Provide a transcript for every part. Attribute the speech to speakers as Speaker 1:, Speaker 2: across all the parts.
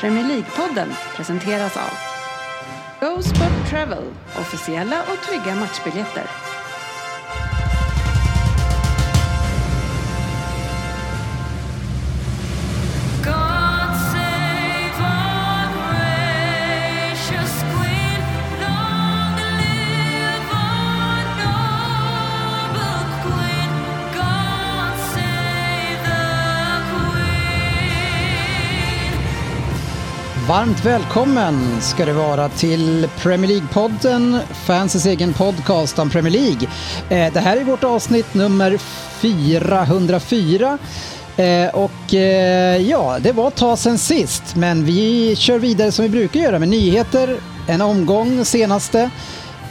Speaker 1: Premier League-podden presenteras av Go Sport Travel, officiella och trygga matchbiljetter.
Speaker 2: God save our gracious Queen. Long live our noble Queen. God save the Queen.
Speaker 3: Varmt välkommen ska det vara till Premier League-podden, fansens egen podcast om Premier League. Eh, Det här är vårt avsnitt nummer 404. Eh, Och eh, ja, det var ett tag sedan sist, men vi kör vidare som vi brukar göra med nyheter, en omgång senaste,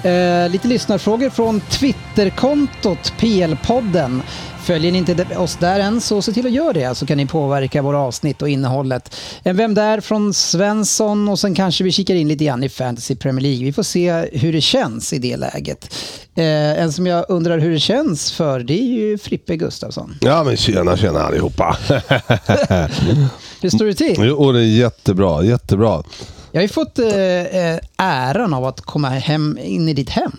Speaker 3: eh, lite lyssnarfrågor från Twitterkontot PL-podden. Följer ni inte oss där än så se till att göra det så kan ni påverka våra avsnitt och innehållet. En Vem där från Svensson och sen kanske vi kikar in lite grann i Fantasy Premier League. Vi får se hur det känns i det läget. Eh, en som jag undrar hur det känns för det är ju Frippe Gustafsson.
Speaker 4: Ja men tjena tjena allihopa.
Speaker 3: Hur står det till?
Speaker 4: Jo, och det är jättebra, jättebra.
Speaker 3: Jag har ju fått eh, eh, äran av att komma hem in i ditt hem.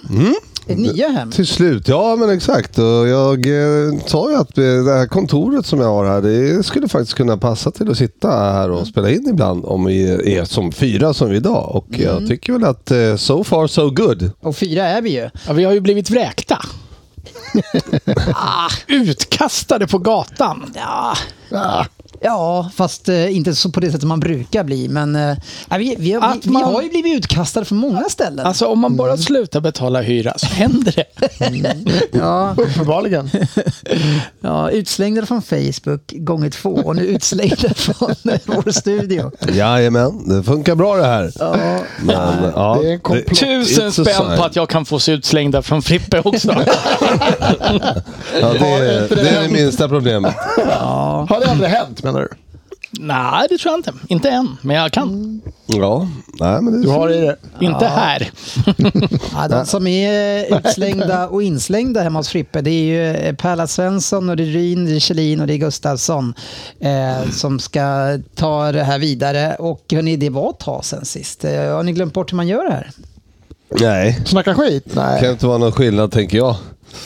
Speaker 3: Ditt nya hem.
Speaker 4: Till slut, ja men exakt. Och jag eh, sa ju att eh, det här kontoret som jag har här, det skulle faktiskt kunna passa till att sitta här och spela in ibland om vi är som fyra som vi är idag. Och
Speaker 5: Mm.
Speaker 4: jag tycker väl att eh, so far so good.
Speaker 3: Och fyra är vi ju.
Speaker 6: Ja, vi har ju blivit vräkta. Ah, Utkastade på gatan.
Speaker 3: Ja,
Speaker 5: Ah.
Speaker 3: ja fast eh, inte så på det sättet man brukar bli. Men eh, nej, vi, vi, har-
Speaker 6: Att
Speaker 3: vi, vi
Speaker 6: man-
Speaker 3: har ju blivit utkastade från många ställen.
Speaker 6: Alltså om man
Speaker 5: Mm.
Speaker 6: bara slutar betala hyra så händer det.
Speaker 3: ja,
Speaker 6: Uppenbarligen.
Speaker 3: ja, utslängda från Facebook gånger två och nu utslängda från eh, vår studio.
Speaker 4: Jajamän, det funkar bra det här.
Speaker 3: Ja,
Speaker 4: Men, ja,
Speaker 5: det är en komplott.
Speaker 4: It's a
Speaker 6: Tusen spänn
Speaker 4: sign.
Speaker 6: på att jag kan få se utslängda från Frippe också.
Speaker 4: Ja, det,
Speaker 5: Har
Speaker 4: är,
Speaker 5: inte det
Speaker 4: det är det
Speaker 5: hänt?
Speaker 4: minsta problemet.
Speaker 5: Har det aldrig hänt menar du?
Speaker 6: Nej, det tror jag inte. Inte än, men jag kan.
Speaker 4: Ja, nej men det är
Speaker 5: Du har i det?
Speaker 6: Inte här.
Speaker 3: ja, de som är eh, utslängda och inslängda hemma hos Frippe det är ju eh, Perla Svensson, och det är Ryn, det är Kjellin och det är Gustafsson eh, som ska ta det här vidare. Och hörni, det var ett tag sen sist. Eh, har ni glömt bort hur man gör det här?
Speaker 4: Nej,
Speaker 5: Snacka skit?
Speaker 4: det
Speaker 5: Nej.
Speaker 4: kan inte vara någon skillnad tänker jag.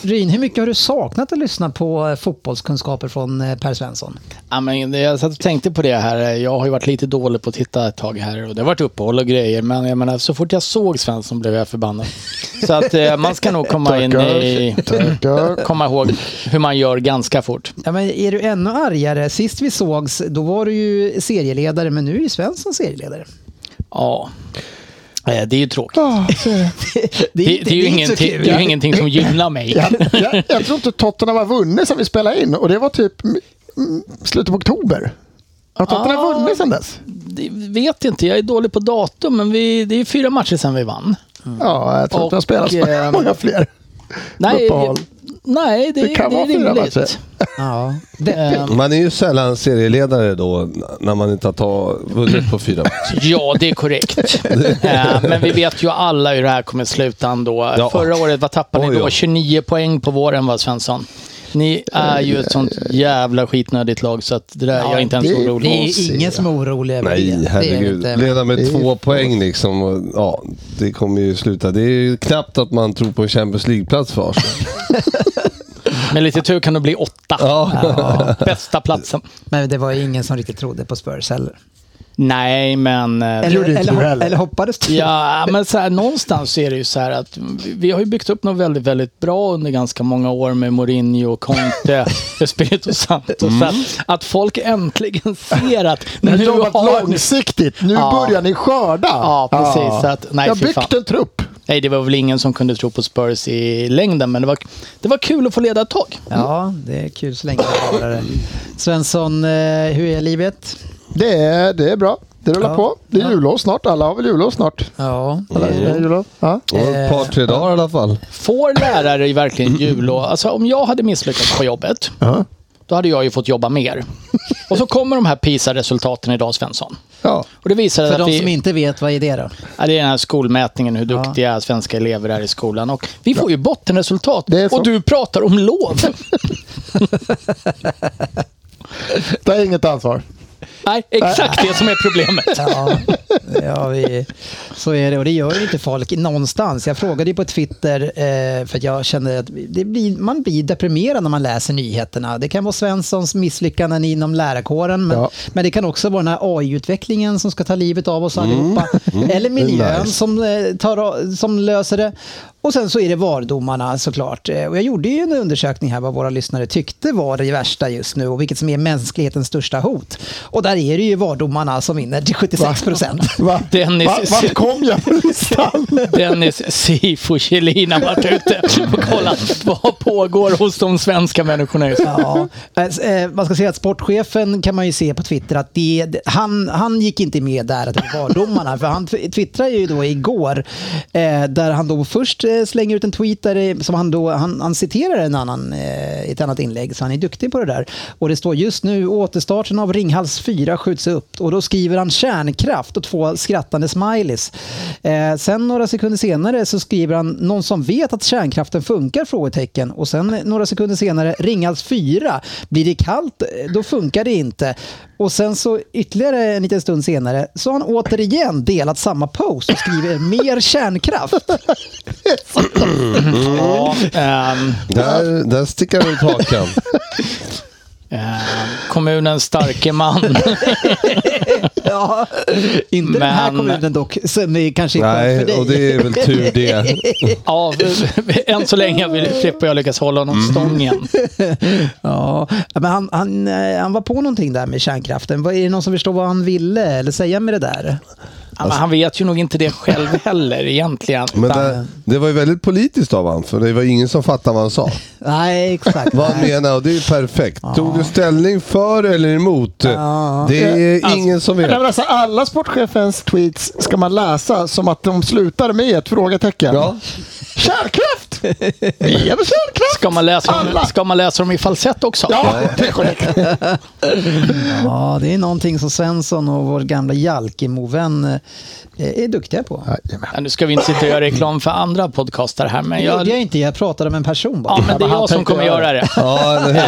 Speaker 3: Ryn, hur mycket har du saknat att lyssna på eh, fotbollskunskaper från eh, Per Svensson?
Speaker 6: Ja, men jag satt och tänkte på det här. Jag har ju varit lite dålig på att titta ett tag här och det har varit uppehåll och grejer. Men jag menar, så fort jag såg Svensson blev jag förbannad. Så att eh, man ska nog komma in i...
Speaker 5: Tackar.
Speaker 6: Komma ihåg hur man gör ganska fort.
Speaker 3: Ja, men är du ännu argare? Sist vi sågs, då var du ju serieledare, men nu är ju Svensson serieledare.
Speaker 6: Ja. Eh, Det är ju tråkigt.
Speaker 5: Ah, ser du.
Speaker 3: Det
Speaker 6: Det, det, är, ju ingenting, det är ju ingenting som gynnar mig.
Speaker 5: jag, jag, jag tror inte Tottenham har vunnit sen vi spelade in och det var typ mm, mm, slutet på oktober. Har Tottenham
Speaker 6: Ah.
Speaker 5: vunnit sen dess?
Speaker 6: Det vet inte, jag är dålig på datum, men vi, det är ju fyra matcher sedan vi vann.
Speaker 5: Ja, jag tror
Speaker 6: Mm. Och,
Speaker 5: inte de har spelat så
Speaker 6: ehm,
Speaker 5: många fler.
Speaker 6: Nej,
Speaker 5: Alltså, Uppehåll.
Speaker 6: nej det,
Speaker 5: Det kan
Speaker 6: det är
Speaker 5: vara fyra matcher.
Speaker 6: rimligt.
Speaker 3: Ja, det,
Speaker 6: Eh,
Speaker 4: Man är ju sällan serieledare då n- när man inte har ta, vunnit på fyra matcher.
Speaker 6: Ja, det är korrekt. Eh, Men vi vet ju alla hur det här kommer sluta ändå.
Speaker 4: Ja.
Speaker 6: Förra året, vad tappade ni
Speaker 4: Oj,
Speaker 6: då?
Speaker 4: oj.
Speaker 6: 29 poäng på våren, va, Svensson? Ni är ju ett sånt jävla skitnödigt lag, så att det där, jag är inte ens
Speaker 5: det-
Speaker 3: det
Speaker 6: orolig.
Speaker 3: är ju ingen som är orolig över det.
Speaker 4: Nej,
Speaker 3: Det är
Speaker 4: herregud.
Speaker 3: det inte.
Speaker 4: Leda med
Speaker 5: Det är
Speaker 4: två
Speaker 5: ju-
Speaker 4: poäng liksom. Och, ja, det kommer ju sluta. Det är ju knappt att man tror på en Champions League-plats för Arsenal.
Speaker 6: Med lite tur kan det bli åtta. Bästa platsen.
Speaker 3: Men det var ju ingen som riktigt trodde på Spurs heller.
Speaker 6: Nej, men... eh,
Speaker 3: Eller,
Speaker 5: gjorde inte
Speaker 3: eller,
Speaker 5: du
Speaker 3: hop-
Speaker 5: heller.
Speaker 3: eller hoppades du?
Speaker 6: Ja, men så här, någonstans är det ju så här att vi- vi har ju byggt upp något väldigt, väldigt bra under ganska många år med Mourinho, Conte, Espirito Santo.
Speaker 3: Mm.
Speaker 6: Så att, att folk äntligen ser att
Speaker 5: Ni
Speaker 6: nu
Speaker 5: har jobbat
Speaker 6: har ni...
Speaker 5: långsiktigt. Nu
Speaker 6: Ja.
Speaker 5: börjar ni skörda.
Speaker 6: Ja, precis. Så att, nej,
Speaker 5: jag har
Speaker 6: fy
Speaker 5: byggt
Speaker 6: fan.
Speaker 5: en trupp.
Speaker 6: Nej, det var väl ingen som kunde tro på Spurs i längden, men det var, det var kul att få leda ett tag.
Speaker 3: Ja, det är kul så länge det varar. Svensson, eh, hur är livet?
Speaker 5: Det är, det är bra. Det rullar
Speaker 3: Ja.
Speaker 5: på. Det är
Speaker 3: Ja.
Speaker 5: jullov snart. Alla har väl jullov snart?
Speaker 3: Ja,
Speaker 5: Alla
Speaker 3: det-
Speaker 5: har jullov. Ja.
Speaker 4: Och ett par,
Speaker 5: Eh,
Speaker 4: tre dagar i alla fall.
Speaker 6: Får lärare
Speaker 3: Mm.
Speaker 6: verkligen jul och... Alltså, om jag hade misslyckats på jobbet,
Speaker 5: Ja.
Speaker 6: då hade jag ju fått jobba mer. Och så kommer de här PISA-resultaten idag, Svensson.
Speaker 5: Ja.
Speaker 6: Och det visar
Speaker 3: för
Speaker 6: att
Speaker 3: de
Speaker 6: vi...
Speaker 3: som inte vet, vad är det då?
Speaker 6: Ja, det är den här skolmätningen, hur duktiga svenska elever är i skolan. Och vi får ju bottenresultat.
Speaker 5: Det är så.
Speaker 6: Och du pratar om lov.
Speaker 5: Ta inget ansvar.
Speaker 6: Nej, exakt det som är problemet.
Speaker 3: Ja, ja vi, så är det. Och det gör ju inte folk någonstans. Jag frågade ju på Twitter, eh, för att jag kände att det blir, man blir deprimerad när man läser nyheterna. Det kan vara Svenssons misslyckanden inom lärarkåren, men,
Speaker 5: Ja.
Speaker 3: men det kan också vara den här AI-utvecklingen som ska ta livet av oss allihopa. Eller miljön
Speaker 4: nice.
Speaker 3: som, eh, tar, a- som löser det. Och sen så är det vardomarna såklart. Eh, Och jag gjorde ju en undersökning här vad våra lyssnare tyckte var det värsta just nu och vilket som är mänsklighetens största hot. Och där är det ju vardomarna som vinner till 76 procent.
Speaker 5: Va?
Speaker 6: Dennis-
Speaker 5: Va? Vart kom jag på listan?
Speaker 6: Dennis Sifo Kjellin har varit ute och kollat vad pågår hos de svenska människorna just nu.
Speaker 3: Ja, eh, man ska säga att sportchefen kan man ju se på Twitter att det, han, han gick inte med där att det var vardomarna. För han tw- twittrade ju då igår eh, där han då först eh, slänger ut en tweet där det, som han då han, han citerar en annan, eh, ett annat inlägg. Så han är duktig på det där. Och det står just nu återstarten av Ringhals 4 skjuts upp och då skriver han kärnkraft och två skrattande smileys. Eh, sen några sekunder senare så skriver han någon som vet att kärnkraften funkar? frågetecken. Och sen några sekunder senare Ringhals 4. Blir det kallt? Eh, Då funkar det inte. Och sen så ytterligare en liten stund senare så har han återigen delat samma post och skriver mer kärnkraft.
Speaker 6: Ja, ehm,
Speaker 4: Där, där sticker han ut hakan.
Speaker 6: ehm, kommunens starke man.
Speaker 3: Ja, inte den här
Speaker 6: Men-
Speaker 3: kommunen dock, som är kanske inte är för
Speaker 4: Nej,
Speaker 3: dig.
Speaker 4: och det är väl tur det.
Speaker 6: Ja, än så länge vill Frippe och jag lyckas hålla
Speaker 5: Mm.
Speaker 6: honom stången.
Speaker 3: Ja, men han, han, eh, han var på någonting där med kärnkraften. Vad- Är det någon som förstår vad han ville eller säga med det där?
Speaker 6: Ja, men han vet ju nog inte det själv heller egentligen.
Speaker 4: Men
Speaker 6: utan-
Speaker 4: det, det var ju väldigt politiskt av han, för det var ingen som fattade vad han sa.
Speaker 3: Nej, exakt.
Speaker 4: Vad han menar, och det är ju perfekt. Tog du ställning för eller emot? Det är
Speaker 6: Alltså,
Speaker 4: ingen som
Speaker 5: Nej, men
Speaker 4: vet.
Speaker 5: alltså, alla sportchefens tweets ska man läsa som att de slutar med ett frågetecken.
Speaker 4: Ja.
Speaker 5: Kärnkraft! Vi är med kärnkraft!
Speaker 6: Ska man, läsa dem,
Speaker 5: Alla!
Speaker 6: ska man läsa dem i falsett också?
Speaker 5: Ja, det är korrekt.
Speaker 3: Ja, det är någonting som Svensson och vår gamla Jalkemo-vän eh, är duktiga på.
Speaker 6: Ja, Nu ska vi inte sitta och göra reklam för andra podcaster här, men
Speaker 3: Det gjorde jag
Speaker 6: jag,
Speaker 3: inte, jag pratade om en person bara.
Speaker 6: ja, men det är
Speaker 5: Han
Speaker 6: jag som
Speaker 5: tänkte
Speaker 6: kommer
Speaker 5: göra
Speaker 6: göra det.
Speaker 4: Ja, eller hur?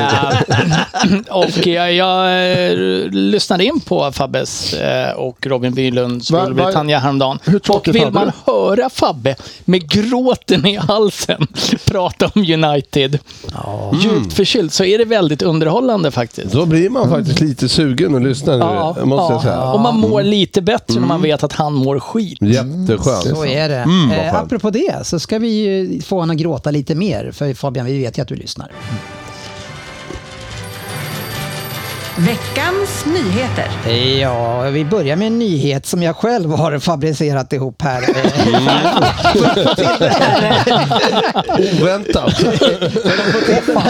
Speaker 6: Eh, och jag, jag eh, lyssnade in på Fabbes eh, och Robin Bylunds
Speaker 5: Va- va-
Speaker 6: Storbritannien häromdagen.
Speaker 5: Hur tråkigt
Speaker 6: och vill
Speaker 5: hade
Speaker 6: man höra Fabbe med gråten i halsen prata om United djupt förkyld så är det väldigt underhållande faktiskt.
Speaker 4: Då blir man faktiskt lite sugen och lyssnar nu, måste jag
Speaker 6: och
Speaker 4: säga.
Speaker 6: man mår lite bättre när
Speaker 5: Mm.
Speaker 6: man vet att han mår skit.
Speaker 4: Jätteskönt.
Speaker 3: Så är det.
Speaker 4: vad
Speaker 3: eh,
Speaker 4: skönt.
Speaker 3: apropå det så ska vi ju få honom att gråta lite mer. För Fabian, vi vet ju att du lyssnar.
Speaker 1: Veckans nyheter.
Speaker 3: Ja, vi börjar med en nyhet som jag själv har fabricerat ihop här. Eh,
Speaker 4: Oväntat.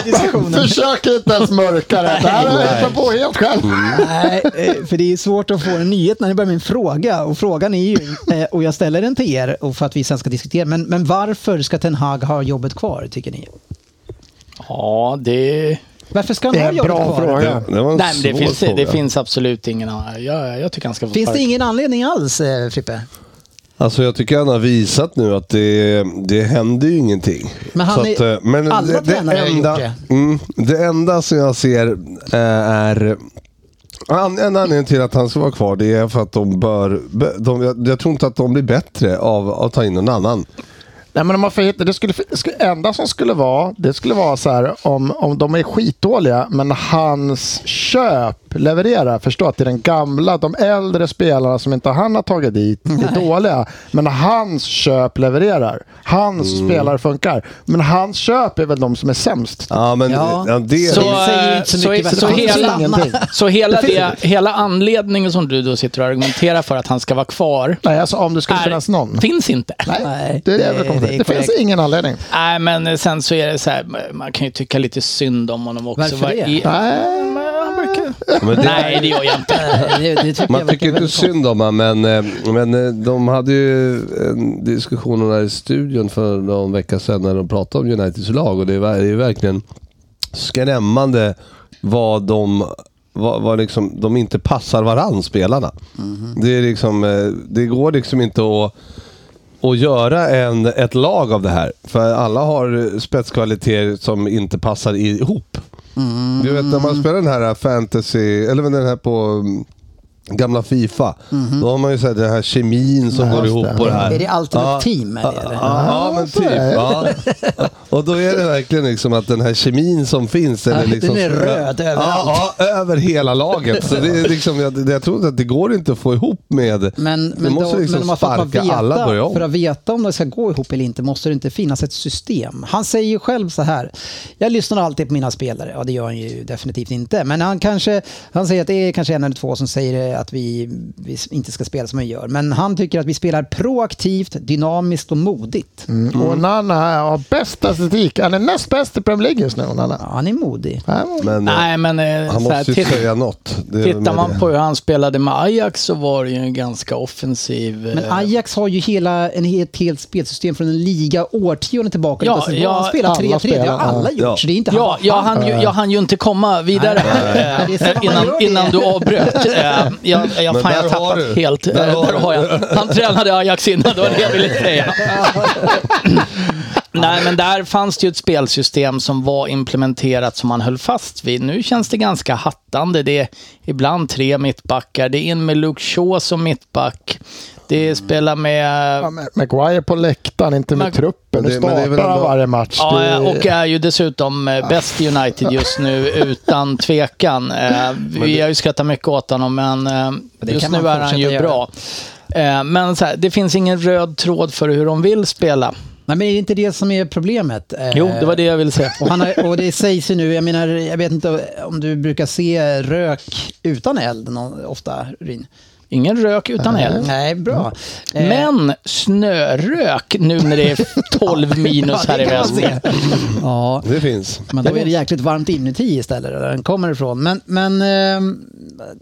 Speaker 3: diskussionen.
Speaker 5: Försök inte ens mörka det. Det här har jag hittat på helt själv.
Speaker 3: Nej, eh, för det är svårt att få en nyhet när det börjar med en fråga. Och frågan är ju, eh, och jag ställer den till er och för att vi sen ska diskutera, men, men varför ska Ten Hag ha jobbet kvar, tycker ni?
Speaker 6: Ja, det...
Speaker 3: Varför ska han
Speaker 5: Det
Speaker 3: ha
Speaker 5: är en
Speaker 3: jobbet
Speaker 5: bra
Speaker 3: kvar?
Speaker 5: fråga.
Speaker 4: Det var en
Speaker 6: Nej, men det,
Speaker 4: svår
Speaker 6: finns,
Speaker 4: fråga.
Speaker 6: det finns absolut ingen annan. Jag, jag tycker han ska få
Speaker 3: Finns det
Speaker 6: sparken.
Speaker 3: ingen anledning alls, eh, Frippe?
Speaker 4: Alltså jag tycker han har visat nu att det, det händer ju ingenting.
Speaker 3: Men han
Speaker 4: Så
Speaker 3: är-
Speaker 4: eh, men
Speaker 3: alla tränare har
Speaker 4: enda,
Speaker 3: gjort
Speaker 4: Mm, det enda som jag ser eh, är... An, en anledning till att han ska vara kvar det är för att de bör... be- De, jag, jag tror inte att de blir bättre av att ta in någon annan.
Speaker 5: Nej, men om man får hitta, det skulle, skulle, enda som skulle vara, det skulle vara så här om, om de är skitdåliga, men hans köp levererar. Förstå att det är den gamla, de äldre spelarna som inte han har tagit dit är dåliga, men hans köp levererar. Hans spelare funkar, men hans köp är väl de som är sämst.
Speaker 4: Ja, men
Speaker 3: Ja.
Speaker 4: ja, det...
Speaker 6: Så,
Speaker 3: Det säger ju inte så
Speaker 6: eh, så,
Speaker 3: mycket
Speaker 6: så,
Speaker 3: väl.
Speaker 6: så,
Speaker 5: Det finns
Speaker 6: hela,
Speaker 5: ingenting.
Speaker 6: så hela, det, hela anledningen som du då sitter och argumenterar för att han ska vara kvar
Speaker 5: Nej, alltså om det skulle
Speaker 6: är,
Speaker 5: finnas någon.
Speaker 6: finns inte. Nej.
Speaker 3: Nej,
Speaker 5: Nej, det är det
Speaker 3: det-
Speaker 5: jag kommer
Speaker 3: det är
Speaker 5: till. Det finns
Speaker 3: korrekt.
Speaker 5: ingen anledning.
Speaker 6: men sen så är det så här, man kan ju tycka lite synd om honom också.
Speaker 3: Varför
Speaker 6: Vad
Speaker 3: det?
Speaker 6: är-
Speaker 5: Nej.
Speaker 3: Mm.
Speaker 4: men det
Speaker 6: Nej, det gör jag inte.
Speaker 3: Eh, Det, det tycker jag
Speaker 4: Man
Speaker 3: verkar
Speaker 4: tycker inte
Speaker 3: väldigt
Speaker 4: synd om honom, men, eh, men eh, de hade ju en diskussion här i studion för någon vecka sedan när de pratade om Uniteds lag och det är ver- det är verkligen skrämmande vad de vad, vad liksom, de inte passar varann spelarna. Det, är liksom, eh, det går liksom inte att, att göra en, ett lag av det här. För alla har spetskvaliteter som inte äh, passar ihop. Du vet när man spelar den här fantasy, eller den här på mm, gamla Fifa. Då har man ju så här, den här kemin som går
Speaker 5: just
Speaker 4: ihop
Speaker 5: det.
Speaker 4: på det här.
Speaker 3: Är Mm-hmm. det alltid något team? Är det,
Speaker 4: Ja,
Speaker 3: eller?
Speaker 4: ja, men typ. Ja. Och då är det verkligen liksom att den här kemin som finns. Den
Speaker 3: Ja,
Speaker 4: är,
Speaker 3: den
Speaker 4: liksom,
Speaker 3: är röd överallt.
Speaker 4: Ja, ja, över hela laget. Så det är liksom, jag, jag tror inte att det går inte att få ihop med.
Speaker 3: Men,
Speaker 4: du
Speaker 3: men,
Speaker 4: måste
Speaker 3: då,
Speaker 4: liksom
Speaker 3: men om man får-
Speaker 4: sparka
Speaker 3: att man veta,
Speaker 4: alla börja om.
Speaker 3: För att veta om det ska gå ihop eller inte måste det inte finnas ett system. Han säger ju själv så här. Jag lyssnar alltid på mina spelare. Ja, det gör han ju definitivt inte. Men han, kanske, han säger att det är kanske en eller två som säger att vi, vi inte ska spela som vi gör. Men han tycker att vi spelar proaktivt, dynamiskt och modigt.
Speaker 5: Mm. Och Nana har bäst estetik. Han är näst bäst i Premier League just nu.
Speaker 3: Ja,
Speaker 5: Nana.
Speaker 3: han är modig.
Speaker 4: Men, eh,
Speaker 6: Nej, men eh,
Speaker 4: han
Speaker 6: så här,
Speaker 4: måste ju
Speaker 6: titt-
Speaker 4: säga något. Det är
Speaker 6: tittar
Speaker 4: med
Speaker 6: man
Speaker 4: det.
Speaker 6: på hur han spelade med Ajax så var det ju en ganska offensiv...
Speaker 3: Men
Speaker 6: eh,
Speaker 3: Ajax har ju hela, en helt, helt spelsystem från en liga årtionden tillbaka.
Speaker 6: Ja,
Speaker 3: Ja,
Speaker 6: ja,
Speaker 3: han spelar
Speaker 5: alla
Speaker 3: 3-3, det har
Speaker 5: spelar,
Speaker 3: alla gjort.
Speaker 4: ja.
Speaker 3: Så det är inte
Speaker 6: Ja,
Speaker 3: han.
Speaker 6: jag hann, ju, jag hann ju inte komma vidare här,
Speaker 3: Nej.
Speaker 6: eh,
Speaker 3: Det är så man gör
Speaker 6: innan,
Speaker 3: det.
Speaker 6: innan du avbröt. Eh, Jag, jag,
Speaker 4: Men
Speaker 6: fan, jag
Speaker 4: där
Speaker 6: har
Speaker 4: har
Speaker 6: tappat
Speaker 4: du.
Speaker 6: helt. Där,
Speaker 4: Där har
Speaker 6: där
Speaker 4: du.
Speaker 6: har jag. Han tränade Ajax innan, det var det jag ville säga. Nej, men där fanns det ju ett spelsystem som var implementerat som man höll fast vid. Nu känns det ganska hattande. Det är ibland tre mittbackar. Det är in med Luke Shaw som mittback. Det är spela med...
Speaker 5: Ja, men Maguire på läktaren, inte med
Speaker 6: Mag-
Speaker 4: Men
Speaker 5: truppen. Nu
Speaker 4: det- men det är väl
Speaker 5: startar han
Speaker 4: ändå-
Speaker 5: varje match. Det-
Speaker 6: Ja, och är ju dessutom eh, bäst i United just nu, utan tvekan. Eh, Vi har ju skrattat mycket åt honom, men eh,
Speaker 3: det
Speaker 6: just
Speaker 3: kan
Speaker 6: nu
Speaker 3: man
Speaker 6: är han ju
Speaker 3: fortsätta
Speaker 6: bra. Eh, Men så här, det finns ingen röd tråd för hur de vill spela.
Speaker 3: Nej, men är det inte det som är problemet? Eh,
Speaker 6: Jo, det var det jag ville säga.
Speaker 3: Och, han har, och det sägs ju nu, jag menar, jag vet inte om du brukar se rök utan eld någon, ofta, Rin?
Speaker 6: Ingen rök utan eld.
Speaker 3: Nej, bra. Eh,
Speaker 6: Mm. Men snörök nu när det är 12 minus här i
Speaker 3: det kan man
Speaker 6: väst.
Speaker 3: se. ja,
Speaker 4: Det finns.
Speaker 3: men då är det jäkligt varmt inuti istället, där den kommer ifrån. Men, men eh,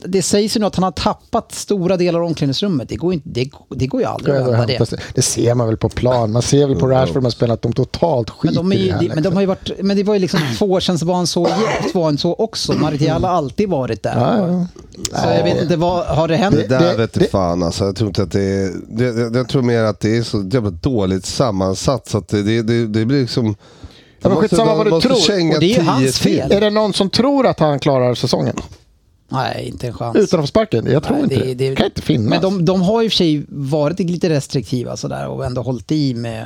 Speaker 3: det sägs ju nu att han har tappat stora delar av omklädningsrummet. Det går, inte, det, går- det går ju aldrig att vända det.
Speaker 5: det. det ser man väl på plan. Man ser väl på Rashford man spelat. De totalt skiter
Speaker 3: Men, de är,
Speaker 5: i det
Speaker 3: ju-
Speaker 5: här.
Speaker 3: de, men, de har ju varit, men det var ju liksom två år sedan så var han så, två år sedan så också. Martial har alltid varit där.
Speaker 5: Ja, ja.
Speaker 3: Så jag vet inte, vad har det hänt?
Speaker 4: Det där
Speaker 5: det-
Speaker 4: vet
Speaker 5: det-
Speaker 4: fan alltså. Jag tror inte att det är... Det, jag, jag tror mer att det är så jävla dåligt sammansatt så att det, det, det, det blir liksom...
Speaker 5: men skitsamma vad du tror.
Speaker 4: känga
Speaker 3: Och det är ju
Speaker 4: tio
Speaker 3: hans
Speaker 4: till.
Speaker 3: fel.
Speaker 5: Är det någon som tror att han klarar säsongen?
Speaker 3: Nej, inte en chans.
Speaker 5: Utan att få sparken? Jag tror
Speaker 3: Nej,
Speaker 5: inte det. Det kan inte finnas.
Speaker 3: Men de, de har i och för sig varit lite restriktiva sådär och ändå hållit i med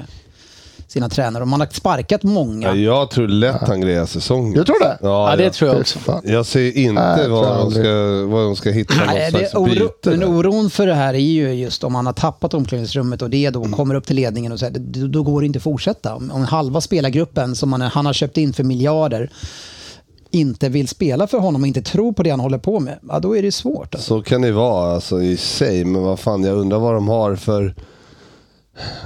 Speaker 3: sina tränare. Och man har sparkat många.
Speaker 4: Ja, jag tror lätt han grejar säsongen.
Speaker 5: Du tror det?
Speaker 4: Ja,
Speaker 6: Ja, det tror jag också.
Speaker 5: Fan.
Speaker 4: Jag ser
Speaker 5: Nej,
Speaker 4: inte
Speaker 5: jag
Speaker 4: var
Speaker 5: tror
Speaker 4: de,
Speaker 5: aldrig.
Speaker 4: ska, var de ska hitta någon
Speaker 3: Nej, det
Speaker 4: slags
Speaker 3: är oro,
Speaker 4: byte.
Speaker 3: men
Speaker 4: där.
Speaker 3: oron för det här är ju just om han har tappat omklädningsrummet och det då kommer upp till ledningen och säger då, då går det inte att fortsätta. Om, om halva spelargruppen som han, han har köpt in för miljarder inte vill spela för honom och inte tror på det han håller på med, ja, då är det svårt. Alltså.
Speaker 4: Så kan det vara alltså, i sig, men vad fan, jag undrar vad de har för...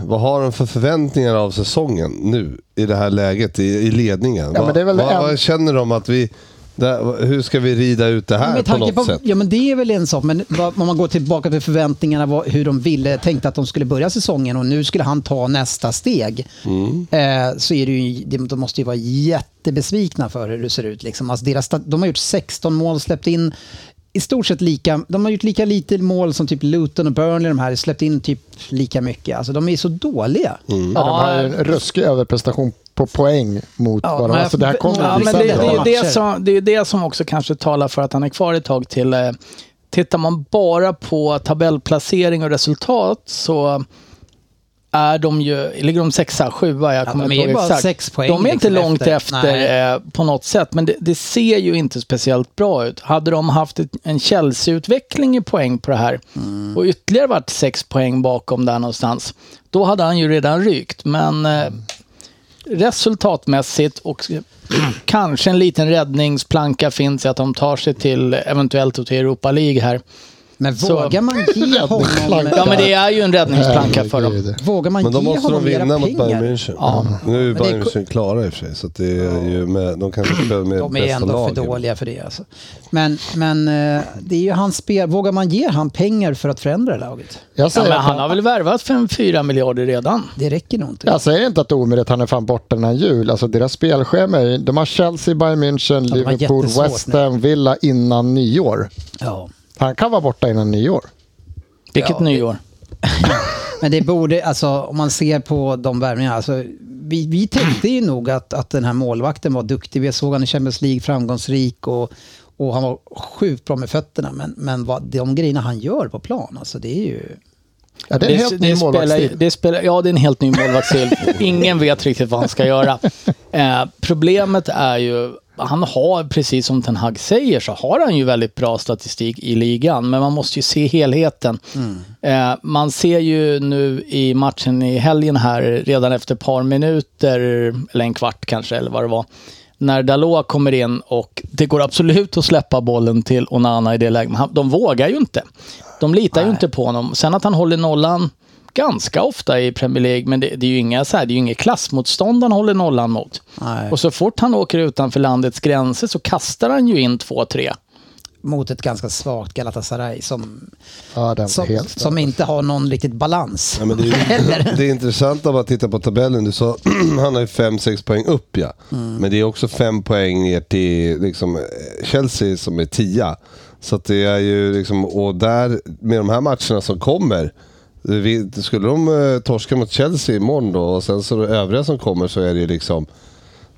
Speaker 4: Vad har de för förväntningar av säsongen nu i det här läget i, i ledningen?
Speaker 5: Ja, men det är väl
Speaker 4: vad,
Speaker 5: en-
Speaker 4: vad känner de att vi... Där, hur ska vi rida ut det här
Speaker 3: Med
Speaker 4: på
Speaker 3: tanke
Speaker 4: något
Speaker 3: på,
Speaker 4: sätt?
Speaker 3: ja, men det är väl en sak, men vad- om man går tillbaka till förväntningarna, vad, hur de ville, tänkte att de skulle börja säsongen och nu skulle han ta nästa steg.
Speaker 4: Mm.
Speaker 3: Eh, så är det ju, det- de måste ju vara jättebesvikna för hur det ser ut. Liksom. Alltså deras, sta- de har gjort 16 mål, släppt in i stort sett lika, de har gjort lika lite mål som typ Luton och Burnley, de här, släppt in typ lika mycket. Alltså de är så dåliga.
Speaker 4: Mm.
Speaker 5: Ja, de har en ruskig överprestation på poäng mot
Speaker 3: Ja,
Speaker 5: ja, varandra.
Speaker 3: men-
Speaker 5: Alltså, det här kommer
Speaker 6: Ja,
Speaker 5: bli
Speaker 6: men det, det,
Speaker 5: sämre.
Speaker 6: är ju
Speaker 3: matcher.
Speaker 6: det, som, det är ju det som också kanske talar för att han är kvar ett tag till. Eh, Tittar man bara på tabellplacering och resultat så är de ju, ligger de sexa, sjua, jag
Speaker 3: Ja,
Speaker 6: kommer
Speaker 3: de är
Speaker 6: inte
Speaker 3: ju
Speaker 6: ihåg
Speaker 3: bara
Speaker 6: exakt.
Speaker 3: sex poäng
Speaker 6: de är inte
Speaker 3: liksom
Speaker 6: långt
Speaker 3: efter.
Speaker 6: efter, eh, på något sätt, men det, det ser ju inte speciellt bra ut. Hade de haft ett, en Chelsea-utveckling i poäng på det här
Speaker 3: Mm.
Speaker 6: och ytterligare varit sex poäng bakom där någonstans, då hade han ju redan rykt. Men eh, resultatmässigt och kanske en liten räddningsplanka finns i att de tar sig till eventuellt till Europa League här.
Speaker 3: Men
Speaker 6: Så-
Speaker 3: vågar man ge honom...
Speaker 6: Ja, men det är ju en räddningsplanka för dem.
Speaker 5: Herregud.
Speaker 3: Vågar man
Speaker 4: Men då
Speaker 3: ge
Speaker 4: måste de
Speaker 3: honom mera
Speaker 4: vinna mot Bayern
Speaker 3: pengar?
Speaker 4: München. Nu är ju
Speaker 3: Men det är
Speaker 4: Bayern
Speaker 3: ko-
Speaker 4: München klara i och för sig, så att det är ju med, de kanske spelar med
Speaker 3: De är
Speaker 4: bästa
Speaker 3: ändå
Speaker 4: lagen.
Speaker 3: för dåliga för det. Alltså. Men, men eh, det är ju hans spel. Vågar man ge han pengar för att förändra det här laget?
Speaker 5: Jag
Speaker 6: Ja,
Speaker 5: säger,
Speaker 6: men
Speaker 5: att
Speaker 6: han har väl värvat för en 4 miljarder redan.
Speaker 3: Det räcker nog inte.
Speaker 5: jag säger inte att det är omöjligt. Han är fan borta den här jul. Alltså, deras spelschema är, de har Chelsea, Bayern München,
Speaker 3: de har
Speaker 5: Liverpool,
Speaker 3: jättesvårt
Speaker 5: West Ham, Villa innan nyår.
Speaker 3: Ja.
Speaker 5: Han kan vara borta innan nyår.
Speaker 6: Vilket
Speaker 3: Ja.
Speaker 6: nyår.
Speaker 3: Men det borde, alltså, om man ser på de värvningarna. Alltså, vi, vi tänkte ju nog att, att den här målvakten var duktig. Vi såg han i Champions League, framgångsrik och, Och han var sjukt bra med fötterna. Men, men vad, de grejerna han gör på plan, alltså det är ju...
Speaker 5: Ja, det är en helt ny
Speaker 6: spelar,
Speaker 5: målvaktsstil.
Speaker 6: det spelar, Ja, det är en helt ny målvaktsstil. Ingen vet riktigt vad han ska göra. Eh, problemet är ju, han har, precis som Ten Hag säger, så har han ju väldigt bra statistik i ligan. Men man måste ju se helheten. Eh, man ser ju nu i matchen i helgen här, redan efter ett par minuter, eller en kvart kanske, eller vad det var. När Dalot kommer in och det går absolut att släppa bollen till Onana i det läget. Men han- De vågar ju inte. De litar ju inte på honom. Sen att han håller nollan ganska ofta i Premier League, men det, det är ju inga så här, det är ju inget klassmotstånd han håller nollan mot.
Speaker 3: Nej.
Speaker 6: Och så fort han åker utanför landets gränser så kastar han ju in 2-3.
Speaker 3: mot ett ganska svagt Galatasaray som,
Speaker 5: Ja, den var
Speaker 3: som,
Speaker 5: helt
Speaker 3: som inte har någon riktigt balans.
Speaker 4: Nej, men det, är, det är intressant om man tittar på tabellen. Du sa han har ju 5-6 poäng upp ja. Men det är också 5 poäng ner till liksom, eh, Chelsea som är 10. Så att det är ju liksom, och där med de här matcherna som kommer. vi- Skulle de eh, torska mot Chelsea imorgon då och sen så de övriga som kommer så är det ju liksom.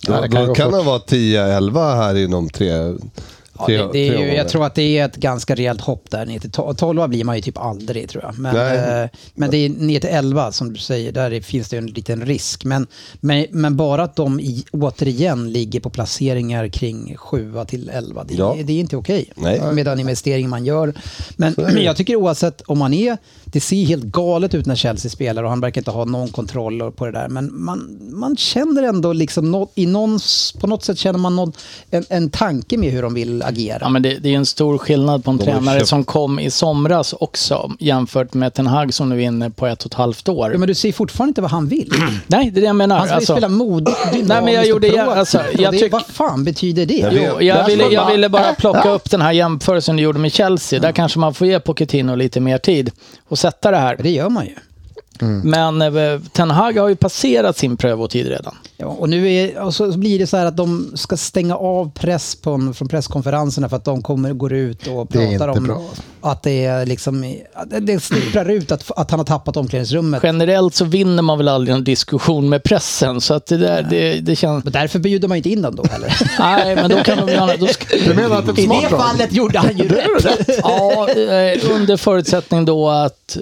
Speaker 4: Då,
Speaker 5: Ja, det kan
Speaker 4: då
Speaker 5: gå
Speaker 4: kan
Speaker 5: fort.
Speaker 4: han vara 10-11 här inom tre,
Speaker 3: Ja,
Speaker 4: tre,
Speaker 3: det, det är
Speaker 4: tre
Speaker 3: ju,
Speaker 4: omgångar.
Speaker 3: jag tror att det är ett ganska rejält hopp där ner till 12 blir man ju typ aldrig tror jag. Men,
Speaker 4: Nej.
Speaker 3: eh, men det är ner till 11 som du säger, där är- finns det ju en liten risk. Men, men, men bara att de i, återigen ligger på placeringar kring 7 till 11, det,
Speaker 4: Ja.
Speaker 3: det är inte okej.
Speaker 4: Nej.
Speaker 3: Med den investering man gör. Men jag tycker oavsett om man är, det ser helt galet ut när Chelsea spelar och han verkar inte ha någon kontroll på det där. Men man, man känner ändå liksom, nå- i någon, på något sätt känner man någon, en, en tanke med hur de vill agera.
Speaker 6: Ja, men det, det är en stor skillnad på en
Speaker 4: De har
Speaker 6: tränare
Speaker 4: köpt-
Speaker 6: som kom i somras också jämfört med Ten Hag som nu är inne på ett och ett halvt år.
Speaker 3: Ja, men du säger fortfarande inte vad han vill.
Speaker 6: Nej, det är det jag menar.
Speaker 3: Han ska ju
Speaker 6: Alltså-
Speaker 3: spela modigt,
Speaker 6: Nej, men jag gjorde
Speaker 3: det.
Speaker 6: jag- alltså, jag tyck-
Speaker 3: Vad fan betyder det?
Speaker 4: Jag
Speaker 6: Jo,
Speaker 4: vet.
Speaker 6: jag, ville, jag
Speaker 5: bara-
Speaker 6: ville bara plocka upp den här jämförelsen du gjorde med Chelsea. Där kanske man får ge Pochettino lite mer tid och sätta det här.
Speaker 3: Det gör man ju.
Speaker 6: Men eh, Ten Hag har ju passerat sin prövotid redan.
Speaker 3: Ja, och, nu är, och så blir det så här att de ska stänga av press på en, från presskonferenserna för att de kommer går ut och
Speaker 5: Det är
Speaker 3: pratar
Speaker 5: inte
Speaker 3: om
Speaker 5: bra.
Speaker 3: att det är liksom... att det- Det sipprar ut att, att han har tappat omklädningsrummet.
Speaker 6: Generellt så vinner man väl aldrig en diskussion med pressen, så att det där, det, det känns...
Speaker 3: Men därför bjuder man ju inte in dem då heller.
Speaker 6: Nej, men då kan de göra... Då ska,
Speaker 5: Du menar att det är
Speaker 3: I
Speaker 5: smart
Speaker 3: det
Speaker 5: drag?
Speaker 3: fallet gjorde han ju rätt.
Speaker 6: ja, eh, under förutsättning då att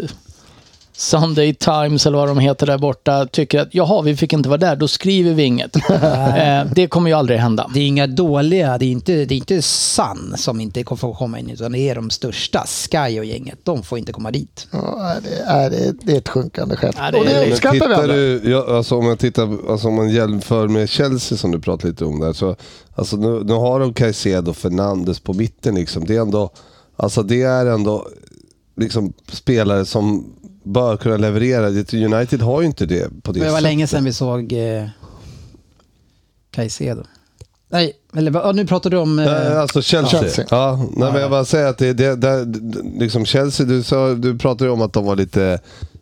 Speaker 6: Sunday Times eller vad de heter där borta tycker att jaha, vi fick inte vara där, då skriver vi inget. Eh, det kommer ju aldrig hända.
Speaker 3: Det är inga dåliga, det är inte, det är inte Sun som inte får komma in, utan det är de största, Sky och gänget. De får inte komma dit.
Speaker 5: Ja, det, är, det, är, det är ett sjunkande skepp.
Speaker 6: Ja, det
Speaker 5: och
Speaker 6: är-
Speaker 5: det
Speaker 4: Men
Speaker 5: uppskattar vi
Speaker 4: tittar
Speaker 5: alla.
Speaker 4: du, ja, alltså om, jag tittar, alltså om man jämför med Chelsea som du pratade lite om där. Så, alltså nu, nu har de Caicedo och Fernandes på mitten. Liksom. Det, är ändå, alltså det är ändå liksom, spelare som bör kunna leverera. Det- United har ju inte det på det
Speaker 3: Det var
Speaker 4: sättet.
Speaker 3: länge sedan vi såg eh, Caicedo. Nej, eller vad- ja, nu pratar du om... Eh,
Speaker 4: Nej, Alltså Chelsea.
Speaker 5: Chelsea.
Speaker 4: Ja, nej, men jag bara säger att det, det, det, liksom Chelsea, du, sa, du pratade ju om att de var lite,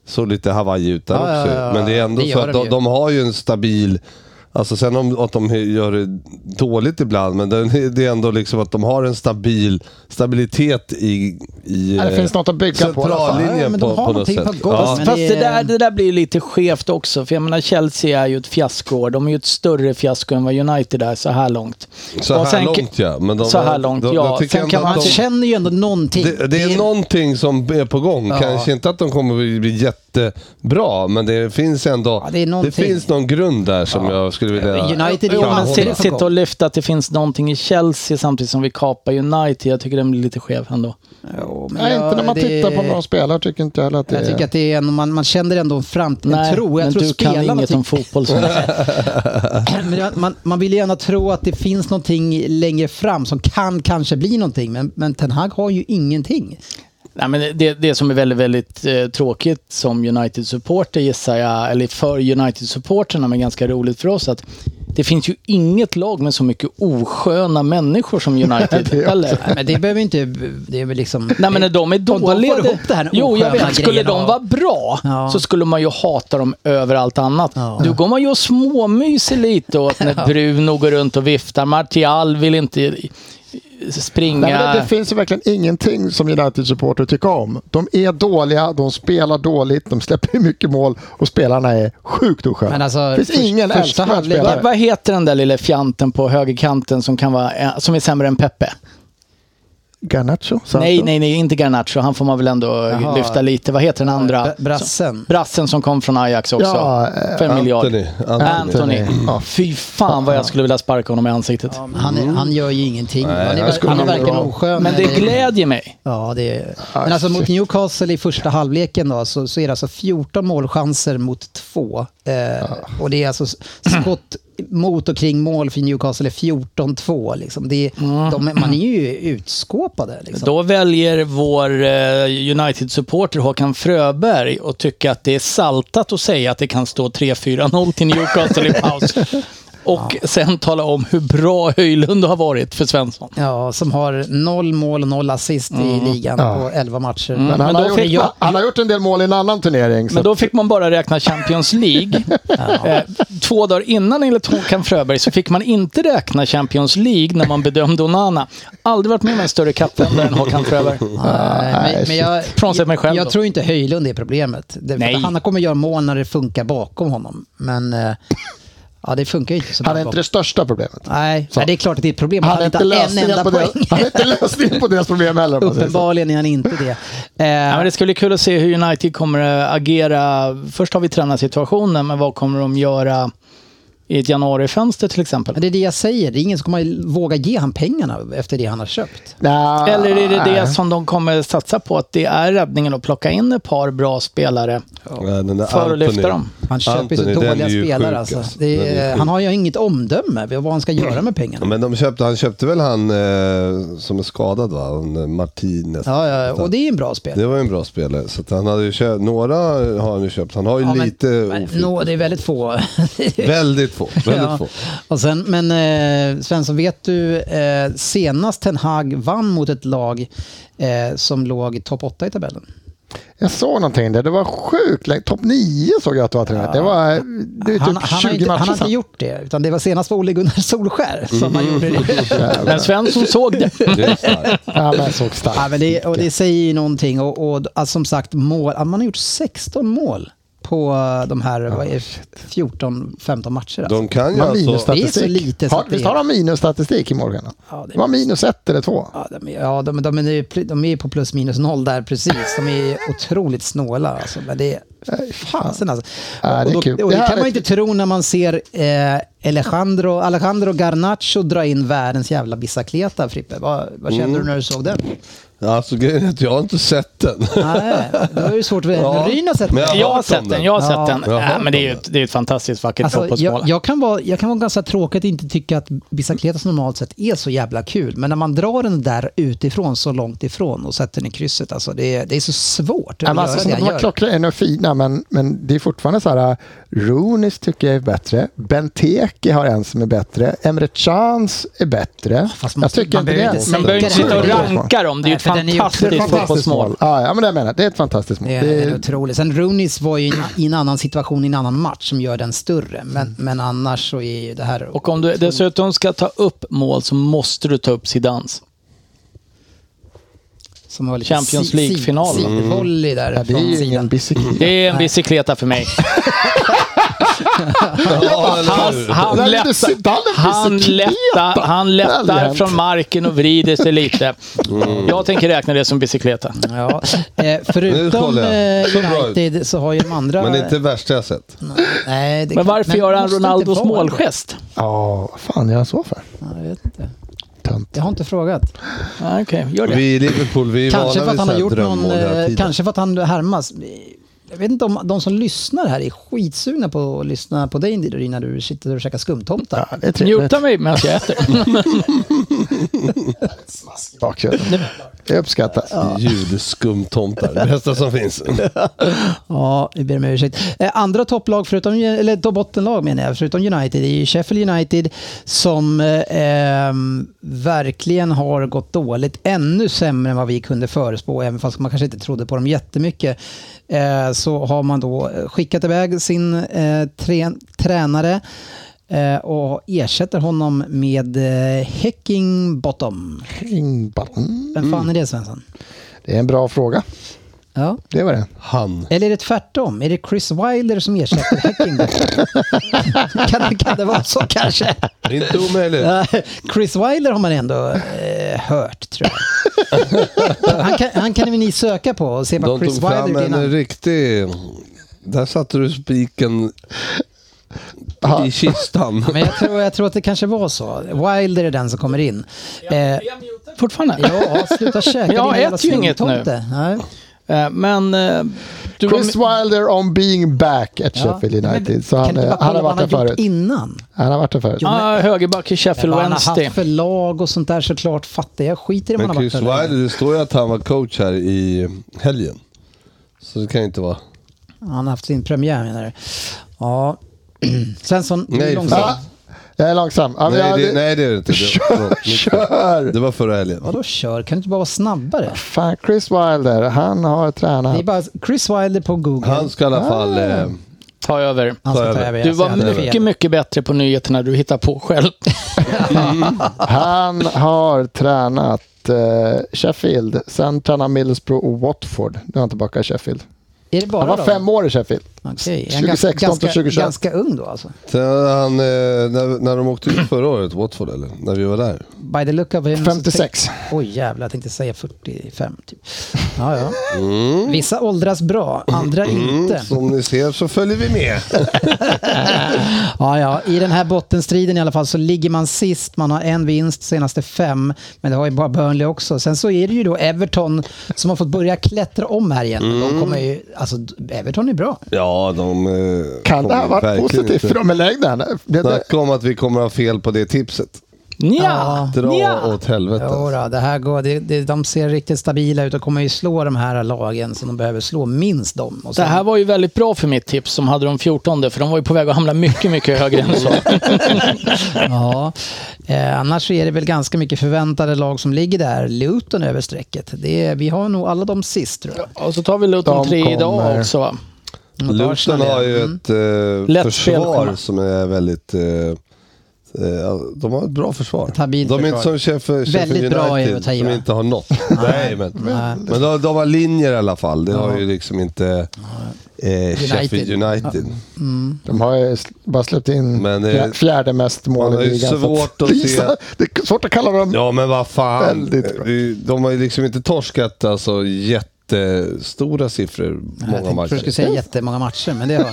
Speaker 4: såg lite Hawaii ut där
Speaker 3: Ja,
Speaker 4: också.
Speaker 3: ja, ja, ja.
Speaker 4: Men det är ändå
Speaker 3: Det
Speaker 4: så
Speaker 3: gör
Speaker 4: att
Speaker 3: de
Speaker 4: de,
Speaker 3: ju.
Speaker 4: de har ju en stabil, alltså sen om, att de gör det dåligt ibland, men det, det är ändå liksom att de har en stabil stabilitet i, i
Speaker 5: Ja, det finns något att bygga på. i alla fall.
Speaker 4: centrallinjen
Speaker 3: Ja, men de har
Speaker 4: på, på något
Speaker 3: någonting
Speaker 4: sätt.
Speaker 3: på gång.
Speaker 4: Ja.
Speaker 3: Men
Speaker 6: Fast
Speaker 3: det
Speaker 6: det,
Speaker 3: är-
Speaker 6: där, det där blir ju lite skevt också. För jag menar, Chelsea är ju ett fiasko. De är ju ett större fiasko än vad United är så här långt.
Speaker 4: Så här
Speaker 6: Och sen-
Speaker 4: långt ja. Men de,
Speaker 6: så här långt,
Speaker 4: de- de-
Speaker 6: ja.
Speaker 4: jag tycker
Speaker 6: Sen
Speaker 4: ändå
Speaker 6: kan
Speaker 4: att
Speaker 6: man
Speaker 3: man
Speaker 4: de-
Speaker 3: känner ju ändå någonting.
Speaker 4: Det, det är någonting som är på gång.
Speaker 3: Ja.
Speaker 4: Kanske inte att de kommer bli bli jättebra, men det finns ändå
Speaker 3: Ja, det är
Speaker 4: det
Speaker 3: någonting.
Speaker 4: finns någon grund där som jag skulle vilja...
Speaker 3: United
Speaker 6: Jo,
Speaker 3: är
Speaker 6: men
Speaker 3: alltid
Speaker 6: sit-
Speaker 3: på gång.
Speaker 6: sitta och lyfta att det finns någonting i Chelsea samtidigt som vi kapar United. Jag tycker den blir lite skev ändå.
Speaker 3: Jo, men
Speaker 5: Nej,
Speaker 3: jag-
Speaker 5: inte när man
Speaker 3: det-
Speaker 5: tittar på några spelare tycker inte jag heller att det
Speaker 3: Jag tycker
Speaker 5: är...
Speaker 3: att det är en, man, man känner ändå en framtid, en tro. Jag
Speaker 6: men
Speaker 3: tror
Speaker 6: du kan
Speaker 3: spelarna
Speaker 6: inget
Speaker 3: tycker-
Speaker 6: om fotboll. så-
Speaker 3: Men jag- man, man vill ju gärna tro att det finns någonting längre fram som kan kanske bli någonting. Men, men Ten Hag har ju ingenting.
Speaker 6: Nej, men det, det som är väldigt, väldigt eh, tråkigt som United-supporter gissar jag, eller för United-supporterna, men ganska roligt för oss, att det finns ju inget lag med så mycket osköna människor som United. eller?
Speaker 3: Nej, men det behöver inte... Det är väl liksom...
Speaker 6: Nej men när de är
Speaker 3: de får
Speaker 6: dåliga.
Speaker 3: ihop det här
Speaker 6: jo, jag
Speaker 3: osköna
Speaker 6: vet. Skulle
Speaker 3: grejerna
Speaker 6: de
Speaker 3: och-
Speaker 6: vara bra
Speaker 3: Ja.
Speaker 6: så skulle man ju hata dem över allt annat.
Speaker 3: Ja.
Speaker 6: Då går man ju och småmyser lite åt när Bruno går runt och viftar. Martial vill inte springa.
Speaker 5: Nej, men det, det finns ju verkligen ingenting som United-supporter tycker om. De är dåliga, de spelar dåligt, de släpper in mycket mål och spelarna är sjukt osköna.
Speaker 3: Men alltså,
Speaker 5: det finns
Speaker 3: först-
Speaker 5: ingen
Speaker 3: första
Speaker 5: älskvärd
Speaker 3: halvlek-
Speaker 6: Vad,
Speaker 5: spelare.
Speaker 6: vad heter den där lilla fjanten på högerkanten som, kan vara, eh, som är sämre än Peppe?
Speaker 5: Garnacho? Sancho?
Speaker 6: Nej, nej, nej, inte Garnacho. Han får man väl ändå
Speaker 7: Jaha.
Speaker 6: lyfta lite. Vad heter den andra?
Speaker 7: Bra- Brassen.
Speaker 6: Brassen som kom från Ajax också.
Speaker 5: Ja, eh,
Speaker 6: för en miljard.
Speaker 4: Anthony.
Speaker 6: Anthony.
Speaker 5: Anthony. Ja.
Speaker 6: Fy fan vad jag skulle vilja sparka honom i ansiktet.
Speaker 3: Han, är, han gör ju ingenting. han
Speaker 4: han
Speaker 3: är,
Speaker 4: skulle
Speaker 3: han är
Speaker 4: vara
Speaker 3: verkligen
Speaker 4: bra.
Speaker 3: oskön.
Speaker 6: Men det glädjer mig.
Speaker 3: Ja, det är... Men alltså mot Newcastle i första halvleken då, så, så är det alltså 14 målchanser mot två. Eh,
Speaker 5: Ah.
Speaker 3: Och det är alltså s- skott mot och kring mål för Newcastle är 14-2. Liksom. Det är,
Speaker 6: Ah.
Speaker 3: de, man är ju utskåpade. Liksom.
Speaker 6: Då väljer vår eh, United-supporter Håkan Fröberg att tycka att det är saltat att säga att det kan stå 3-4-0 till Newcastle i paus. Och sen tala om hur bra Höjlund har varit för Svensson.
Speaker 3: Ja, som har noll mål och noll assist i ligan
Speaker 5: Ja.
Speaker 3: på 11 matcher.
Speaker 5: Ah. Men han,
Speaker 6: Mm. Men då
Speaker 5: har
Speaker 6: fick
Speaker 5: gjort,
Speaker 6: man-
Speaker 5: han har gjort en del mål i en annan turnering. Så
Speaker 6: Men då fick man bara räkna Champions League. Eh, Två dagar innan enligt Håkan Fröberg så fick man inte räkna Champions League när man bedömde Onana. Aldrig varit med om en större kappvändare än Håkan Fröberg.
Speaker 5: Ah,
Speaker 3: Nej, men, men jag,
Speaker 6: Frånsett mig själv
Speaker 3: jag,
Speaker 6: då.
Speaker 3: tror inte Höjlund är problemet. Det,
Speaker 6: Nej.
Speaker 3: Han kommer göra mål när det funkar bakom honom. Men eh, ja, det funkar ju inte så
Speaker 5: han är
Speaker 3: bra
Speaker 5: inte det största problemet.
Speaker 3: bakom. Nej, nej, det är klart att det är ett problem. att
Speaker 5: Han är inte
Speaker 3: har en
Speaker 5: lösningen
Speaker 3: enda
Speaker 5: på,
Speaker 3: poäng.
Speaker 5: deras, han är inte lösningen på deras problem heller. om man säger så.
Speaker 3: Uppenbarligen är han inte det.
Speaker 6: Ja, men
Speaker 3: Eh,
Speaker 6: det ska bli kul att se hur United kommer att agera. Först har vi tränarsituationen, men vad kommer de göra i ett januarifönster till exempel?
Speaker 3: men det är det jag säger. Det är ingen som kommer våga ge han pengarna efter det han har köpt.
Speaker 5: Nej.
Speaker 6: Eller är det det som de kommer satsa på, att det är räddningen att plocka in ett par bra spelare?
Speaker 4: Ja, den där
Speaker 6: För att lyfta
Speaker 4: Anthony.
Speaker 6: dem.
Speaker 3: Han köper ju så
Speaker 4: Anthony, den
Speaker 3: dåliga
Speaker 4: är ju
Speaker 3: spelare.
Speaker 4: sjuk,
Speaker 3: alltså.
Speaker 4: alltså. Den
Speaker 3: det
Speaker 4: är
Speaker 3: är,
Speaker 4: sjuk.
Speaker 3: han har ju inget omdöme vad han ska göra med
Speaker 4: Ja,
Speaker 3: pengarna.
Speaker 4: Men de köpte, han köpte väl han eh, som är skadad va? Han, eh, Martinez.
Speaker 3: Ja, ja, och det är ju en bra spelare.
Speaker 4: Det var ju en bra spelare. Så att han hade ju köpt, några har han ju köpt. Han har ju
Speaker 3: Ja, men-
Speaker 4: lite
Speaker 3: men,
Speaker 4: oflyt.
Speaker 3: nå, det är väldigt få.
Speaker 4: Väldigt få. Väldigt
Speaker 3: Ja.
Speaker 4: få.
Speaker 3: Och sen, men eh, Svensson, vet du, eh, senast Ten Hag vann mot ett lag eh, som låg i topp 8 i tabellen?
Speaker 5: Jag såg någonting där. Det var sjukt länge. Topp 9 såg jag att du har tränat. Det var det är typ
Speaker 3: han, han, har
Speaker 5: 20
Speaker 3: inte,
Speaker 5: matcher Mm.
Speaker 3: han har inte
Speaker 5: sedan.
Speaker 3: gjort det, utan det var senast var Ole Gunnar Solskär som han gjorde det.
Speaker 6: Men Svensson såg det.
Speaker 4: Det är starkt.
Speaker 5: Ja, men jag såg starkt.
Speaker 3: ja, men det, och det säger ju någonting. Och, och alltså, som sagt, mål, att man har gjort 16 mål på de här vad är det, 14-15 matcher. Alltså.
Speaker 4: De kan ju
Speaker 5: Man
Speaker 4: alltså...
Speaker 5: minusstatistik.
Speaker 3: Det är så lite så
Speaker 5: har,
Speaker 3: att det
Speaker 5: visst
Speaker 3: är-
Speaker 5: har de minusstatistik i morgon?
Speaker 3: Ja, det
Speaker 5: det,
Speaker 3: är-
Speaker 5: var minus ett eller två.
Speaker 3: Ja, de, är- ja, de, de, är, ju pl- de är ju på plus minus noll där precis. De är otroligt snåla. Alltså. Men det är fasen alltså.
Speaker 5: Ja, det är
Speaker 3: och
Speaker 5: kul.
Speaker 3: då, och det
Speaker 5: Det här
Speaker 3: kan man
Speaker 5: är-
Speaker 3: ju inte tro när man ser eh, Alejandro, Alejandro Garnacho dra in världens jävla bicicleta, Frippe. Vad, vad kände
Speaker 5: Mm.
Speaker 3: du när du såg den?
Speaker 4: Alltså grejen är att jag har inte sett den.
Speaker 3: Nej, det var ju svårt. att-
Speaker 4: Ja.
Speaker 3: Men Ryn har sett
Speaker 4: Men
Speaker 3: den.
Speaker 4: jag-
Speaker 6: Jag har
Speaker 4: hört
Speaker 6: sett
Speaker 4: om
Speaker 6: den,
Speaker 4: den.
Speaker 6: jag har
Speaker 3: Ja.
Speaker 6: sett den.
Speaker 4: Jag har
Speaker 6: Nej,
Speaker 4: hört
Speaker 6: men
Speaker 4: om
Speaker 6: det är ju
Speaker 4: den.
Speaker 6: ett, det är ett fantastiskt vackert
Speaker 3: Alltså,
Speaker 6: fotbollsmål.
Speaker 3: jag, jag, kan vara, jag kan vara ganska tråkig att inte tycka att bicicleta som normalt sett är så jävla kul. Men när man drar den där utifrån så långt ifrån och sätter den i krysset, alltså, det, är, det är så svårt.
Speaker 5: Ja,
Speaker 3: att
Speaker 5: men
Speaker 3: göra
Speaker 5: alltså,
Speaker 3: det
Speaker 5: de
Speaker 3: han
Speaker 5: här
Speaker 3: gör.
Speaker 5: klockorna är nog fina, men, men det är fortfarande så här. äh, Rooney's tycker jag är bättre. Benteke har en som är bättre. Emre Chans är bättre.
Speaker 3: fast man-
Speaker 5: jag tycker
Speaker 3: man
Speaker 5: inte
Speaker 3: behöver
Speaker 5: det.
Speaker 3: inte
Speaker 6: Man
Speaker 3: säga
Speaker 6: behöver inte sitta och
Speaker 3: Det är
Speaker 6: ranka dem, det är ju ett
Speaker 3: Nej, för den är ju
Speaker 6: fantastiskt
Speaker 3: otroligt-
Speaker 6: fotbollsmål.
Speaker 5: Ja, ja, men det jag menar. Det är ett fantastiskt mål.
Speaker 3: Det är, det är otroligt. Sen Rooney's var ju i en- i en annan situation i en annan match som gör den större. Men, men annars så är ju det här...
Speaker 6: Och om du dessutom ska ta upp mål så måste du ta upp Zidans.
Speaker 3: som var lite
Speaker 6: Champions League-final, va?
Speaker 3: Sidvolley där
Speaker 5: Ja, det är
Speaker 3: från
Speaker 5: ju ingen
Speaker 3: sidan.
Speaker 5: bicykel.
Speaker 6: Det är en bicicleta för mig.
Speaker 4: Ja, eller
Speaker 6: Han,
Speaker 4: hur?
Speaker 6: han,
Speaker 5: Där är
Speaker 6: lättar-
Speaker 5: det Zidane med
Speaker 6: han,
Speaker 5: bicicleta.
Speaker 6: lättar, han lättar
Speaker 5: Väldigt.
Speaker 6: från marken och vrider sig lite. Jag tänker räkna det som bicicleta.
Speaker 3: Ja. Eh, förutom
Speaker 4: kollar jag.
Speaker 3: eh,
Speaker 4: Så bra ut.
Speaker 3: United så har ju de andra...
Speaker 4: Men det är inte det värsta jag sett.
Speaker 3: nej, det,
Speaker 6: Men varför gör han
Speaker 3: måste inte
Speaker 6: Ronaldos
Speaker 3: vara det.
Speaker 6: målgest?
Speaker 5: Ja, vad fan gör han så för?
Speaker 3: Ja, Jag vet inte.
Speaker 5: Tönt.
Speaker 3: Jag har inte frågat.
Speaker 6: Ah, Okej, gör det.
Speaker 4: Vi i Liverpool, vi är
Speaker 3: Kanske för
Speaker 4: vana
Speaker 3: att han
Speaker 4: vid
Speaker 3: har
Speaker 4: sådana här
Speaker 3: gjort någon...
Speaker 4: drömmål hela
Speaker 3: Eh,
Speaker 4: tiden.
Speaker 3: kanske för att han härmas. Jag vet inte om de som lyssnar här är skitsugna på att lyssna på dig Indiri, när du sitter och käkar skumtomtar.
Speaker 5: Ja, det är trevligt.
Speaker 6: Njuta av mig medan jag äter.
Speaker 5: Bakkött. Det uppskattas.
Speaker 4: Ljudskumtomtar, det bästa som finns.
Speaker 3: Ja, vi ber om ursäkt. Eh, Andra topplag, förutom, eller topp- bottenlag menar jag, förutom United, är ju Sheffield United som eh, ehm, verkligen har gått dåligt. Ännu sämre än vad vi kunde förespå, även fast man kanske inte trodde på dem jättemycket. Eh, så har man då eh, skickat iväg sin eh, tre, tränare eh, och ersätter honom med eh, Hecking Bottom.
Speaker 5: Ringbottom.
Speaker 3: Vem fan är det Svensson?
Speaker 5: Det är en bra fråga.
Speaker 3: Ja.
Speaker 5: Det var det.
Speaker 4: Han.
Speaker 3: Eller är det tvärtom? Är det Chris Wilder som ersätter Hackenberg? kan, det- kan det vara så kanske?
Speaker 4: Det är inte omöjligt.
Speaker 3: Ja, Chris Wilder har man ändå eh, hört, tror jag. han, kan, han kan väl ni söka på och se vad
Speaker 4: De
Speaker 3: Chris
Speaker 4: tog fram
Speaker 3: Wilder
Speaker 4: en
Speaker 3: innan.
Speaker 4: riktig... Där satte du spiken i kistan.
Speaker 3: Men jag tror, jag tror att det kanske var så. Wilder är den som kommer in. Eh,
Speaker 6: Fortfarande?
Speaker 3: ja, sluta käka
Speaker 6: Jag
Speaker 3: din jävla
Speaker 6: äter ju inget nu.
Speaker 3: svintomte. Nej.
Speaker 6: Eh, Men... eh, Du
Speaker 5: Chris
Speaker 6: var,
Speaker 5: Wilder on being back at
Speaker 3: Ja.
Speaker 5: Sheffield
Speaker 3: Men
Speaker 5: United. Så
Speaker 3: kan
Speaker 5: han,
Speaker 3: du inte
Speaker 5: är-
Speaker 3: bara
Speaker 5: han
Speaker 3: kolla
Speaker 5: har
Speaker 3: vad han
Speaker 5: varit där
Speaker 3: har gjort
Speaker 5: förut.
Speaker 3: innan.
Speaker 5: Han har varit där förut.
Speaker 6: ah, högerback i Sheffield
Speaker 3: Vad han har
Speaker 6: Wednesday.
Speaker 3: haft för lag och sånt där såklart fattar jag. Skiter i vad han
Speaker 4: Men
Speaker 3: har varit
Speaker 4: Chris
Speaker 3: där länge.
Speaker 4: Wilder, det står ju att han var coach här i helgen. Så det kan ju inte vara...
Speaker 3: Han har haft sin premiär menar du? Ja. Svensson, du
Speaker 4: Nej,
Speaker 3: är långsam.
Speaker 4: fan.
Speaker 5: Ja, jag är långsam. Ja, men
Speaker 4: Nej,
Speaker 5: jag-
Speaker 4: det, nej det är det inte. Det, förlåt, mitt fel.
Speaker 5: Kör!
Speaker 4: det var förra helgen.
Speaker 3: Vadå kör? Kan du inte bara vara snabbare?
Speaker 5: Fan, Chris Wilder, han har tränat.
Speaker 3: Det är bara Chris Wilder på Google.
Speaker 4: Han ska i alla fall...
Speaker 3: Ah.
Speaker 4: Eh,
Speaker 6: Ta över.
Speaker 3: Han
Speaker 4: Ta
Speaker 3: ska ta
Speaker 4: över.
Speaker 3: över.
Speaker 6: Du
Speaker 3: Jag ser
Speaker 6: var
Speaker 3: att det är fel.
Speaker 6: mycket, mycket bättre på nyheterna du hittar på själv.
Speaker 5: Han har tränat eh, Sheffield, sen tränade han Middlesbrough och Watford. Nu är han tillbaka i Sheffield.
Speaker 3: Är det bara
Speaker 5: Han var
Speaker 3: då?
Speaker 5: fem år i Sheffield.
Speaker 3: Okej, är han
Speaker 5: 2016
Speaker 3: ganska,
Speaker 5: till
Speaker 3: ganska,
Speaker 5: 2021.
Speaker 3: ganska ung då alltså?
Speaker 4: sen hade han, eh, när, när de åkte ut förra året, Watford eller? När vi var där.
Speaker 3: By the look of him...
Speaker 5: 56.
Speaker 3: Oj jävlar, jag tänkte säga 45 typ. Ja, ja. Vissa åldras bra, andra
Speaker 4: Mm.
Speaker 3: inte.
Speaker 4: Som ni ser så följer vi med.
Speaker 3: Ja, ja. I den här bottenstriden i alla fall så ligger man sist. Man har en vinst senaste fem, men det har ju bara Burnley också. Sen så är det ju då Everton som har fått börja klättra om här igen.
Speaker 4: Mm.
Speaker 3: De kommer ju, alltså, Everton är bra.
Speaker 4: Ja, de... Eh,
Speaker 5: Kan det ha
Speaker 4: kommer
Speaker 5: varit
Speaker 4: verkligen
Speaker 5: positivt
Speaker 4: inte-
Speaker 5: för dem i längden? Det, det,
Speaker 4: Snacka om att vi kommer ha fel på det tipset.
Speaker 6: Nja!
Speaker 4: Dra
Speaker 6: Nja!
Speaker 4: åt helvete.
Speaker 3: Jo då, det här går, det, det, de ser riktigt stabila ut och kommer ju slå de här lagen som de behöver slå, minst dem. Och
Speaker 6: Det
Speaker 3: sen,
Speaker 6: här var ju väldigt bra för mitt tips som hade de 14, för de var ju på väg att hamna mycket, mycket högre än så.
Speaker 3: ja. eh, annars så är det väl ganska mycket förväntade lag som ligger där. Luton över strecket. Det, vi har nog alla dem sist tror jag.
Speaker 6: Och så tar vi Luton
Speaker 5: De
Speaker 6: 3 idag
Speaker 5: kommer.
Speaker 6: också va?
Speaker 3: Mot
Speaker 4: Luton
Speaker 3: Arsenal, ja.
Speaker 4: har ju ett eh,
Speaker 6: Lätt spel
Speaker 4: försvar
Speaker 6: kommer.
Speaker 4: som är väldigt... Eh, eh, de har ett bra försvar.
Speaker 3: Ett habilt
Speaker 4: de är inte
Speaker 3: försvar.
Speaker 4: som Sheffield Sheffield
Speaker 3: Väldigt bra är
Speaker 4: United
Speaker 3: att ta i,
Speaker 4: som
Speaker 3: va?
Speaker 4: inte har något. Nej, men, men de, de har linjer i alla fall. Det har ju liksom inte eh, Sheffield United.
Speaker 5: de har ju s- bara släppt in
Speaker 4: Men det-
Speaker 5: fjär- fjärde mest
Speaker 4: Man har
Speaker 5: mål i
Speaker 4: ju
Speaker 5: ligan. så
Speaker 4: svårt att
Speaker 5: Lisa, Det är svårt att kalla dem...
Speaker 4: Ja, men vad fan.
Speaker 5: Väldigt bra.
Speaker 4: Vi- De har ju liksom inte torskat alltså, jättestora siffror
Speaker 3: Jag
Speaker 4: många
Speaker 3: tänkte att du skulle
Speaker 4: matcher.
Speaker 3: säga jättemånga matcher, men det har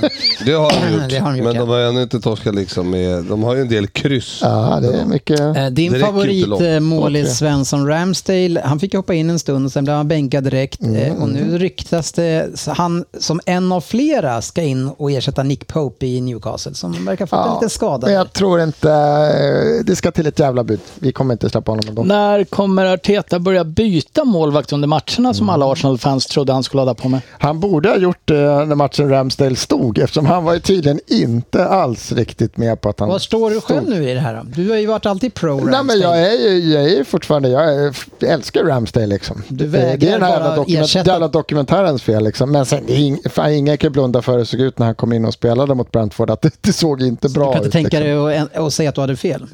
Speaker 4: Det har de gjort,
Speaker 3: Det har de gjort,
Speaker 4: men
Speaker 3: ja.
Speaker 4: de har ju ännu inte torskat liksom med, De har ju en del kryss.
Speaker 5: Ja, det är mycket...
Speaker 3: Eh,
Speaker 4: Det
Speaker 3: Din
Speaker 4: räcker inte långt.
Speaker 3: favoritmålis Svensson Ramsdale, han fick ju hoppa in en stund och sen blev han bänkad direkt. Eh, Och
Speaker 5: Mm.
Speaker 3: nu ryktas det, så han som en av flera ska in och ersätta Nick Pope i Newcastle som verkar fått en liten skada.
Speaker 5: Men jag tror inte... eh, Det ska till ett jävla bud. Vi kommer inte släppa honom ändå.
Speaker 6: När kommer Arteta börja byta målvakt under matcherna
Speaker 5: Mm.
Speaker 6: som alla Arsenal-fans trodde han skulle hålla på med?
Speaker 5: Han borde ha gjort det när matchen Ramsdale stod eftersom han var ju tydligen inte alls riktigt med på att han...
Speaker 3: Vad står du själv nu i det här då? Du har ju varit alltid pro
Speaker 5: Nej,
Speaker 3: Ramsdale.
Speaker 5: men jag är ju jag är ju fortfarande... Jag, är, jag älskar Ramsdale liksom.
Speaker 3: Du
Speaker 5: Det är
Speaker 3: vägrar
Speaker 5: den
Speaker 3: bara
Speaker 5: här jävla, dokument,
Speaker 3: ersätta-
Speaker 5: jävla dokumentärens fel liksom. Men sen, det är ing, fan, ingen kan blunda för hur det såg ut när han kom in och spelade mot Brentford. Att det, det såg inte
Speaker 3: Du
Speaker 5: bra
Speaker 3: kan inte
Speaker 5: ut.
Speaker 3: tänka
Speaker 5: liksom.
Speaker 3: dig och, och säga att du hade fel.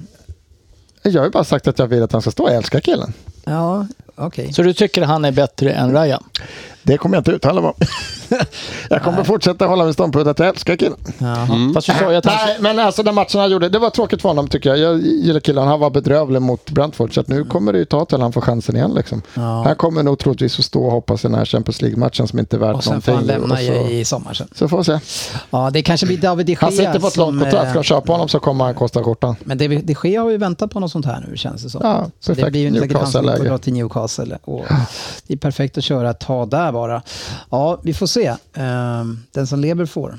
Speaker 5: Jag har ju bara sagt att jag vill att han ska stå. Jag älskar killen.
Speaker 3: Ja, okej.
Speaker 6: Så du tycker han är bättre än Ryan?
Speaker 5: Det kommer jag inte uttala mig om. Jag kommer fortsätta hålla min ståndpunkt att jag älskar killen.
Speaker 3: Jaha.
Speaker 4: Mm.
Speaker 6: Fast du sa ju att han...
Speaker 5: Nej, men alltså den matchen han gjorde, det var tråkigt för honom tycker jag. Jag gillar killen, han var bedrövlig mot Brentford. Så att nu kommer det ju ta till han får chansen igen. Liksom.
Speaker 3: Ja.
Speaker 5: Han kommer nog troligtvis att stå och hoppas i den här Champions League-matchen som inte är värd
Speaker 3: Och sen får han
Speaker 5: någonting.
Speaker 3: lämna
Speaker 5: Och så,
Speaker 3: i sommar sen.
Speaker 5: så får vi se.
Speaker 3: Ja, det kanske blir David de Gea
Speaker 5: Han sitter på ett långt
Speaker 3: som,
Speaker 5: kontrakt,
Speaker 3: eh,
Speaker 5: ska de köpa honom så kommer han kosta skjortan.
Speaker 3: Men det, det sker har ju väntat på något sånt här nu känns det som.
Speaker 5: Ja,
Speaker 3: så det
Speaker 5: perfekt.
Speaker 3: blir ju säkert han som får
Speaker 5: Newcastle-läge.
Speaker 3: dra till Newcastle. Och det är perfekt att köra ett tag där bara. Ja, vi får se. Ehm, Den som lever får.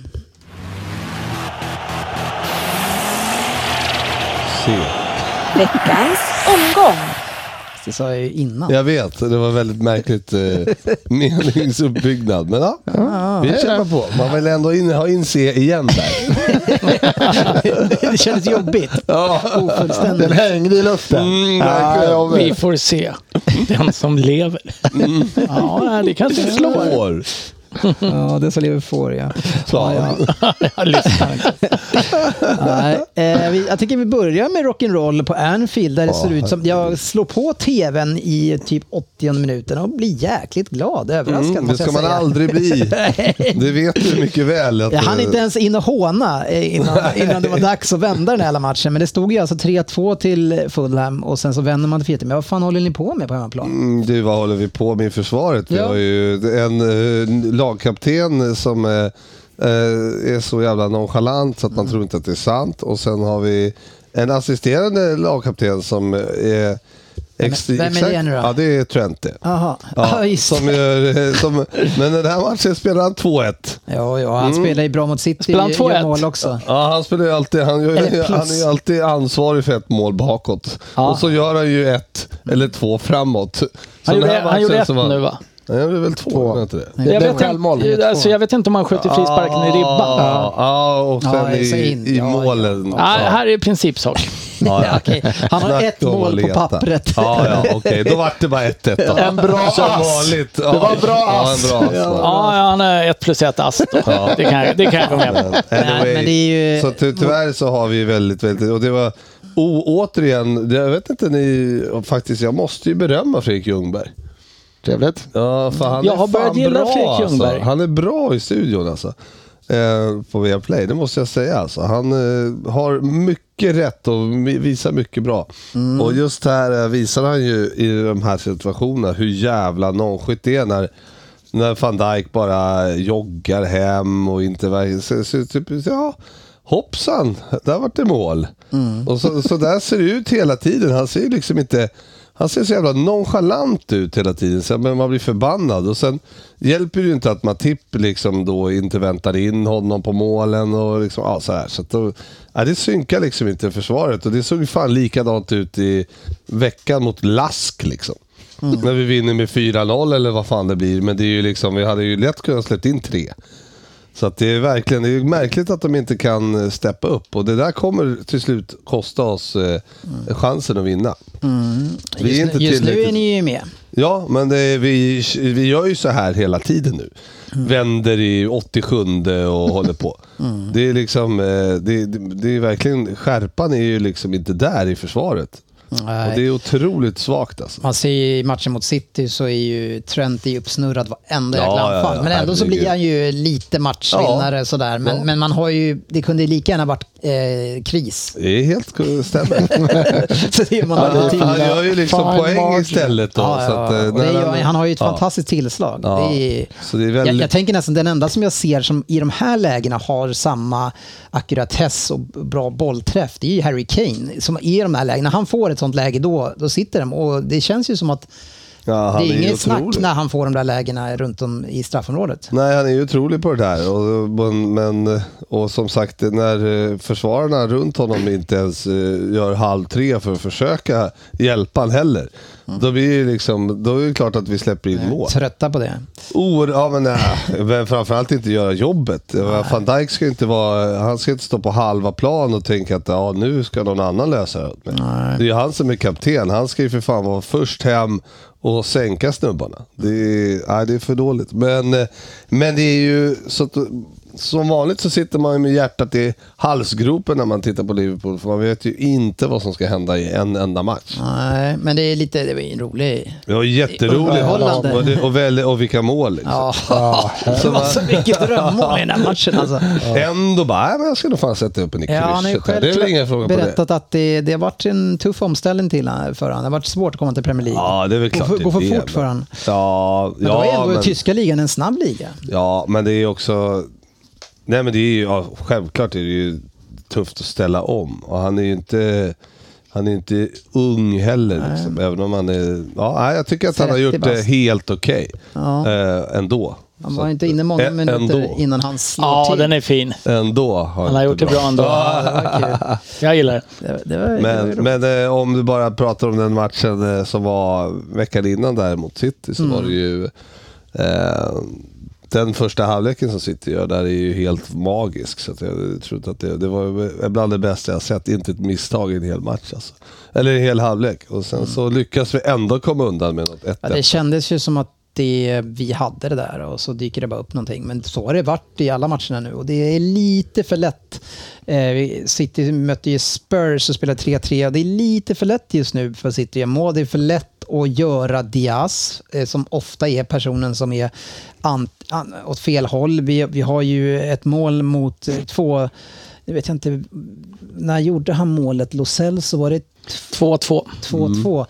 Speaker 4: Se.
Speaker 8: Veckans omgång.
Speaker 3: Det sa jag ju innan.
Speaker 4: Jag vet, det var väldigt märkligt eh, meningsuppbyggnad. Men ja, vi kämpar på. Man vill ändå in, ha in C igen där.
Speaker 3: det kändes jobbigt. Ofullständigt.
Speaker 5: Den hängde i luften.
Speaker 4: Mm,
Speaker 5: ja,
Speaker 4: verkligen.
Speaker 5: jag
Speaker 6: Vi
Speaker 5: vet.
Speaker 4: Mm.
Speaker 5: Mm.
Speaker 6: får se. Den som lever. Ja, det kanske slår.
Speaker 4: Slår.
Speaker 3: Ja, det är så livet får, ja.
Speaker 4: Slav.
Speaker 3: Ja, ja.
Speaker 6: Jag lyssnar inte.
Speaker 3: Nej, eh, vi, jag tycker vi börjar med rock'n'roll på Anfield där det
Speaker 4: Ja,
Speaker 3: ser ut som... Jag slår på tvn i typ 80 minuten och blir jäkligt glad, överraskad
Speaker 4: Mm, det
Speaker 3: måste
Speaker 4: ska
Speaker 3: jag
Speaker 4: man
Speaker 3: säga.
Speaker 4: aldrig bli. Det vet du mycket väl. Att,
Speaker 3: Jag hann
Speaker 4: eh,
Speaker 3: inte ens in och håna eh, innan, innan det var dags att vända den här jävla matchen. Men det stod ju alltså 3-2 till Fulham och sen så vänder man till 4 Men vad fan håller ni på med på hemmaplan?
Speaker 4: Mm, Du, vad håller vi på med i försvaret? Vi
Speaker 3: Ja.
Speaker 4: har ju en eh, lagkapten som eh, eh, är så jävla nonchalant så att
Speaker 3: Mm.
Speaker 4: man tror inte att det är sant. Och sen har vi en assisterande lagkapten som eh, är... ex-
Speaker 3: vem är det
Speaker 4: exakt-
Speaker 3: nu då?
Speaker 4: Ja, det är Trente.
Speaker 3: Jaha, ja,
Speaker 4: Ja,
Speaker 3: just det.
Speaker 4: som gör, eh, som, men den här matchen spelar han 2-1.
Speaker 3: Ja, ja, han spelar ju bra mot City.
Speaker 6: Spelar han
Speaker 3: Gör
Speaker 6: 2-1?
Speaker 3: mål också.
Speaker 4: Mm. Ja, han spelar ju alltid, han, gör,
Speaker 3: Eller
Speaker 4: han är
Speaker 3: plus.
Speaker 4: ju alltid ansvarig för ett mål bakåt.
Speaker 6: Ja.
Speaker 4: Och så gör han ju ett eller två framåt. Så den
Speaker 6: Han gjorde,
Speaker 4: här
Speaker 6: han gjorde
Speaker 4: matchen
Speaker 6: ett
Speaker 4: så var-
Speaker 6: nu va?
Speaker 4: Nej, det är väl två,
Speaker 5: Två.
Speaker 4: är det inte det?
Speaker 5: Det
Speaker 6: Jag
Speaker 5: är
Speaker 6: vet,
Speaker 5: självmål.
Speaker 6: inte, alltså, jag vet inte om han skjuter frisparken i ribban.
Speaker 5: Ah.
Speaker 4: Ja, ja, och sen
Speaker 3: Ja, så
Speaker 4: i,
Speaker 3: in.
Speaker 4: i
Speaker 3: Ja, ja.
Speaker 4: målen. också.
Speaker 6: Nej, här är principsak.
Speaker 4: Ja, ja.
Speaker 3: Okej, Han har
Speaker 4: Snacka
Speaker 3: ett
Speaker 4: om att
Speaker 3: mål på
Speaker 4: leta.
Speaker 3: pappret.
Speaker 4: Ja, ja, okej. Då vart det bara 1-1 då.
Speaker 5: En bra
Speaker 4: Som
Speaker 5: ass.
Speaker 4: vanligt. Ja.
Speaker 5: Det var en bra
Speaker 4: Ja, en
Speaker 5: ass.
Speaker 4: bra ass. Ja.
Speaker 6: Ja, ja, han är ett plus ett ass. då. Det kan, jag- det kan jag gå med på.
Speaker 3: Nej,
Speaker 4: Anyway,
Speaker 3: men det är ju-
Speaker 4: så ty tyvärr så har vi väldigt, väldigt... Och det var o, återigen, jag vet inte ni... och Faktiskt, jag måste ju berömma Fredrik Ljungberg.
Speaker 5: Trevligt.
Speaker 4: Ja, för han
Speaker 6: Jag
Speaker 4: är
Speaker 6: har börjat
Speaker 4: fan
Speaker 6: gilla
Speaker 4: bra,
Speaker 6: Fredrik Ljungberg.
Speaker 4: Alltså. Han är bra i studion alltså. Eh, på Viaplay, det måste jag säga. Alltså. Han eh, har mycket rätt och mi- visar mycket bra.
Speaker 6: Mm.
Speaker 4: Och just här eh, visar han ju i de här situationerna hur jävla nonchigt det är när, när van Dijk bara joggar hem och inte verkar... Så, så, typ, ja, hoppsan, där vart det mål. Och så, så där ser det ut hela tiden. Han ser ju liksom inte... Han ser så jävla nonchalant ut hela tiden, så men man blir förbannad. Och sen hjälper det ju inte att Matip liksom då inte väntar in honom på målen och liksom, ja, så här. Så att då, ja, det synkar liksom inte försvaret och det såg ju fan likadant ut i veckan mot Lask liksom. När vi vinner med 4-0 eller vad fan det blir, men det är ju liksom, vi hade ju lätt kunnat släppt in tre. Så att det är verkligen det är ju märkligt att de inte kan eh, steppa upp och det där kommer till slut kosta oss eh, chansen att vinna. Vi är
Speaker 3: Mm. Just,
Speaker 4: inte
Speaker 3: nu, just nu
Speaker 4: tillräckligt-
Speaker 3: är ni ju med.
Speaker 4: Ja, men det är, vi, vi gör ju så här hela tiden nu.
Speaker 3: Mm.
Speaker 4: Vänder i 87 och håller på.
Speaker 3: Mm.
Speaker 4: Det är liksom, eh, det, det, det är verkligen, skärpan är ju liksom inte där i försvaret. Och det är otroligt svagt alltså.
Speaker 3: Man ser ju i matchen mot City så är ju Trent är uppsnurrad varenda
Speaker 4: Ja,
Speaker 3: jäkla
Speaker 4: ja, ja,
Speaker 3: anfall. men ändå så
Speaker 4: herregud.
Speaker 3: blir han ju lite matchvinnare sådär. Men, men man har ju, det kunde ju lika gärna varit eh, kris.
Speaker 4: Det är helt stämmer.
Speaker 3: så det är man
Speaker 4: Han,
Speaker 3: alltid-
Speaker 4: han gör ju liksom
Speaker 5: Fine
Speaker 4: poäng
Speaker 5: margin.
Speaker 4: istället då.
Speaker 3: Ja,
Speaker 4: så att, eh,
Speaker 3: ja, ja. Och det
Speaker 4: när
Speaker 3: gör, han har ju ett
Speaker 4: ja.
Speaker 3: fantastiskt tillslag.
Speaker 4: Ja.
Speaker 3: Det är,
Speaker 4: Så det är
Speaker 3: jag,
Speaker 4: väldigt-
Speaker 3: jag tänker nästan den enda som jag ser som i de här lägena har samma akkuratess och bra bollträff, det är ju Harry Kane. Som är i de här lägena. När han får ett sånt läge då, då sitter de och det känns ju som att
Speaker 4: Ja, han
Speaker 3: det är,
Speaker 4: ju
Speaker 3: inget snack
Speaker 4: otrolig.
Speaker 3: när han får de där lägena runt om i straffområdet.
Speaker 4: Nej, han är ju otrolig på det där. Och, men- men, och som sagt, när eh, försvararna runt honom inte ens eh, gör halv tre för att försöka hjälpa han heller.
Speaker 3: Mm.
Speaker 4: Då, blir det ju liksom, då är det klart att vi släpper in mål.
Speaker 3: Trötta på det.
Speaker 4: Or, ja, men, nej, men framförallt inte göra jobbet. Van Dijk ska inte, vara, han ska inte stå på halva plan och tänka att ja, nu ska någon annan lösa det åt mig. Det är ju han som är kapten. Han ska ju för fan vara först hem och sänka snubbarna. Det är, nej, det är för dåligt. Men, eh, men det är ju så att, som vanligt så sitter man ju med hjärtat i halsgropen när man tittar på Liverpool. För man vet ju inte vad som ska hända i en enda match.
Speaker 3: Nej, men det är lite, det var ju en rolig...
Speaker 4: Det var jätteroligt.
Speaker 3: Underhållande.
Speaker 4: Och, det- och, väl- och vilka mål liksom.
Speaker 3: Ja, det var
Speaker 6: Alltså,
Speaker 3: så mycket drömmål i den här matchen alltså.
Speaker 4: Ändå bara, "Nej, men jag ska nog fan sätta upp en i
Speaker 3: Ja, han har ju
Speaker 4: krysset. här." det är väl ingen fråga
Speaker 3: själv
Speaker 4: på det.
Speaker 3: berättat att det, det har varit en tuff omställning till han- för honom. Det har varit svårt att komma till Premier League.
Speaker 4: Ja, det är väl
Speaker 3: Gå
Speaker 4: klart.
Speaker 3: för-
Speaker 4: det
Speaker 3: gå för
Speaker 4: är
Speaker 3: fort
Speaker 4: det.
Speaker 3: för han.
Speaker 4: Ja,
Speaker 3: men då är
Speaker 4: ja,
Speaker 3: ändå
Speaker 4: men,
Speaker 3: tyska ligan en snabb liga.
Speaker 4: ja, men det är också... Nej, men det är ju... Ja, självklart är det ju tufft att ställa om. Och han är ju inte... Han är inte ung heller, liksom, även om han är... Ja, nej, jag tycker att han har
Speaker 3: 30
Speaker 4: gjort det
Speaker 3: bast.
Speaker 4: helt okej.
Speaker 3: Ja.
Speaker 4: Eh, ändå.
Speaker 3: Han
Speaker 4: Så
Speaker 3: var
Speaker 4: att-
Speaker 3: inte inne många
Speaker 4: Ä-
Speaker 3: minuter
Speaker 4: ändå.
Speaker 3: innan han slår
Speaker 6: Ja,
Speaker 3: till.
Speaker 6: den är fin.
Speaker 4: Ändå har
Speaker 6: Han har gjort det bra ändå.
Speaker 3: Ja, det var kul.
Speaker 6: Jag gillar det.
Speaker 3: Det, var- det var, det var
Speaker 4: Men,
Speaker 3: ju roligt.
Speaker 4: men eh, om du bara pratar om den matchen eh, som var veckan innan där mot City så
Speaker 3: Mm.
Speaker 4: var det ju eh, den första halvleken som City gör där är ju helt magisk. Så att jag tror inte att det, det var bland det bästa jag sett. Inte ett misstag i en hel match alltså.
Speaker 3: Mm.
Speaker 4: Eller en hel halvlek. Och sen så lyckas vi ändå komma undan med något 1
Speaker 3: ja, det kändes ju som att det, vi hade det där och så dyker det bara upp någonting. Men så har det varit i alla matcherna nu och det är lite för lätt. Eh, vi- City mötte ju Spurs och spelade 3-3 och det är lite för lätt just nu för City att må. Det är för lätt att göra Diaz, eh, som ofta är personen som är an, an, åt fel håll. Vi, vi har ju ett mål mot eh, två... Nu vet jag inte, när gjorde han målet? Lo Celso, var det
Speaker 6: 2-2.
Speaker 3: 2-2?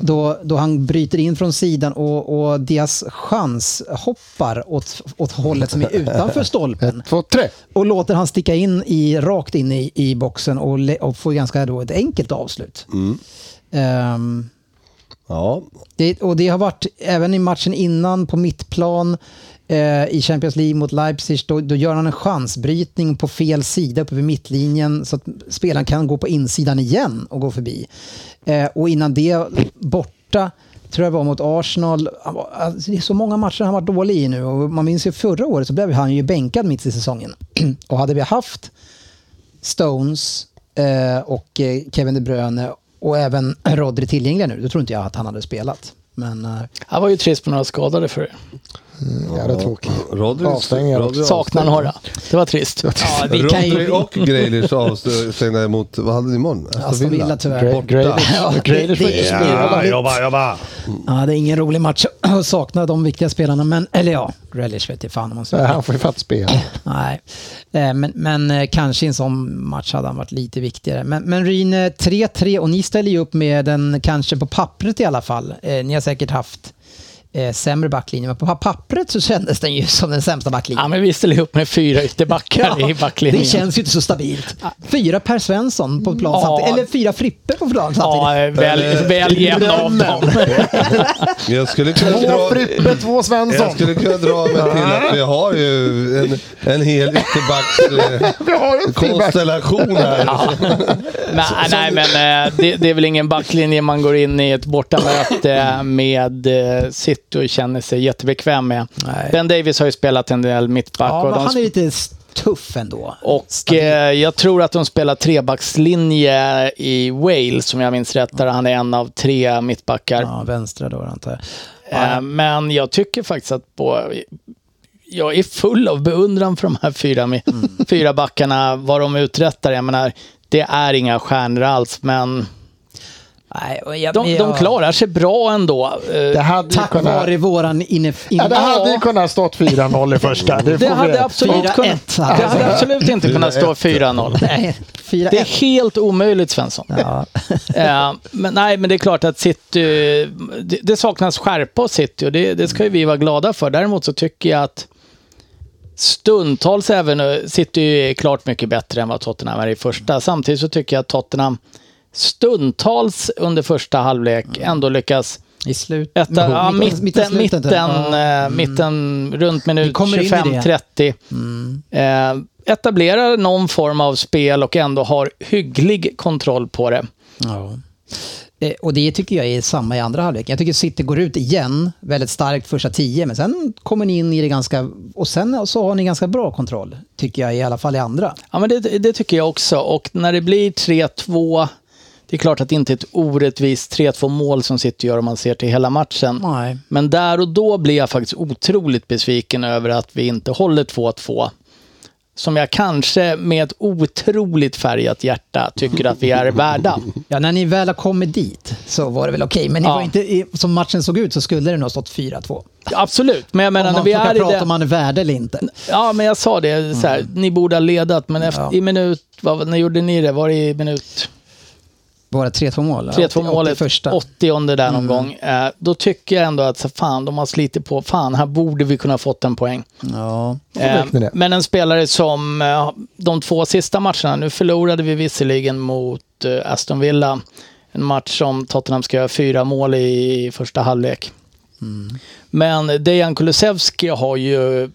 Speaker 3: Då, då han bryter in från sidan och, och deras chans hoppar åt, åt hållet som är utanför stolpen.
Speaker 5: Två, tre.
Speaker 3: Och låter han sticka in i, rakt in i, i boxen och, le, och får ganska då ett enkelt avslut. Ehm,
Speaker 4: Ja,
Speaker 3: det, och det har varit även i matchen innan på mittplan eh, i Champions League mot Leipzig. Då, då gör han en chansbrytning på fel sida uppe vid mittlinjen så att spelaren kan gå på insidan igen och gå förbi. Eh, och innan det borta tror jag var mot Arsenal. Han var- Alltså, det är så många matcher han har varit dålig i nu. Och man minns ju förra året så blev han ju bänkad mitt i säsongen. och hade vi haft Stones eh, och eh, Kevin De Bruyne och även Rodri tillgängliga nu, då tror inte jag att han hade spelat. Men eh,
Speaker 6: Han var ju trist med några skadade för det.
Speaker 5: Jävla tråkigt.
Speaker 4: Rodri,
Speaker 5: Avstängningar också.
Speaker 4: Rodri
Speaker 6: Saknar några. Det var trist.
Speaker 3: ja, vi kan
Speaker 4: Rodri
Speaker 3: ju...
Speaker 4: och Grealish avstängda mot, vad hade ni imorgon?
Speaker 3: Aston Villa tyvärr.
Speaker 4: Borta.
Speaker 3: Ja, det-
Speaker 5: Grealish
Speaker 3: det-
Speaker 5: var-
Speaker 3: det- det-
Speaker 4: jobba, jobba!
Speaker 3: Ja, det är ingen rolig match att sakna de viktiga spelarna, men eller ja, Grealish vet jag fan om han
Speaker 5: Nej,
Speaker 3: spelar.
Speaker 5: Han får ju fatt spel.
Speaker 3: Nej, Eh, men, men eh, kanske i en sån match hade han varit lite viktigare. Men, men Ryn, eh, 3-3 och ni ställer ju upp med den, kanske på pappret i alla fall. Eh, Ni har säkert haft eh, sämre backlinje, men på pa- pappret så kändes den ju som den sämsta backlinjen.
Speaker 6: Ja, men vi ställde ihop med fyra ytterbackar i backlinjen.
Speaker 3: Det känns ju inte så stabilt. Fyra Per Svensson på plan
Speaker 6: Ja.
Speaker 3: samtidigt, eller fyra Frippe på plan
Speaker 6: Ja,
Speaker 3: samtidigt.
Speaker 6: väl, väl jämna avtal.
Speaker 4: Jag skulle kunna
Speaker 5: Två
Speaker 4: dra...
Speaker 5: Frippe, två
Speaker 4: Jag
Speaker 5: Svensson.
Speaker 4: skulle kunna dra mig till att vi har ju en, en hel
Speaker 5: Vi har en till back.
Speaker 4: ytterbackskonstellation här.
Speaker 6: Nej, nej, men eh, det, det är väl ingen backlinje man går in i ett bortamöte med eh, City och känner sig jättebekväm med.
Speaker 3: Nej.
Speaker 6: Ben Davis har ju spelat en del mittback.
Speaker 3: Ja,
Speaker 6: och
Speaker 3: men
Speaker 6: de
Speaker 3: han är lite s- tuff ändå.
Speaker 6: Och eh, jag tror att de spelar trebackslinje i Wales, om jag minns rätt, där han är en av tre mittbackar.
Speaker 3: Ja, vänstra då antar jag.
Speaker 6: Eh, men jag tycker faktiskt att på, jag är full av beundran för de här fyra, mi-
Speaker 3: Mm.
Speaker 6: fyra backarna, vad de uträttar. Jag menar, det är inga stjärnor alls, men
Speaker 3: Nej, och jag,
Speaker 6: de, de
Speaker 3: jag-
Speaker 6: klarar sig bra ändå. Eh,
Speaker 5: Det hade ju
Speaker 3: Tack
Speaker 5: kunnat...
Speaker 3: vare våran inne...
Speaker 5: Ja,
Speaker 3: inne
Speaker 5: det hade ju kunnat stått 4-0 i första. Det,
Speaker 6: Det
Speaker 5: får vi-
Speaker 6: hade absolut,
Speaker 3: 4-1
Speaker 6: kunnat, det
Speaker 3: hade
Speaker 6: hade
Speaker 3: det.
Speaker 6: absolut inte kunnat stå 4-0.
Speaker 3: Nej, fyra
Speaker 6: Det är helt omöjligt, Svensson.
Speaker 3: Ja.
Speaker 6: Eh, men, nej, men det är klart att City, det, det saknas skärpa hos City och det, det ska ju vi vara glada för. Däremot så tycker jag att stundtals även eh, City är klart mycket bättre än vad Tottenham är i första. Samtidigt så tycker jag att Tottenham stundtals under första halvlek ändå lyckas
Speaker 3: I slut...
Speaker 6: ett, ja,
Speaker 3: mitten-
Speaker 6: mitten,
Speaker 3: mitten-
Speaker 6: mitten,
Speaker 3: slutet. Ja. Mm.
Speaker 6: eh, mitten runt
Speaker 3: Vi
Speaker 6: minut
Speaker 3: kommer in i det. Mm.
Speaker 6: 25-30. Eh, etablerar någon form av spel och ändå har hygglig kontroll på det.
Speaker 3: Ja. Eh, Och det tycker jag är samma i andra halvlek. Jag tycker City går ut igen, väldigt starkt första tio, men sen kommer ni in i det ganska... Och sen så har ni ganska bra kontroll, tycker jag, i alla fall i andra.
Speaker 6: Ja, men det, det tycker jag också. Och när det blir 3-2, det är klart att det inte är ett orättvist 3-2 mål som City gör om man ser till hela matchen.
Speaker 3: Nej.
Speaker 6: Men där och då blir jag faktiskt otroligt besviken över att vi inte håller 2-2. Som jag kanske med ett otroligt färgat hjärta tycker att vi är värda.
Speaker 3: Ja, när ni väl har kommit dit så var det väl okej, men ni
Speaker 6: Ja.
Speaker 3: var inte, i- som matchen såg ut så skulle det nog ha stått 4-2.
Speaker 6: Absolut, men jag menar
Speaker 3: Om
Speaker 6: när
Speaker 3: man
Speaker 6: vi
Speaker 3: ska
Speaker 6: är i
Speaker 3: prata
Speaker 6: det...
Speaker 3: om man är värd eller inte.
Speaker 6: Ja, men jag sa det så här, ni borde ha ledat, men efter,
Speaker 3: Ja.
Speaker 6: i minut... Vad, när gjorde ni det? Var det i minut...
Speaker 3: Bara 3-2 mål?
Speaker 6: 3-2 målet,
Speaker 3: Första.
Speaker 6: 80 där någon
Speaker 3: Mm.
Speaker 6: gång. Eh, då tycker jag ändå att så fan, de har slitit på. Fan, här borde vi kunna fått en poäng.
Speaker 3: Ja.
Speaker 6: Eh,
Speaker 5: räknar det.
Speaker 6: men en spelare som eh, de två sista matcherna, nu förlorade vi visserligen mot eh, Aston Villa, en match som Tottenham ska göra fyra mål i, i första halvlek. Men Dejan Kulusevski har ju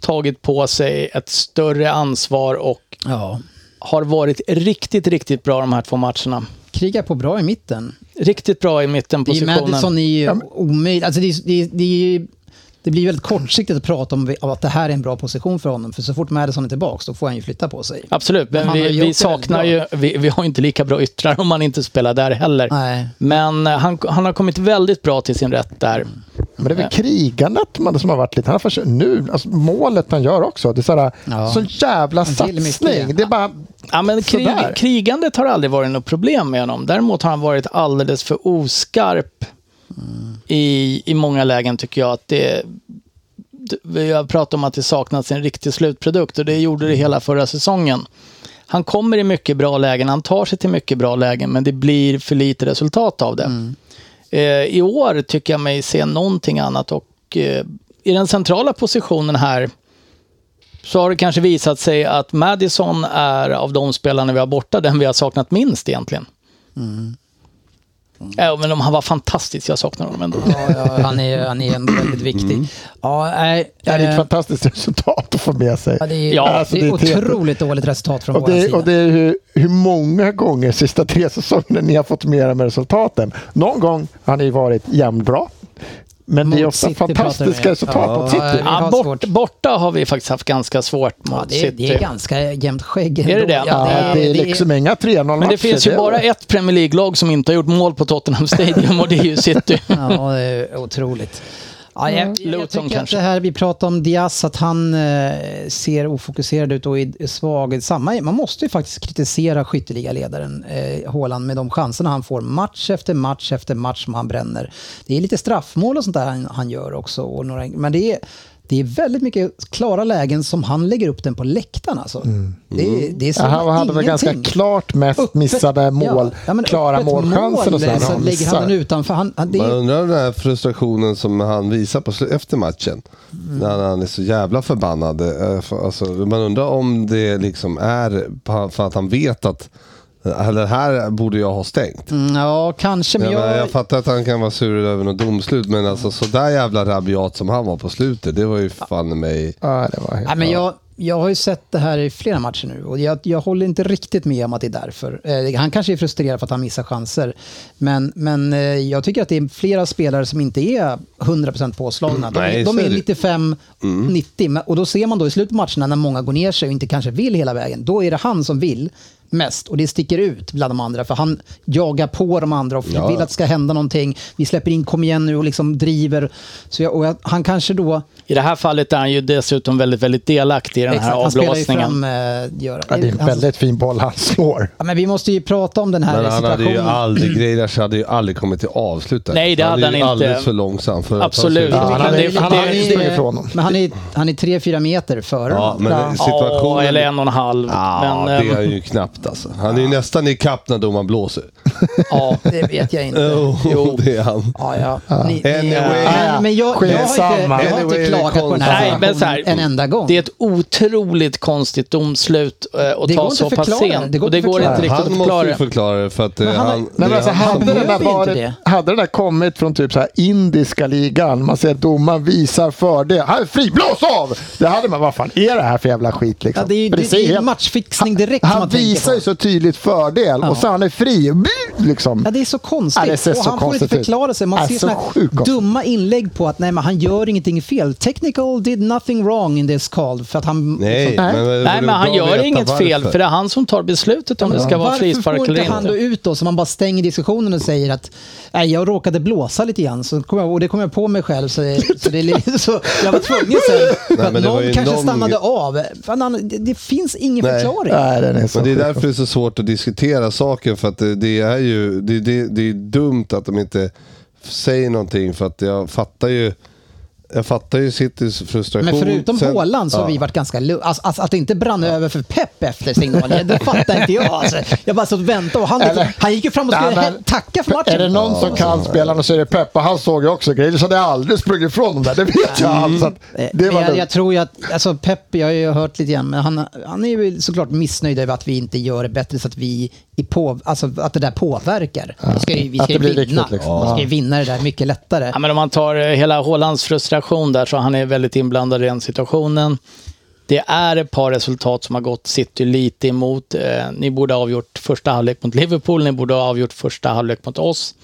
Speaker 6: tagit på sig ett större ansvar och
Speaker 3: ja.
Speaker 6: har varit riktigt, riktigt bra de här två matcherna.
Speaker 3: Krigar på bra i mitten.
Speaker 6: Riktigt bra i
Speaker 3: Det
Speaker 6: mittenpositionen.
Speaker 3: är ju Madison är ju omöjligt. Alltså det, är- det, är- det, är ju- det blir väldigt kortsiktigt att prata om om att det här är en bra position för honom. För så fort Madison är tillbaka då får han ju flytta på sig.
Speaker 6: Absolut, men
Speaker 3: han har
Speaker 6: vi,
Speaker 3: gjort
Speaker 6: vi
Speaker 3: det
Speaker 6: saknar
Speaker 3: väldigt
Speaker 6: ju, vi, vi har ju inte lika bra yttrar om man inte spelar där heller.
Speaker 3: Nej.
Speaker 6: Men eh, han, han har kommit väldigt bra till sin rätt där.
Speaker 5: Men det är väl krigandet man, som har varit lite... Han har försökt, nu, alltså, målet han gör också. Det är så här,
Speaker 3: Ja.
Speaker 5: sån jävla
Speaker 3: Han vill mycket.
Speaker 5: satsning. Det är bara...
Speaker 6: Ja, men krig,
Speaker 5: Sådär.
Speaker 6: krigandet har aldrig varit något problem med honom. Däremot har han varit alldeles för oskarp i, i många lägen tycker jag. att det d- Vi har pratat om att det saknas en riktig slutprodukt och det gjorde det hela förra säsongen. Han kommer i mycket bra lägen, han tar sig till mycket bra lägen men det blir för lite resultat av det.
Speaker 3: Mm.
Speaker 6: Eh, I år tycker jag mig se någonting annat och eh, i den centrala positionen här så har det kanske visat sig att Madison är av de spelarna vi har borta den vi har saknat minst egentligen.
Speaker 3: Mm.
Speaker 6: Även om han var fantastisk, jag saknar honom ändå.
Speaker 3: Ja, ja, han är, han är en väldigt viktig.
Speaker 6: Mm.
Speaker 3: Ja, nej,
Speaker 5: Det är ett
Speaker 3: eh,
Speaker 5: fantastiskt resultat att få med sig.
Speaker 3: ja, det är,
Speaker 6: Ja,
Speaker 3: det är
Speaker 5: alltså, det är
Speaker 3: otroligt dåligt resultat från
Speaker 5: Och
Speaker 3: vår
Speaker 5: det,
Speaker 3: sida.
Speaker 5: och det är hur, hur många gånger sista tre säsongerna ni har fått med er med resultaten. Någon gång har ni varit jämnbra. Men det är
Speaker 3: Mot
Speaker 5: ofta
Speaker 3: City pratar vi.
Speaker 5: fantastiska resultat
Speaker 3: Ja.
Speaker 5: mot City.
Speaker 3: Ja,
Speaker 6: Ja,
Speaker 3: har
Speaker 6: bort,
Speaker 3: svårt.
Speaker 6: borta har vi faktiskt haft ganska svårt mot
Speaker 3: ja, det, är, det är
Speaker 6: City.
Speaker 3: ganska jämnt skägg ändå.
Speaker 6: Är det det?
Speaker 3: Ja, det,
Speaker 5: Ja,
Speaker 3: är-
Speaker 5: det är
Speaker 3: det är-
Speaker 5: liksom inga 3-0
Speaker 6: Men det finns ju bara ett Premier League-lag som inte har gjort mål på Tottenham Stadium och det är ju City.
Speaker 3: Ja, det är otroligt. Ja, jag,
Speaker 6: Luton
Speaker 3: jag tycker att
Speaker 6: kanske.
Speaker 3: det här vi pratar om Diaz, att han eh, ser ofokuserad ut och är svag. Samma, man måste ju faktiskt kritisera skytteligaledaren eh, Haaland med de chanserna han får match efter match efter match som han bränner. Det är lite straffmål och sånt där han, han gör också. Och några, men det är, det är väldigt mycket klara lägen som han lägger upp den på läktaren. Alltså. Det, är- det är så
Speaker 5: Ja, han hade väl ganska
Speaker 3: ingenting.
Speaker 5: klart mest
Speaker 3: Öppet-
Speaker 5: missade mål,
Speaker 3: men
Speaker 5: klara
Speaker 3: öppet mål,
Speaker 5: målchanser och sådär.
Speaker 3: så
Speaker 5: Han
Speaker 3: lägger han den
Speaker 5: missar.
Speaker 3: utanför. Han, han, det
Speaker 4: Man
Speaker 3: är,
Speaker 4: undrar om den här frustrationen som han visar på slu- efter matchen.
Speaker 3: Mm.
Speaker 4: När han är så jävla förbannad. Eh, för- Alltså, man undrar om det liksom är pa- för att han vet att eh, eller här borde jag ha stängt.
Speaker 3: Mm, Ja, kanske. Men
Speaker 4: Jag,
Speaker 3: jag,
Speaker 4: menar, jag fattar att han kan vara sur över något domslut men alltså sådär jävla rabiat som han var på slutet. Det var ju fan i mig.
Speaker 5: Ja, det var helt...
Speaker 3: Nej, men jag, jag har ju sett det här i flera matcher nu och jag, jag håller inte riktigt med om att det är därför. Eh, han kanske är frustrerad för att han missar chanser. Men, men eh, jag tycker att det är flera spelare som inte är 100% påslagna. De,
Speaker 4: Nej,
Speaker 3: är-
Speaker 4: så Mm.
Speaker 3: de
Speaker 4: är
Speaker 3: är
Speaker 4: det.
Speaker 3: 95, 90 men- och då ser man då i slutet av matcherna när många går ner sig och inte kanske vill hela vägen. Då är det han som vill mest och det sticker ut bland de andra för han jagar på de andra och
Speaker 4: Ja.
Speaker 3: vill att det ska hända någonting. Vi släpper in, kom igen nu och liksom driver. Så jag, och jag, han kanske då
Speaker 6: I det här fallet är han ju dessutom väldigt, väldigt delaktig i den här
Speaker 3: han spelar ju fram...
Speaker 6: avblåsningen.
Speaker 3: eh, Gör,
Speaker 5: Ja, det är en
Speaker 3: han-
Speaker 5: väldigt fin boll han slår.
Speaker 3: ja, men vi måste ju prata om den här
Speaker 4: Men han hade ju
Speaker 3: situationen.
Speaker 4: aldrig, Grealish hade ju aldrig kommit till avslut där.
Speaker 6: Nej, det hade
Speaker 4: ju
Speaker 6: han inte.
Speaker 4: alldeles för långsam för att ta
Speaker 6: Absolut.
Speaker 4: sig ut.
Speaker 6: Ja,
Speaker 5: han
Speaker 6: Men
Speaker 5: hade-
Speaker 6: det-
Speaker 5: han
Speaker 6: det-
Speaker 5: hade ju
Speaker 6: det-
Speaker 5: sprungit ifrån honom.
Speaker 3: Men han är, han är 3-4 meter före.
Speaker 4: Ja, men situationen...
Speaker 6: Ja, eller en och en halv.
Speaker 4: Ja,
Speaker 6: men,
Speaker 4: det är
Speaker 6: ehm,
Speaker 4: ju knappt alltså. Han är ju nästan i kapp när domaren blåser.
Speaker 3: Ja, det vet jag inte.
Speaker 5: Oh.
Speaker 4: Jo, det är han.
Speaker 3: Ja, ja. Ni, ni,
Speaker 4: Anyway.
Speaker 3: men, men jag, jag, har inte,
Speaker 5: Skitsamma.
Speaker 3: jag har
Speaker 4: Anyway,
Speaker 3: inte klagat på den här
Speaker 6: Nej, men så här,
Speaker 3: situationen Alltså, en enda gång.
Speaker 6: Det är ett otroligt konstigt domslut eh, att
Speaker 3: Det går
Speaker 6: ta
Speaker 3: inte
Speaker 6: så
Speaker 3: att
Speaker 6: pass
Speaker 3: förklara.
Speaker 6: sent.
Speaker 3: Det går
Speaker 6: och det
Speaker 3: inte att
Speaker 6: går
Speaker 3: förklara.
Speaker 6: inte riktigt
Speaker 4: Han måste
Speaker 6: att förklara.
Speaker 4: ju
Speaker 6: det.
Speaker 4: förklara det för att eh,
Speaker 3: Men han-
Speaker 4: han...
Speaker 5: Nej,
Speaker 4: det
Speaker 5: men
Speaker 4: är
Speaker 5: alltså,
Speaker 4: han som-
Speaker 5: hade,
Speaker 3: behöver
Speaker 5: den där
Speaker 3: ju inte
Speaker 5: varit,
Speaker 3: det.
Speaker 5: hade den där kommit från typ så här indiska ligan, man ser att domaren visar fördel. Han är fri, blås av! Det hade man, vad fan är det här för jävla skit liksom?
Speaker 3: ja, det är ju
Speaker 5: För
Speaker 3: det,
Speaker 5: ser
Speaker 3: det är
Speaker 5: helt-
Speaker 3: matchfixning direkt som
Speaker 5: Han
Speaker 3: man tänker
Speaker 5: visar
Speaker 3: på.
Speaker 5: ju så tydligt fördel
Speaker 3: Ja.
Speaker 5: och så han är fri. Bli- Liksom.
Speaker 3: Ja, det är så konstigt.
Speaker 5: Ja, det ser
Speaker 3: och
Speaker 5: så
Speaker 3: han får inte
Speaker 5: konstigt ut.
Speaker 3: förklara sig. Man
Speaker 5: Ja,
Speaker 3: ser
Speaker 5: så
Speaker 3: såna här
Speaker 5: sjukt konstigt.
Speaker 3: dumma inlägg på att nej, men han gör ingenting fel. Technical did nothing wrong in this call. För att han,
Speaker 4: Nej,
Speaker 5: Nej.
Speaker 4: men, det vore
Speaker 6: Nej, men
Speaker 4: bra
Speaker 6: han
Speaker 4: att
Speaker 6: gör
Speaker 4: veta
Speaker 6: inget fel,
Speaker 4: varför.
Speaker 6: för det är han som tar beslutet om det ska vara
Speaker 3: Varför
Speaker 6: frispark
Speaker 3: får
Speaker 6: eller
Speaker 3: inte han då
Speaker 6: inte.
Speaker 3: ut då, så man bara stänger diskussionen och säger att nej, jag råkade blåsa lite grann så kom jag, och det kom jag på mig själv så, så, det, är li- så jag var tvungen sen.
Speaker 4: Nej, men det var
Speaker 3: någon
Speaker 4: ju
Speaker 3: kanske
Speaker 4: någon-
Speaker 3: stannade av. Fan, han, det, det finns ingen
Speaker 4: Nej.
Speaker 3: förklaring.
Speaker 5: Nej, den är så
Speaker 4: Men det är
Speaker 5: sjuk.
Speaker 4: därför det är så svårt att diskutera saker för att det, det är ju det, det, det är dumt att de inte säger någonting för att jag fattar ju jag fattar ju Citys frustration.
Speaker 3: Men förutom
Speaker 4: Sen-
Speaker 3: Haaland så har vi varit ganska lugna. Alltså, alltså, att det inte brann över för Pep efter signalen, det fattar inte jag. Alltså. Jag bara satt och väntade och han, liksom-
Speaker 5: Eller-
Speaker 3: han gick ju fram och skulle
Speaker 5: Nej, men-
Speaker 3: tacka för matchen.
Speaker 5: Är det någon som kan spelarna så är det Peppa. Han såg ju också grejer så hade jag aldrig sprungit ifrån dem där. Det vet jag alls. att Det
Speaker 3: Mm. Eh, Men
Speaker 5: var
Speaker 3: jag,
Speaker 5: lugnt.
Speaker 3: jag tror ju att, alltså Pep, jag har ju hört lite grann, men han, han är ju såklart missnöjd över att vi inte gör det bättre så att vi är på, alltså att det där påverkar. Vi ska ju, vi
Speaker 5: Att
Speaker 3: ska ju
Speaker 5: det blir
Speaker 3: vinna.
Speaker 5: viktigt, liksom.
Speaker 3: Vi ska ju vinna det där mycket lättare.
Speaker 6: Ja, men om man tar eh, hela Haalands frustration där, så han är väldigt inblandad i den situationen. Det är ett par resultat som har gått City lite emot. Eh, ni borde ha avgjort första halvlek mot Liverpool, ni borde ha avgjort första halvlek mot oss.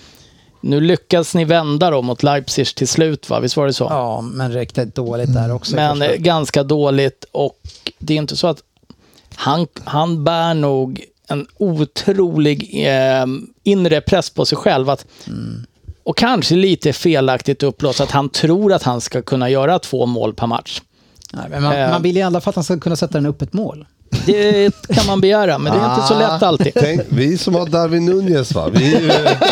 Speaker 6: Nu lyckas ni vända då mot Leipzig till slut, va? Visst var det så?
Speaker 3: Ja, men räckte dåligt där också. i
Speaker 6: Men
Speaker 3: första.
Speaker 6: eh, ganska dåligt och det är inte så att han, han bär ehm, nog en otrolig eh, inre press på sig själv. Att Och kanske lite felaktigt uppblåst att han tror att han ska kunna göra två mål per match.
Speaker 3: Nej, men man,
Speaker 6: Eh.
Speaker 3: man vill i alla fall att han ska kunna sätta den upp ett mål.
Speaker 6: Det kan man begära, men det är inte så
Speaker 5: Ah.
Speaker 6: lätt alltid.
Speaker 4: Tänk, vi som har Darwin Nunez va? Vi, är ju-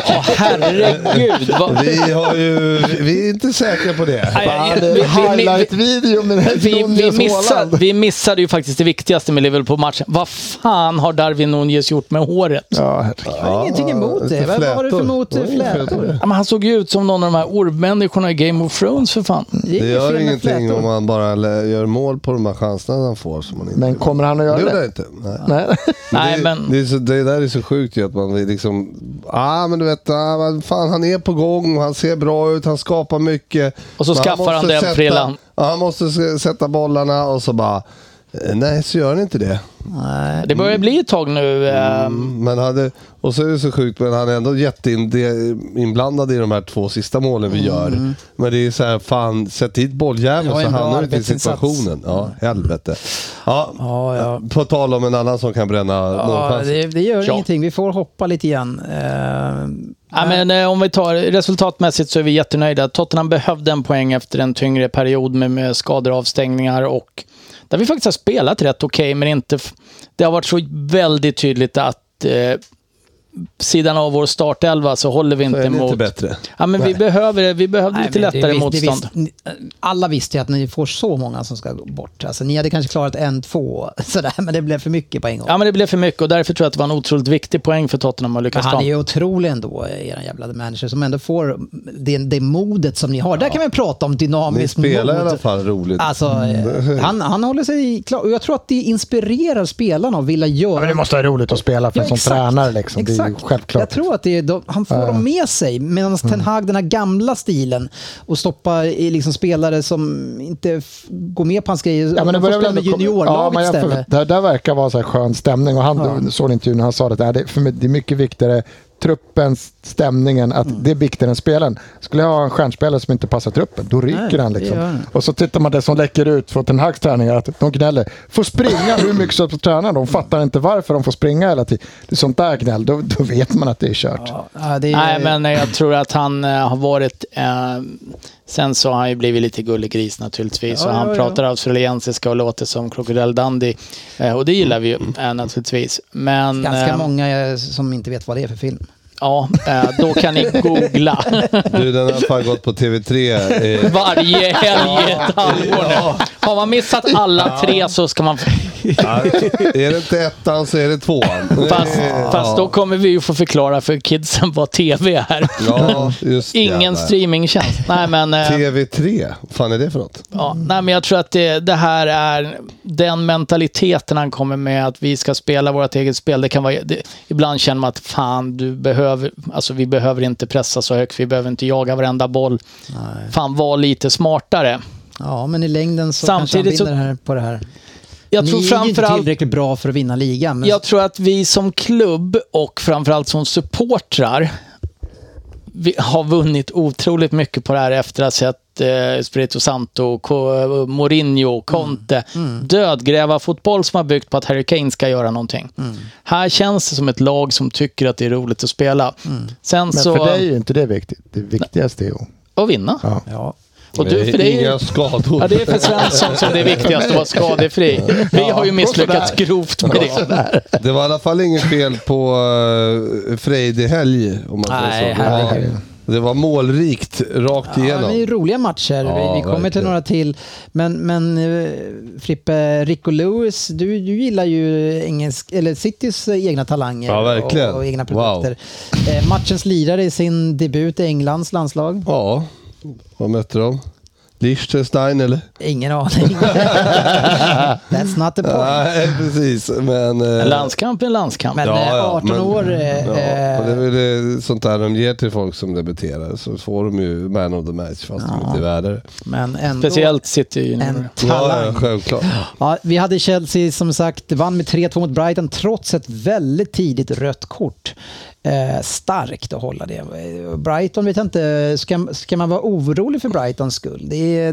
Speaker 6: Åh, herregud. Vad...
Speaker 4: vi, har ju, vi är inte säkra på det.
Speaker 6: Nej,
Speaker 5: Det
Speaker 6: vi-
Speaker 5: är
Speaker 6: vi-
Speaker 5: highlight-video med
Speaker 6: vi, vi,
Speaker 5: Nunez
Speaker 6: missade,
Speaker 5: Haaland.
Speaker 6: vi missade ju faktiskt det viktigaste med Liverpool-matchen. Vad fan har Darwin Nunez gjort med håret?
Speaker 5: Ja, herregud.
Speaker 3: Jag har ingenting emot det.
Speaker 4: lite
Speaker 3: Vad vad har du för
Speaker 4: flätor.
Speaker 3: emot
Speaker 4: Det var inga
Speaker 3: flätor?
Speaker 4: flätor.
Speaker 6: Ja, men han såg ju ut som någon av de här ormmänniskorna i Game of Thrones för fan.
Speaker 3: är
Speaker 4: Det
Speaker 3: inget fel
Speaker 4: gör
Speaker 3: med
Speaker 4: ingenting
Speaker 3: flätor.
Speaker 4: om man bara lä- gör mål på de här chanserna han får. Som man inte
Speaker 5: Men kommer han
Speaker 4: det
Speaker 5: att göra
Speaker 4: gjorde
Speaker 5: det?
Speaker 4: jag inte. Nej.
Speaker 5: Nej.
Speaker 6: Nej,
Speaker 4: det,
Speaker 6: men-
Speaker 4: det, är så, det där är så sjukt ju att man är liksom... Ah, men du vet, ah, vad fan, han är på gång, han ser bra ut, han skapar mycket.
Speaker 6: Och så
Speaker 4: Men
Speaker 6: skaffar han
Speaker 4: måste
Speaker 6: den
Speaker 4: sätta-
Speaker 6: frillan.
Speaker 4: Ja, han måste s- sätta bollarna och så bara... eh, Nej, så gör han inte det.
Speaker 6: eh, Det börjar bli ett tag nu.
Speaker 4: Mm.
Speaker 6: ehm,
Speaker 4: Men han är, och så är det så sjukt, men han är ändå jätteinblandad i de här två sista målen vi
Speaker 6: Mm.
Speaker 4: gör. Men det är så här, fan, sätt dit bolljäveln
Speaker 3: Ja,
Speaker 4: så
Speaker 3: en bra
Speaker 4: hamnar du inte i
Speaker 3: arbetsinsats.
Speaker 4: situationen. Ja, helvete. Ja,
Speaker 3: Ja, ja.
Speaker 4: På tal om en annan som kan bränna
Speaker 3: Ja,
Speaker 4: målchanser.
Speaker 3: det, det gör
Speaker 6: Ja.
Speaker 3: ingenting. Vi får hoppa lite igen. Eh,
Speaker 6: Ja, men, eh, om vi tar resultatmässigt så är vi jättenöjda. Tottenham behövde en poäng efter en tyngre period med, med skador och avstängningar och där vi faktiskt har spelat rätt okej, men inte... f- Det har varit så väldigt tydligt att eh, sidan av vår startelva så håller
Speaker 4: Så
Speaker 6: vi
Speaker 4: är
Speaker 6: inte
Speaker 4: det inte
Speaker 6: emot.
Speaker 4: bättre.
Speaker 6: Ja, men vi behöver, vi behövde
Speaker 3: nej,
Speaker 6: lite
Speaker 3: men det
Speaker 6: lättare
Speaker 3: vis- det
Speaker 6: motstånd.
Speaker 3: visst- ni- eh, alla visste ju att ni får så många som ska gå bort. Alltså, ni hade kanske klarat en, två, sådär, men det blev för mycket på en gång.
Speaker 6: Ja, men det blev för mycket och därför tror jag att det var en otroligt viktig poäng för Tottenham att
Speaker 3: Men
Speaker 6: lyckas
Speaker 3: han
Speaker 6: ta.
Speaker 3: är ju otrolig ändå, er jävla manager, som ändå får det, det modet som ni har. Där kan vi prata om
Speaker 4: Ni
Speaker 3: dynamiskt mod.
Speaker 4: spelar i alla fall Mm, roligt.
Speaker 3: Alltså, eh, han, han håller sig klar. Och jag tror att det inspirerar spelarna att vilja göra...
Speaker 5: Ja, men det måste vara roligt att spela för en som tränare. Liksom. Det är ju
Speaker 3: Jag
Speaker 5: självklart. Mm.
Speaker 3: tror att det är de, han får dem med sig. Medan Ten Hag, den här gamla stilen, och stoppa i liksom spelare som inte f- går med på hans grejer.
Speaker 5: Ja, men det
Speaker 3: de får
Speaker 5: börjar väl
Speaker 3: spela med
Speaker 5: ändå komma- ja,
Speaker 3: juniorlaget
Speaker 5: men jag,
Speaker 3: istället.
Speaker 5: det, där verkar vara så här skön stämning. Och han, såg inte när han sa det, där, det, är för mig, det är mycket viktigare truppens stämningen, att
Speaker 3: Mm.
Speaker 5: det är viktigare än spelen. Skulle jag ha en stjärnspelare som inte passar truppen, då ryker
Speaker 3: Nej,
Speaker 5: han.
Speaker 3: det
Speaker 5: Liksom.
Speaker 3: gör han.
Speaker 5: Och så tittar man det som läcker ut från Ten Hags träningar, att de gnäller. Får springa hur mycket som helst på tränaren, de fattar inte varför de får springa hela tiden. Det är sånt där gnäll, då, då vet man att det är kört.
Speaker 3: Ja, det är,
Speaker 6: Nej, men eh, jag tror att han eh, har varit... Eh, sen så har han ju blivit lite gullegris naturligtvis.
Speaker 3: Ja,
Speaker 6: och han
Speaker 3: ja, ja.
Speaker 6: pratar australiensiska och låter som Crocodile Dundee. Eh, och det gillar vi ju eh, naturligtvis. Men...
Speaker 3: Ganska
Speaker 6: eh,
Speaker 3: många eh, som inte vet vad det är för film.
Speaker 6: Ja, eh, då kan ni googla.
Speaker 4: Du, den har fan gått på TV3. Eh,
Speaker 6: Varje helg i ett halvår nu. Har man missat alla tre så ska man...
Speaker 4: ja, är det inte ettan så är det tvåan.
Speaker 6: Fast,
Speaker 4: Eh,
Speaker 6: fast då kommer vi ju få förklara för kidsen vad tv är.
Speaker 4: Ja, just
Speaker 6: Ingen
Speaker 4: jävlar.
Speaker 6: streamingtjänst. Nej, men... eh,
Speaker 4: TV3, vad fan är det för något?
Speaker 6: Ja, nej, men jag tror att det, det här är den mentaliteten han kommer med, att vi ska spela vårt eget spel. Det kan vara, det, ibland känner man att fan, du behöver, alltså, vi behöver inte pressa så högt, vi behöver inte jaga varenda boll. Fan, var lite smartare.
Speaker 3: Ja, men i längden så
Speaker 6: Samtidigt
Speaker 3: kanske
Speaker 6: så-
Speaker 3: han vinner här på det här.
Speaker 6: Jag tror
Speaker 3: Ni är ju inte
Speaker 6: framförallt
Speaker 3: tillräckligt bra för att vinna ligan. Men
Speaker 6: Jag tror att vi som klubb och framförallt som supportrar vi har vunnit otroligt mycket på det här efter att ha sett eh, Spirito Santo, Ko- Mourinho,
Speaker 5: Mm,
Speaker 6: Conte dödgräva fotboll som har byggt på att Harry Kane ska göra någonting.
Speaker 5: Mm.
Speaker 6: Här känns det som ett lag som tycker att det är roligt att spela. Sen
Speaker 5: Mm. Men
Speaker 6: så...
Speaker 5: för dig är ju inte det viktigt. Det viktigaste är att...
Speaker 6: Och vinna.
Speaker 5: Ja.
Speaker 3: ja.
Speaker 6: Och du, för dig...
Speaker 4: Inga skador.
Speaker 6: Ja, det är för Svensson som det är viktigast att vara skadefri. Vi har ju misslyckats grovt med det.
Speaker 4: Det var i alla fall inget fel på uh, Frejdig helg. Om man
Speaker 3: Nej,
Speaker 4: säger så. Det,
Speaker 3: herregud.
Speaker 4: var, det var målrikt rakt
Speaker 3: Ja, men
Speaker 4: igenom.
Speaker 3: det är roliga matcher.
Speaker 4: Ja,
Speaker 3: vi, vi kommer till
Speaker 4: verkligen.
Speaker 3: några till. Men, men eh, Frippe, Rico Lewis, du, du gillar ju engelsk, eller Citys eh, egna talanger
Speaker 4: Ja, verkligen.
Speaker 3: Och, och egna produkter. Eh, matchens lirare i sin debut i Englands landslag?
Speaker 4: Ja, vad mötte de? Liechtenstein eller?
Speaker 3: Ingen aning. That's not the point.
Speaker 4: Nej, precis. Men, eh,
Speaker 6: En landskamp är en landskamp.
Speaker 3: Men eh, 18
Speaker 4: men-
Speaker 3: år... eh,
Speaker 4: Ja, och det är väl det, sånt där de ger till folk som debuterar. Så får de ju man of the match fast de inte är värda det.
Speaker 3: men ändå
Speaker 6: Speciellt City Junior.
Speaker 3: en talang. Mm.
Speaker 4: Ja, ja, självklart.
Speaker 3: Ja, vi hade Chelsea som sagt, vann med 3-2 mot Brighton trots ett väldigt tidigt rött kort. Eh, starkt att hålla det. Eh, Brighton vet jag inte, ska, ska man vara orolig för Brightons skull? Det är,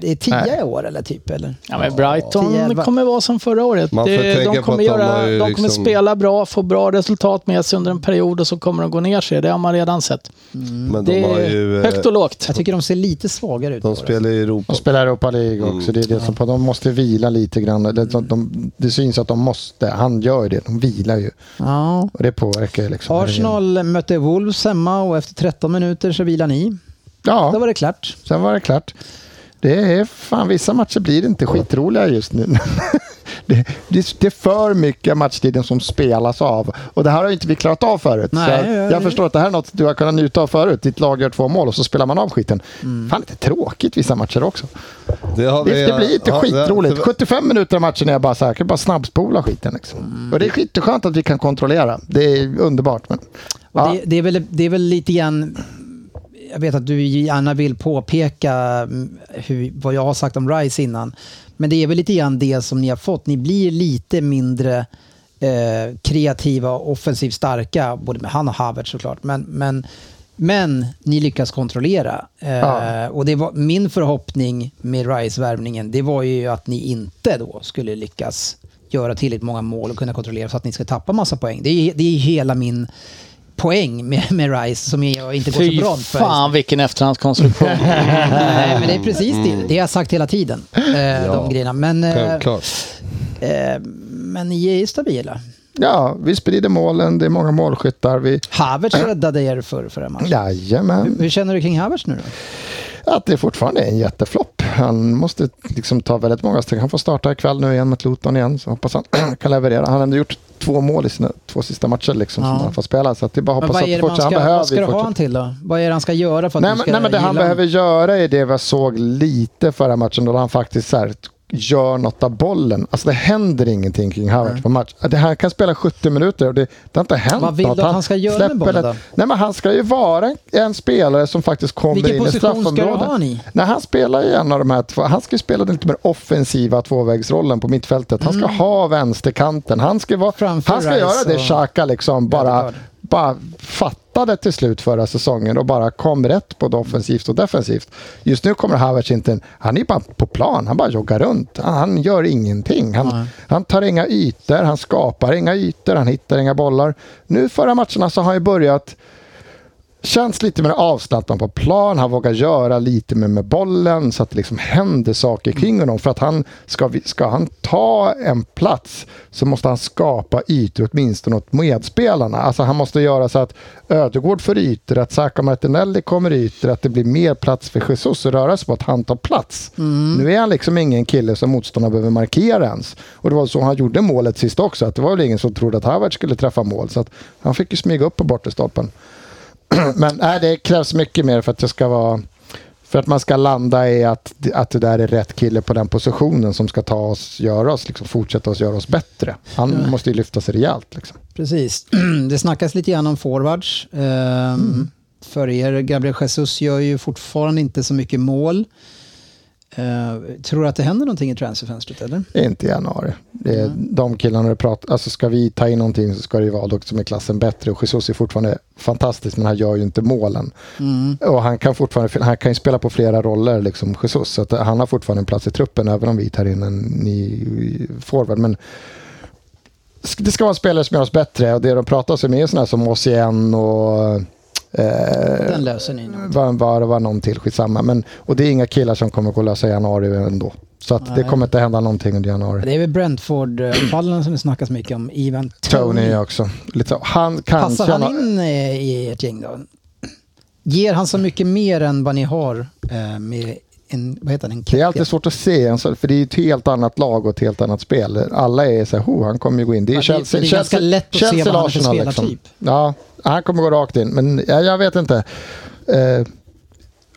Speaker 3: det är tia
Speaker 5: Nej.
Speaker 3: i år eller typ? Eller?
Speaker 6: Ja, men Brighton
Speaker 3: Ja, elva.
Speaker 6: kommer vara som förra året.
Speaker 4: Man får
Speaker 6: Det-
Speaker 4: tänka på
Speaker 6: de, kommer
Speaker 4: att de
Speaker 6: göra,
Speaker 4: har
Speaker 6: de,
Speaker 4: ju
Speaker 6: kommer
Speaker 4: liksom-
Speaker 6: spela bra, få bra resultat med sig under en period och så kommer de gå ner sig. Det har man redan sett.
Speaker 4: Men de
Speaker 6: Det
Speaker 4: har
Speaker 6: är
Speaker 4: ju... eh,
Speaker 6: högt och lågt.
Speaker 3: Jag tycker de ser lite svagare ut. i
Speaker 4: De
Speaker 3: år.
Speaker 4: spelar i Europa.
Speaker 5: De spelar Europa League också. Det är det som, de måste vila lite grann. Det, de, de, det syns att de måste. Han gör ju det. De vilar ju.
Speaker 3: Ja.
Speaker 5: Och det påverkar ju liksom.
Speaker 3: Arsenal mötte Wolves hemma och efter 13 minuter så vilar ni. Då
Speaker 5: Ja,
Speaker 3: var det klart.
Speaker 5: sen var det klart. Det är fan, vissa matcher blir inte skitroliga just nu. Det, det, det är för mycket av matchtiden som spelas av. Och det här har ju inte vi klarat av förut.
Speaker 3: Nej,
Speaker 5: så jag,
Speaker 3: ja,
Speaker 5: jag
Speaker 3: det-
Speaker 5: förstår att det här är något du har kunnat njuta av förut. Ditt lag gör två mål och så spelar man av skiten.
Speaker 3: Mm.
Speaker 5: Fan, det är tråkigt vissa matcher också.
Speaker 4: har vi-
Speaker 5: Det, det blir inte
Speaker 4: ja, det-
Speaker 5: skitroligt. 75 minuter av matchen är jag bara så här, jag kan bara snabbspola skiten. Liksom.
Speaker 3: Mm.
Speaker 5: Och det är skitskönt att vi kan kontrollera. Det är underbart. Men, ja,
Speaker 3: Det, det, är väl, det är väl lite grann... Jag vet att du gärna vill påpeka mm, hur, vad jag har sagt om Rice innan. Men det är väl lite grann det som ni har fått. Ni blir lite mindre eh, kreativa och offensivt starka, både med han och Havertz såklart. Men, men, men ni lyckas kontrollera. Eh,
Speaker 5: Ja.
Speaker 3: Och det var min förhoppning med Rice-värvningen, det var ju att ni inte då skulle lyckas göra tillräckligt många mål och kunna kontrollera så att ni ska tappa massa poäng. Det är, det är hela min poäng med, med Rice som jag inte går så
Speaker 6: Fy
Speaker 3: bra för.
Speaker 6: fan vilken efterhandskonstruktion.
Speaker 3: Nej, men det är precis det.
Speaker 5: Mm.
Speaker 3: Det har jag sagt hela tiden. Eh, De grejerna. Men, eh,
Speaker 4: Självklart.
Speaker 3: eh, men ni är stabila.
Speaker 5: ja, vi sprider målen, det är många målskyttar. Vi,
Speaker 3: Havertz räddade er för förra matchen.
Speaker 5: jajamän.
Speaker 3: Hur känner du kring Havertz nu då?
Speaker 5: Att det fortfarande är en jätteflopp. Han måste liksom ta väldigt många steg. Han får starta ikväll nu igen mot Luton igen. Så hoppas han kan leverera. Han har ändå gjort två mål i sina två sista matcher liksom,
Speaker 3: Ja.
Speaker 5: som han får spela. Så att det är bara att
Speaker 3: Men
Speaker 5: hoppas
Speaker 3: vad
Speaker 5: att
Speaker 3: är
Speaker 5: det
Speaker 3: det man
Speaker 5: fortsätter.
Speaker 3: ska,
Speaker 5: Han
Speaker 3: vad
Speaker 5: behöver
Speaker 3: ska du
Speaker 5: ju
Speaker 3: ha
Speaker 5: fortsätta.
Speaker 3: han till då? Vad är det han ska göra för att
Speaker 5: Nej,
Speaker 3: du
Speaker 5: men,
Speaker 3: ska
Speaker 5: nej, men det han
Speaker 3: gilla
Speaker 5: behöver
Speaker 3: honom?
Speaker 5: göra är det vi såg lite förra matchen då han faktiskt så här, gör något av bollen. Alltså det händer ingenting kring Havertz på match. Det här kan spela 70 minuter och det, det har inte hänt
Speaker 3: Vad vill du
Speaker 5: något.
Speaker 3: att han ska göra med
Speaker 5: släpper
Speaker 3: bollen
Speaker 5: ett-
Speaker 3: då?
Speaker 5: Nej, men han ska ju vara en, en spelare som faktiskt kommer
Speaker 3: Vilken
Speaker 5: in i
Speaker 3: position ska du
Speaker 5: straffområdet.
Speaker 3: ha han i?
Speaker 5: Nej, han spelar ju en av de här två. Han ska ju spela den lite mer offensiva tvåvägsrollen på mittfältet. Han ska ha vänsterkanten. Han ska, vara,
Speaker 3: Mm. Framför
Speaker 5: han ska
Speaker 3: Rice
Speaker 5: göra det
Speaker 3: och-
Speaker 5: Xhaka liksom bara,
Speaker 3: Ödegaard.
Speaker 5: bara fattade till slut förra säsongen och bara kom rätt både offensivt och defensivt. Just nu kommer Havertz inte in. Han är bara på plan. Han bara joggar runt. Han, han gör ingenting. Han, han tar inga ytor. Han skapar inga ytor. Han hittar inga bollar. Nu förra matcherna så har han ju börjat känns lite mer avslappnad på plan. Han vågar göra lite mer med bollen så att det liksom händer saker kring honom. För att han ska, vi- ska han ta en plats så måste han skapa ytor åtminstone åt medspelarna. Alltså han måste göra så att Ödegård får ytor, att Saka Martinelli kommer ytor, att det blir mer plats för Jesus att röra sig på, att han tar plats. Nu är han liksom ingen kille som motståndarna behöver markera ens. Och det var så han gjorde målet sist också, att det var väl ingen som trodde att Havertz skulle träffa mål. Så att han fick ju smyga upp på bortre stolpen. Men nej, det krävs mycket mer för att jag ska vara för att man ska landa i att, att det där är rätt kille på den positionen som ska ta oss, göra oss, liksom, fortsätta oss göra oss bättre. Han måste ju lyfta sig rejält. Liksom.
Speaker 3: Precis. Det snackas lite grann om forwards. Ehm,
Speaker 5: Mm.
Speaker 3: För er, Gabriel Jesus gör ju fortfarande inte så mycket mål. Ehm, tror du att det händer någonting i transferfönstret eller?
Speaker 5: Inte i januari. Det är De killarna du pratar, alltså ska vi ta in någonting så ska det ju vara dock som är klassen bättre. Och Jesus är fortfarande fantastisk men han gör ju inte målen. Och han kan fortfarande, han kan ju spela på flera roller liksom Jesus. Så att han har fortfarande en plats i truppen även om vi tar in en ny forward. Men sk- det ska vara spelare som gör oss bättre och det de pratar om är sådana som oss igen och eh,
Speaker 3: Den löser ni nog.
Speaker 5: var, var, var någon till, skitsamma. Men, och det är inga killar som kommer gå lösa i januari ändå. Så att det
Speaker 3: Nej.
Speaker 5: kommer inte hända någonting under januari.
Speaker 3: Det är väl Brentford-fallen som det snackas mycket om. Ivan Tony.
Speaker 5: Tony också. Lite så. Han kanske...
Speaker 3: Passar han in eh, i ert gäng då? Ger han så mycket mer än vad ni har eh, med en, vad heter han, en
Speaker 5: Det är
Speaker 3: Ketia?
Speaker 5: alltid svårt att se, en sån- för det är ju ett helt annat lag och ett helt annat spel. Alla är så här, "Ho, han kommer ju gå in. Det är
Speaker 3: Ja, det-
Speaker 5: Chelsea,
Speaker 3: det är ganska
Speaker 5: Chelsea-
Speaker 3: lätt att se
Speaker 5: Chelsea
Speaker 3: vad han är för
Speaker 5: Arsenal,
Speaker 3: spelartyp.
Speaker 5: Ja, han kommer gå rakt in, men jag, jag vet inte. Eh,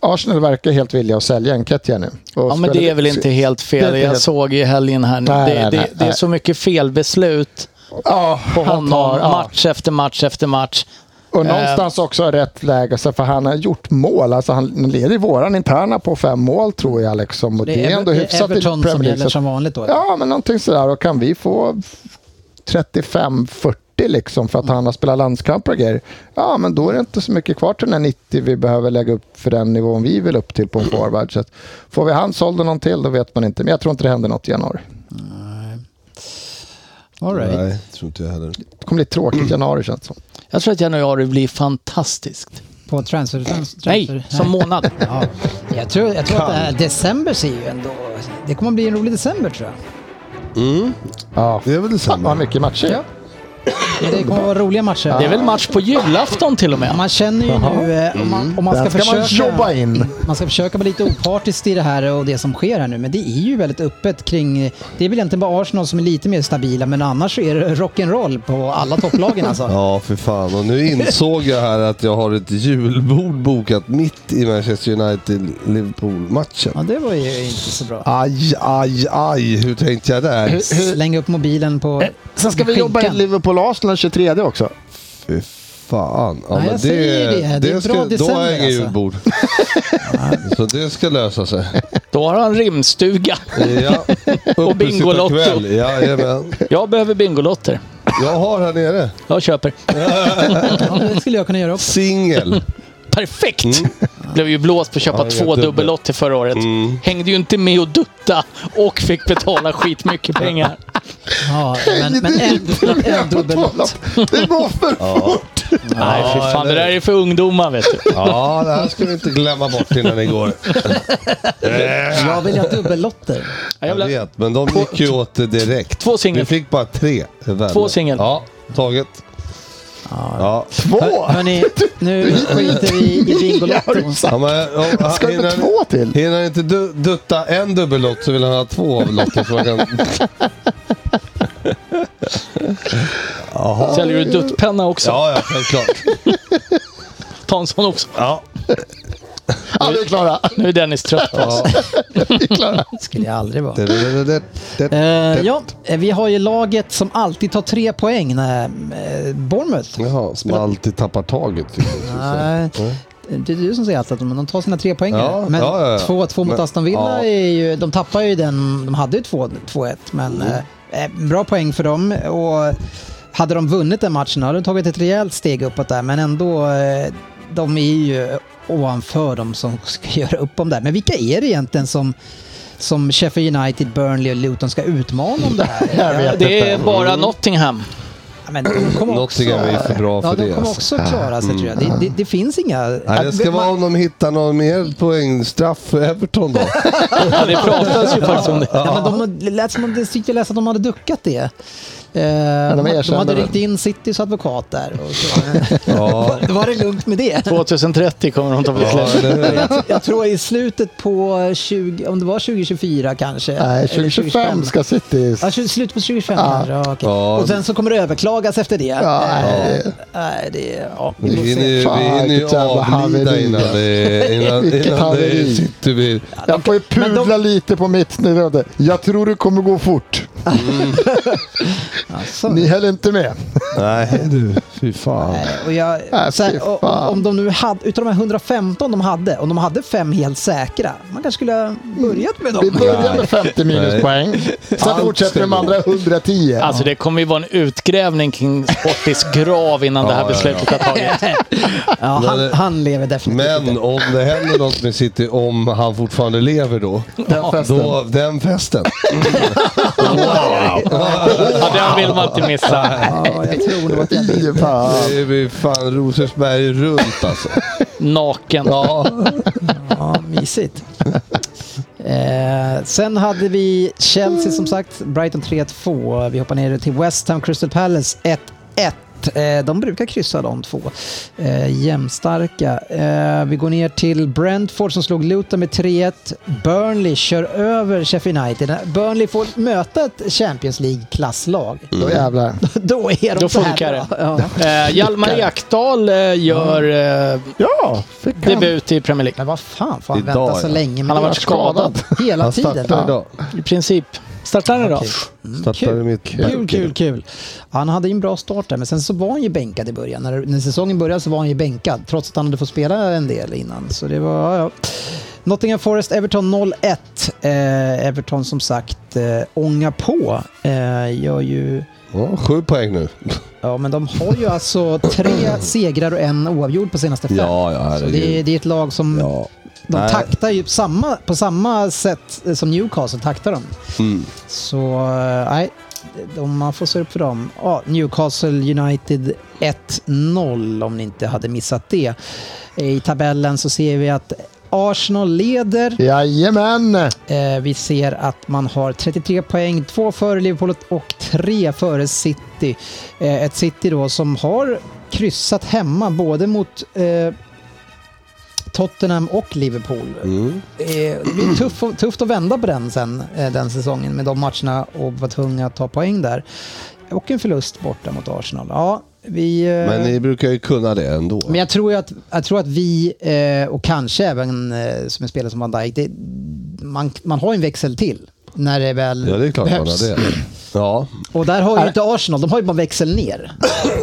Speaker 5: Arsenal verkar helt villiga att sälja en Ketja nu. Och
Speaker 6: Ja, men
Speaker 5: spelar-
Speaker 6: det är väl inte helt
Speaker 5: Det är
Speaker 6: fel.
Speaker 5: inte
Speaker 6: Jag
Speaker 5: helt-
Speaker 6: såg i helgen här nu.
Speaker 5: Nej,
Speaker 6: Det,
Speaker 5: nej,
Speaker 6: det,
Speaker 5: nej,
Speaker 6: det är
Speaker 5: nej.
Speaker 6: så mycket felbeslut
Speaker 5: Ja,
Speaker 6: på
Speaker 5: han
Speaker 6: honom.
Speaker 5: tar- ja.
Speaker 6: Match efter match efter match.
Speaker 5: Och någonstans
Speaker 3: Eh,
Speaker 5: också rätt läge, alltså, för han har gjort mål. Alltså, han leder våran interna på fem mål tror jag. Liksom. Och det, är
Speaker 3: Ever-
Speaker 5: ändå
Speaker 3: det är
Speaker 5: hyfsat i
Speaker 3: Everton
Speaker 5: Premier
Speaker 3: som
Speaker 5: League.
Speaker 3: gäller
Speaker 5: så-
Speaker 3: som vanligt då?
Speaker 5: Ja, men någonting sådär. Och kan vi få 35-40 liksom för att han har spelat landskamper och grejer. Ja, men då är det inte så mycket kvar till den här 90 vi behöver lägga upp för den nivån vi vill upp till på en
Speaker 3: Mm.
Speaker 5: forward. Så att får vi han sålde någon till, då vet man inte. Men jag tror inte det händer något i januari.
Speaker 3: All right.
Speaker 4: Nej, tror inte jag heller.
Speaker 5: Det kommer bli
Speaker 3: Mm.
Speaker 5: tråkigt i januari känns det som.
Speaker 6: Jag tror att januari blir fantastiskt.
Speaker 3: På transfer... trans-
Speaker 6: Nej,
Speaker 3: transfer-
Speaker 6: som månad.
Speaker 3: Ja, jag tror, jag tror att det här december ser ju ändå... Det kommer bli en rolig december tror jag.
Speaker 5: Ja,
Speaker 4: Det är väl
Speaker 5: fan vad
Speaker 4: detsamma.
Speaker 5: mycket matcher.
Speaker 3: Ja. Det kommer vara roliga matcher.
Speaker 6: Det är väl match på julafton till och med.
Speaker 3: Man känner ju nu, eh, om man, om man ska,
Speaker 5: Den ska
Speaker 3: försöka...
Speaker 5: man jobba in.
Speaker 3: Man ska försöka vara lite opartisk i det här och det som sker här nu, men det är ju väldigt öppet kring... Det är väl egentligen bara Arsenal som är lite mer stabila, men annars så är det rock'n'roll på alla topplagen alltså.
Speaker 4: Ja, för fan. Och nu insåg jag här att jag har ett julbord bokat mitt i Manchester United-Liverpool-matchen.
Speaker 3: Ja, det var ju inte så bra.
Speaker 4: Aj, aj, aj. Hur tänkte jag där?
Speaker 3: Slänga upp mobilen på
Speaker 5: Eh, Sen ska vi jobba i
Speaker 3: skinkan.
Speaker 5: Liverpool-Arsenal den 23 också.
Speaker 4: Fy fan. Ja,
Speaker 3: Nej, jag säger ju det. Det är bra
Speaker 4: ska, Då har
Speaker 3: december,
Speaker 4: jag ingen
Speaker 3: alltså.
Speaker 4: julbord. Så det ska lösa sig.
Speaker 6: Då har han rimstuga.
Speaker 4: Ja. Och
Speaker 6: Bingolotto.
Speaker 4: Jajamän.
Speaker 6: Jag behöver Bingolotter.
Speaker 4: Jag har här nere.
Speaker 6: Jag köper.
Speaker 3: Ja, det skulle jag kunna göra också.
Speaker 4: Singel.
Speaker 6: Perfekt! Blev ju blåst på att köpa
Speaker 4: Ja, jag
Speaker 6: två
Speaker 4: dubbel.
Speaker 6: dubbellotter förra året. Hängde ju inte med och dutta och fick betala skitmycket pengar.
Speaker 3: Ja, men, men en, en dubbellott.
Speaker 5: Det går för fort.
Speaker 6: Nej, fy fan. Det
Speaker 4: eller-
Speaker 6: där är för ungdomar, vet du.
Speaker 4: Ja, det här ska vi inte glömma bort innan det går.
Speaker 3: Jag vill ha dubbellotter.
Speaker 6: Jag
Speaker 4: Jag
Speaker 6: vill ha
Speaker 4: vet, men de gick ju åt det direkt.
Speaker 6: Två singel.
Speaker 4: Vi fick bara tre. Väl.
Speaker 6: Två singel.
Speaker 4: Ja, taget. Ja.
Speaker 5: Två!
Speaker 3: Hörni, nu skiter vi i Bingolotto.
Speaker 4: Ja, men, ja,
Speaker 5: Jag ska inte
Speaker 4: hinner-
Speaker 5: två till.
Speaker 4: Hinner han inte du, dutta en dubbellott så vill han ha två av lotten. så han kan-
Speaker 6: Säljer du duttpenna också?
Speaker 4: Ja, ja, självklart.
Speaker 6: Ta en sån också.
Speaker 4: Ja.
Speaker 5: Ja, vi är klara.
Speaker 6: Nu är Dennis trött.
Speaker 4: Ja.
Speaker 3: skulle jag aldrig vara.
Speaker 4: Det-
Speaker 3: Eh, ja, eh, vi har ju laget som alltid tar tre poäng när eh, Bournemouth.
Speaker 4: Jaha, som alltid tappar taget. tycker jag.
Speaker 3: Nej, Eh, det är du som säger alltid att de de tar sina tre poäng.
Speaker 4: Ja,
Speaker 3: men 2-2
Speaker 4: ja, ja, ja.
Speaker 3: mot
Speaker 4: Men-
Speaker 3: Aston Villa
Speaker 4: ja.
Speaker 3: är ju, de tappar ju den, de hade ju 2 2-1, men
Speaker 4: Mm.
Speaker 3: eh, eh, bra poäng för dem. Och hade de vunnit den matchen hade de tagit ett rejält steg uppåt där, men ändå, eh, de är ju ovanför dem som ska göra upp om det här. Men vilka är det egentligen som som Sheffield United, Burnley och Luton ska utmana om det här.
Speaker 5: Jag vet inte.
Speaker 6: Det är bara Nottingham.
Speaker 3: Ja, men de kommer också,
Speaker 4: Nottingham är ju för bra
Speaker 3: ja,
Speaker 4: för
Speaker 3: de
Speaker 4: det.
Speaker 3: kommer
Speaker 4: alltså.
Speaker 3: också klara sig tror jag. Det, det, det finns inga...
Speaker 4: Nej, det ska
Speaker 3: man-
Speaker 4: vara om de hittar någon mer poängstraff för Everton då.
Speaker 6: Ja, det pratas ju faktiskt om det.
Speaker 3: Ja, men de lät som om, det tyckte jag läste att de hade duckat det. Eh, de, de
Speaker 5: erkände
Speaker 3: hade
Speaker 5: väl.
Speaker 3: ringt in Citys advokat där. Och så.
Speaker 4: Ja.
Speaker 3: Då var det lugnt med det.
Speaker 6: 2030 kommer de ta bli
Speaker 4: Ja,
Speaker 6: släppta.
Speaker 4: eller hur?
Speaker 3: Jag tror i slutet på 20, om det var 2024 kanske.
Speaker 5: Nej,
Speaker 3: eller
Speaker 5: 2025 ska City...
Speaker 3: Ja, tju- slutet på 2025
Speaker 5: Ja.
Speaker 3: kanske. Ja, okej.
Speaker 4: Ja.
Speaker 3: Och sen så kommer det överklagas efter det.
Speaker 5: Ja, nej.
Speaker 3: Eh, nej, det... Ja,
Speaker 4: Vi
Speaker 3: vi får
Speaker 4: hinner
Speaker 3: se.
Speaker 4: ju- vi
Speaker 5: Fan,
Speaker 4: hinner ju
Speaker 5: vilket jävla
Speaker 4: avlida
Speaker 5: haveri.
Speaker 4: innan det, innan,
Speaker 5: Vilket
Speaker 4: innan det
Speaker 5: haveri.
Speaker 4: sitter vi...
Speaker 5: Jag får ju
Speaker 3: Men de-
Speaker 5: pudla lite på mitt nu. Jag tror det kommer gå fort.
Speaker 3: Mm. Alltså.
Speaker 5: Ni höll inte med.
Speaker 4: Nej du, fy fan.
Speaker 3: Nej, Och jag,
Speaker 5: Äh,
Speaker 3: så
Speaker 5: fy
Speaker 3: här, och,
Speaker 5: fan.
Speaker 3: om de nu hade, utav de här 115 de hade, om de hade fem helt säkra, man kanske skulle ha börjat med
Speaker 5: Vi
Speaker 3: dem.
Speaker 5: börjar med 50 minuspoäng. Sen
Speaker 4: Allt
Speaker 5: fortsätter vi med andra 110.
Speaker 6: Alltså det kommer ju vara en utgrävning kring Sportis grav innan det här
Speaker 4: Ja, ja, ja.
Speaker 6: beslutet har tagits.
Speaker 3: Ja, han,
Speaker 4: Men-
Speaker 3: han lever definitivt
Speaker 4: Men
Speaker 3: inte.
Speaker 4: om det händer något med City, om han fortfarande lever då.
Speaker 5: Den festen.
Speaker 4: Då, den festen.
Speaker 6: Ja, den vill man inte missa.
Speaker 3: Ja, jag tror nog att jag
Speaker 5: Fy fan.
Speaker 4: Det är vi fan Rosersberg runt alltså.
Speaker 6: Naken.
Speaker 4: Ja,
Speaker 3: Ja, mysigt. Eh, sen hade vi Chelsea som sagt, Brighton 3-2. Vi hoppar ner till West Ham Crystal Palace 1-1. Eh, de brukar kryssa de två. Eh, jämnstarka. Eh, vi går ner till Brentford som slog Luton med 3-1. Burnley kör över Sheffield United. Burnley får möta ett Champions League-klasslag.
Speaker 5: Då jävlar.
Speaker 3: Då är de
Speaker 6: Mm. Då
Speaker 3: så här
Speaker 6: funkar
Speaker 3: bra.
Speaker 6: det.
Speaker 3: Ja.
Speaker 6: Eh, Hjalmar Ekdal eh, gör eh,
Speaker 5: Ja, fick han.
Speaker 6: debut i Premier League.
Speaker 3: Men vad fan får han
Speaker 4: Idag,
Speaker 3: vänta så
Speaker 4: ja.
Speaker 3: länge? med
Speaker 6: Han har
Speaker 3: det?
Speaker 6: varit skadad.
Speaker 3: Hela
Speaker 4: han
Speaker 3: tiden.
Speaker 4: startar idag.
Speaker 6: I princip. Startar han idag?
Speaker 4: Startar i mitt
Speaker 3: Kul, kul, kul. Han hade ju en bra start där, men sen så var han ju bänkad i början. När, när säsongen började så var han ju bänkad, trots att han hade fått spela en del innan. Så det var, ja, ja. Nottingham Forest, Everton 0-1. Eh, Everton som sagt eh, ångar på. Eh, gör ju...
Speaker 4: Ja, sju poäng nu.
Speaker 3: Ja, men de har ju alltså tre segrar och en oavgjord på senaste fem.
Speaker 4: Ja, ja,
Speaker 3: Så det, är-
Speaker 4: herregud.
Speaker 3: det är ett lag som...
Speaker 4: Ja.
Speaker 3: De
Speaker 4: Nej.
Speaker 3: taktar ju på samma, på samma sätt som Newcastle taktar de.
Speaker 4: Mm.
Speaker 3: Så eh, nej, de, man får se upp för dem. Ja, Newcastle United 1-0 om ni inte hade missat det. I tabellen så ser vi att Arsenal leder.
Speaker 5: Jajamän!
Speaker 3: Eh, vi ser att man har 33 poäng, två före Liverpool och tre före City. Eh, ett City då som har kryssat hemma både mot eh, Tottenham och Liverpool. Eh, det blir tuff, tufft att vända på den sen, eh, den säsongen med de matcherna och vara tvungna att ta poäng där. Och en förlust borta mot Arsenal. Ja, vi... eh,
Speaker 4: Men ni brukar ju kunna det ändå.
Speaker 3: men jag tror ju att, jag tror att vi, eh, och kanske även eh, som en spelare som Van Dijk, det, man, man har ju en växel till när det väl
Speaker 4: Ja, det är klart man har det. Ja,
Speaker 3: Och där har ju inte Arsenal, de har ju bara en växel ner.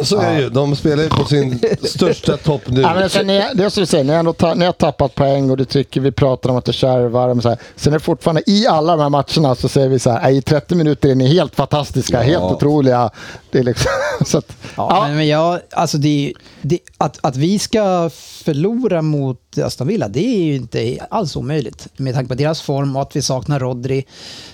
Speaker 4: så är det ju. De spelar ju på sin största topp nu.
Speaker 5: Ja, men sen är, det är som du säger, ni, har ändå ta, ni har tappat poäng och du tycker vi pratar om att det kärvar. Men så här. Sen är det fortfarande i alla de här matcherna så säger vi så här, "Nej, i 30 minuter är ni helt fantastiska,
Speaker 4: Ja.
Speaker 5: helt otroliga. Det är liksom, så att,
Speaker 3: Ja.
Speaker 5: ja,
Speaker 3: Men, men jag, alltså det, det, att, att vi ska förlora mot Aston Villa, det är ju inte alls omöjligt. Med tanke på deras form och att vi saknar Rodri.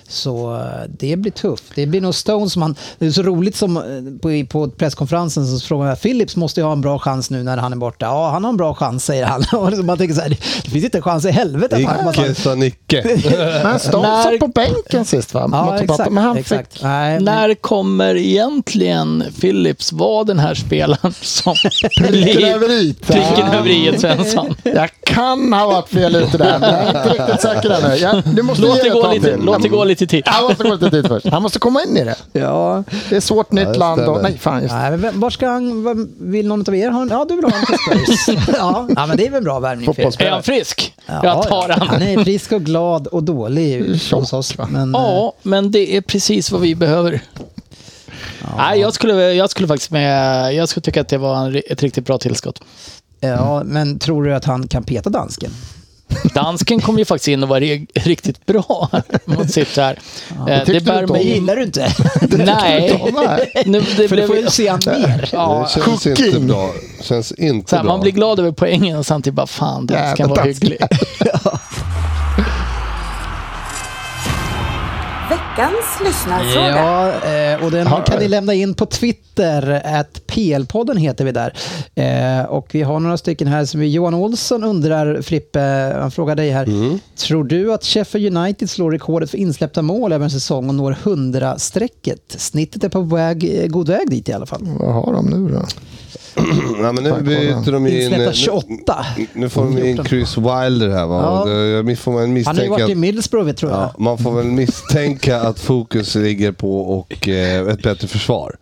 Speaker 3: Så eh, det blir tufft. Det blir nog Stone som han... Det är så roligt som eh, på, på presskonferensen så frågar jag Phillips måste ju ha en bra chans nu när han är borta. Ja, han har en bra chans säger han. Och så man tänker så här, det finns inte en chans i helvete att han kommer
Speaker 4: Icke sa Nicke.
Speaker 5: men Stones
Speaker 6: När-
Speaker 5: satt på bänken sist va? Mot
Speaker 3: Ja,
Speaker 5: Tottenham,
Speaker 3: exakt.
Speaker 5: men han
Speaker 3: exakt.
Speaker 5: fick
Speaker 3: Nej, men-
Speaker 6: När kommer egentligen Philips vara den här spelaren som
Speaker 5: pricken
Speaker 6: blir
Speaker 5: över i.
Speaker 6: pricken över i ett Svensson?
Speaker 5: Jag kan ha varit fel ute där, men jag är inte riktigt säker ännu. Jag, du måste
Speaker 6: Låt
Speaker 5: ge
Speaker 6: det
Speaker 5: det ett
Speaker 6: gå
Speaker 5: tag
Speaker 6: lite,
Speaker 5: till.
Speaker 6: låt det gå lite till.
Speaker 5: Han måste gå lite dit först. Han måste komma in i det.
Speaker 3: Ja.
Speaker 5: Det är ett svårt nytt
Speaker 4: det
Speaker 5: land.
Speaker 4: stämmer.
Speaker 5: Och, nej, fan just det.
Speaker 3: Nej, men vem- var ska han, vem- vill någon av er ha en? Ja, du vill ha en på Spurs. ja. ja, men det är väl en bra värvning för er.
Speaker 6: Är
Speaker 5: Fotbollsspelare.
Speaker 6: han frisk?
Speaker 3: Ja,
Speaker 6: Jag tar
Speaker 3: ja.
Speaker 6: han.
Speaker 3: Han är frisk och glad och dålig hos oss. Men, eh,
Speaker 6: Ja, men det är precis vad vi behöver. Nej, jag skulle, jag skulle faktiskt med, jag skulle tycka att det var en, ri- ett riktigt bra tillskott.
Speaker 3: eh, ja, men tror du att han kan peta dansken?
Speaker 6: Dansken kom ju faktiskt in och var ri- riktigt bra mot sitt här. Eh,
Speaker 5: tyckte
Speaker 6: det bär
Speaker 5: du inte
Speaker 3: Det
Speaker 5: om.
Speaker 6: mig...
Speaker 3: gillar du inte.
Speaker 6: Nej.
Speaker 5: Ja, nej.
Speaker 6: Nu, det
Speaker 3: För du
Speaker 6: blev,
Speaker 3: får ju se han mer.
Speaker 6: ja,
Speaker 4: Det känns inte bra. Känns
Speaker 6: så
Speaker 4: inte
Speaker 6: här, man
Speaker 4: bra.
Speaker 6: blir glad över poängen och samtidigt bara fan, dansken
Speaker 5: Jävla
Speaker 6: var
Speaker 5: dansken.
Speaker 6: hygglig.
Speaker 8: Veckans lyssnarfråga.
Speaker 3: Ja, eh, och den
Speaker 5: All
Speaker 3: kan ni
Speaker 5: right.
Speaker 3: lämna in på Twitter. Att PL-podden heter vi där. Eh, Och vi har några stycken här som vi- Johan Olsson undrar, Frippe, han frågar dig här.
Speaker 4: Mm.
Speaker 3: Tror du att Sheffield United slår rekordet för insläppta mål över en säsong och når 100-strecket? Snittet är på väg, eh, god väg dit i alla fall.
Speaker 5: Vad har de nu då?
Speaker 4: Ja, men nu
Speaker 5: Tack,
Speaker 4: byter de in...
Speaker 3: Insläppta
Speaker 4: Nu,
Speaker 3: 28.
Speaker 4: nu får de in Chris Wilder här va? eh,
Speaker 3: Ja.
Speaker 4: Jag miss- får man
Speaker 3: Han har ju
Speaker 4: misstänka
Speaker 3: varit i
Speaker 4: att
Speaker 3: Middlesbrough tror jag.
Speaker 4: Ja, man får väl misstänka att fokus ligger på och eh, ett bättre försvar.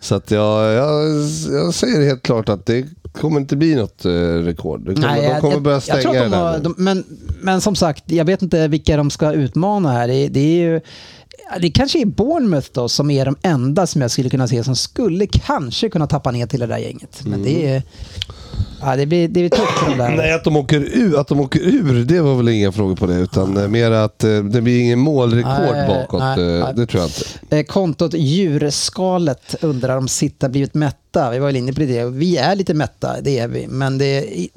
Speaker 4: Så att jag, jag, jag säger helt klart att det kommer inte bli något eh, rekord. Det kommer, de kommer börja
Speaker 3: jag tror
Speaker 4: stänga
Speaker 3: att
Speaker 4: det
Speaker 3: de har,
Speaker 4: där nu.
Speaker 3: de, men, men som sagt, jag vet inte vilka de ska utmana här. Det, det är ju... Det kanske är Bournemouth då som är de enda som jag skulle kunna se som skulle kanske kunna tappa ner till det där gänget. Men det
Speaker 4: Mm.
Speaker 3: är... Ja, det blir, det blir tufft för de där.
Speaker 4: Nej, att de, åker ur, att de åker ur, det var väl inga frågor på det. Utan eh, mer att eh, det blir ingen målrekord
Speaker 3: Nej,
Speaker 4: bakåt.
Speaker 3: nej,
Speaker 4: eh,
Speaker 3: nej.
Speaker 4: Det tror jag inte.
Speaker 3: Eh, Kontot Djurskalet undrar om Sitta blivit mätta. Vi var ju inne på det. Vi är lite mätta, det är vi. Men det är, i-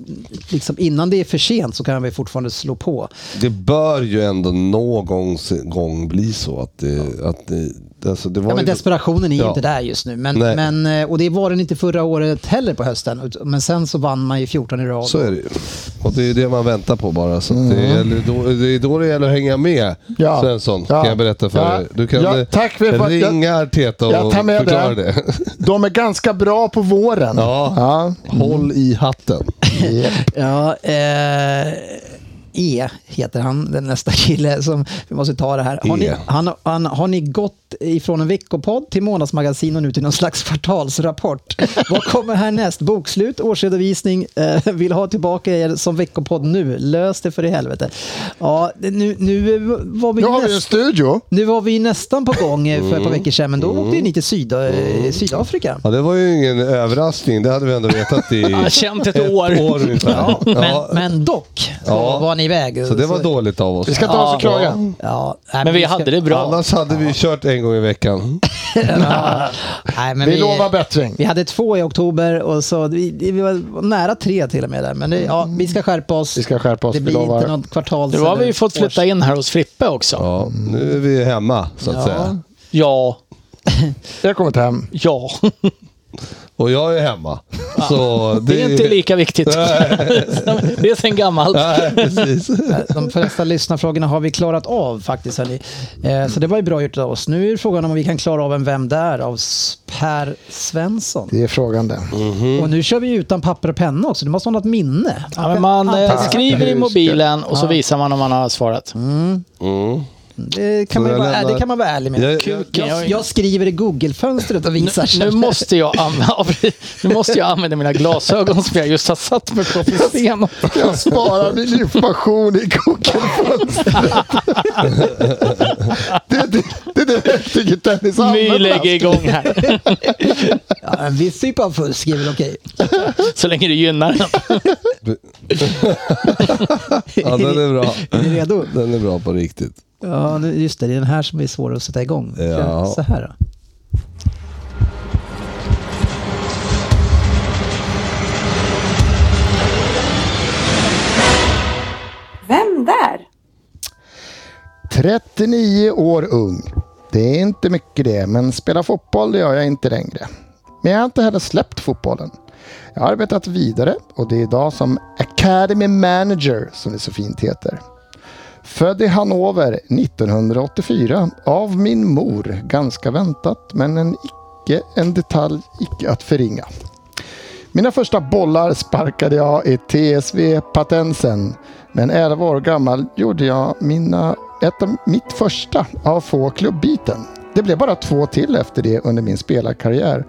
Speaker 3: liksom, innan det är för sent så kan vi fortfarande slå på.
Speaker 4: Det bör ju ändå någon gång bli så att det... Att det, alltså det var
Speaker 3: Ja, men
Speaker 4: ju-
Speaker 3: desperationen är ju
Speaker 4: Ja.
Speaker 3: inte där just nu. Men,
Speaker 4: Nej.
Speaker 3: men, eh, och det var den inte förra året heller på hösten. Ut- Men sen så vann man ju 14 i rad.
Speaker 4: Så är det ju. Och det är det man väntar på bara. Så att det, gäller, då, det är då det gäller att hänga med
Speaker 5: Mm. Ja.
Speaker 4: Svensson,
Speaker 5: Ja.
Speaker 4: kan jag berätta för
Speaker 5: Ja.
Speaker 4: dig. Du kan
Speaker 5: Ja,
Speaker 4: eh,
Speaker 5: tack för- jag-
Speaker 4: ringa Arteta och
Speaker 5: jag tar med
Speaker 4: förklara
Speaker 5: det.
Speaker 4: det.
Speaker 5: De är ganska bra på våren.
Speaker 4: Ja.
Speaker 5: ja.
Speaker 4: Håll i hatten.
Speaker 3: Ja, eh, E heter han, den nästa kille som vi måste ta det här. Har ni,
Speaker 4: E.
Speaker 3: han, han, har ni gått ifrån en veckopodd till månadsmagasin och nu till någon slags kvartalsrapport? Vad kommer härnäst? Bokslut, årsredovisning, eh, vill ha tillbaka er som veckopodd nu. Lös det för i helvete. Ja, det- nu, nu eh, var vi
Speaker 5: Nu har vi en
Speaker 3: näst-
Speaker 5: studio.
Speaker 3: Nu var vi nästan på gång eh, för
Speaker 5: Mm.
Speaker 3: ett par veckor sedan, men då åkte ju ni till Syda, eh, Sydafrika.
Speaker 4: Ja, det var ju ingen överraskning. Det hade vi ändå vetat i
Speaker 6: Jag har känt ett
Speaker 4: ett
Speaker 6: år.
Speaker 4: år ungefär. Ja.
Speaker 3: Men, men dock så
Speaker 4: Ja.
Speaker 3: var ni iväg.
Speaker 4: Så det var dåligt av oss.
Speaker 5: Vi ska inte vara så klaga.
Speaker 3: Ja, nej,
Speaker 6: Men vi
Speaker 3: ska-
Speaker 6: hade det bra.
Speaker 4: Annars hade vi kört en gång i veckan.
Speaker 3: Nej, men
Speaker 5: Vi lovar bättring.
Speaker 3: Vi hade två i oktober och så vi, vi var nära tre till och med där. Men det, ja, vi ska skärpa oss.
Speaker 5: Vi ska skärpa oss,
Speaker 3: Det
Speaker 5: vi
Speaker 3: blir
Speaker 5: lovar.
Speaker 3: inte något kvartals...
Speaker 6: Nu har vi
Speaker 3: eller
Speaker 6: ju fått flytta in här hos Frippe också.
Speaker 4: Ja, nu är vi hemma så att
Speaker 3: Ja.
Speaker 4: säga.
Speaker 6: Ja,
Speaker 5: Jag har kommit hem.
Speaker 6: ja.
Speaker 4: Och jag är hemma. Så det,
Speaker 6: Det är inte lika viktigt. Det är sen gammalt.
Speaker 4: Nej, precis.
Speaker 3: De flesta lyssnarfrågorna har vi klarat av faktiskt. Hörni. Eh, så det var ju bra gjort av oss. Nu är frågan om vi kan klara av en Vem där? av S- Per Svensson.
Speaker 5: Det är frågan det.
Speaker 3: Och nu kör vi utan papper och penna också. Det måste vara något minne.
Speaker 6: Ja, men man eh,
Speaker 3: Anteckna.
Speaker 6: skriver i
Speaker 5: Hur ska-
Speaker 6: mobilen och så visar man om man har svarat.
Speaker 4: Mm.
Speaker 3: Det Eh, kan, man ju
Speaker 4: jag
Speaker 3: vara, äh,
Speaker 4: lämnar-
Speaker 3: det kan man vara ärlig med.
Speaker 4: Jag- jag-
Speaker 3: Kuken. jag, jag skriver i Google-fönstret och visar
Speaker 6: Nu
Speaker 3: sen.
Speaker 6: måste, jag använda, nu måste jag använda mina glasögon som jag just har satt mig på för scenen.
Speaker 5: Jag sparar min information i Google-fönstret. det, det, det är det verktyget Dennis
Speaker 6: My
Speaker 5: använder.
Speaker 6: lägger igång här,
Speaker 3: Ja, en viss typ av fusk är väl okej.
Speaker 6: så länge det gynnar den.
Speaker 4: Ja, den är bra.
Speaker 3: Är ni redo?
Speaker 4: Den är bra på riktigt.
Speaker 3: Ja, nu- just det. Det är den här som är svår att sätta igång.
Speaker 4: Ja.
Speaker 3: Så här då.
Speaker 8: Vem där?
Speaker 5: 39 år ung. Det är inte mycket det, men spela fotboll det gör jag inte längre. Men jag har inte heller släppt fotbollen. Jag har arbetat vidare och det är idag som Academy Manager, som det så fint heter. Född i Hannover 1984 av min mor, ganska väntat, men en, icke, en detalj icke att förringa. Mina första bollar sparkade jag i TSV Patensen. Men 11 år gammal gjorde jag mina, ett av mitt första av få klubbyten. Det blev bara två till efter det under min spelarkarriär.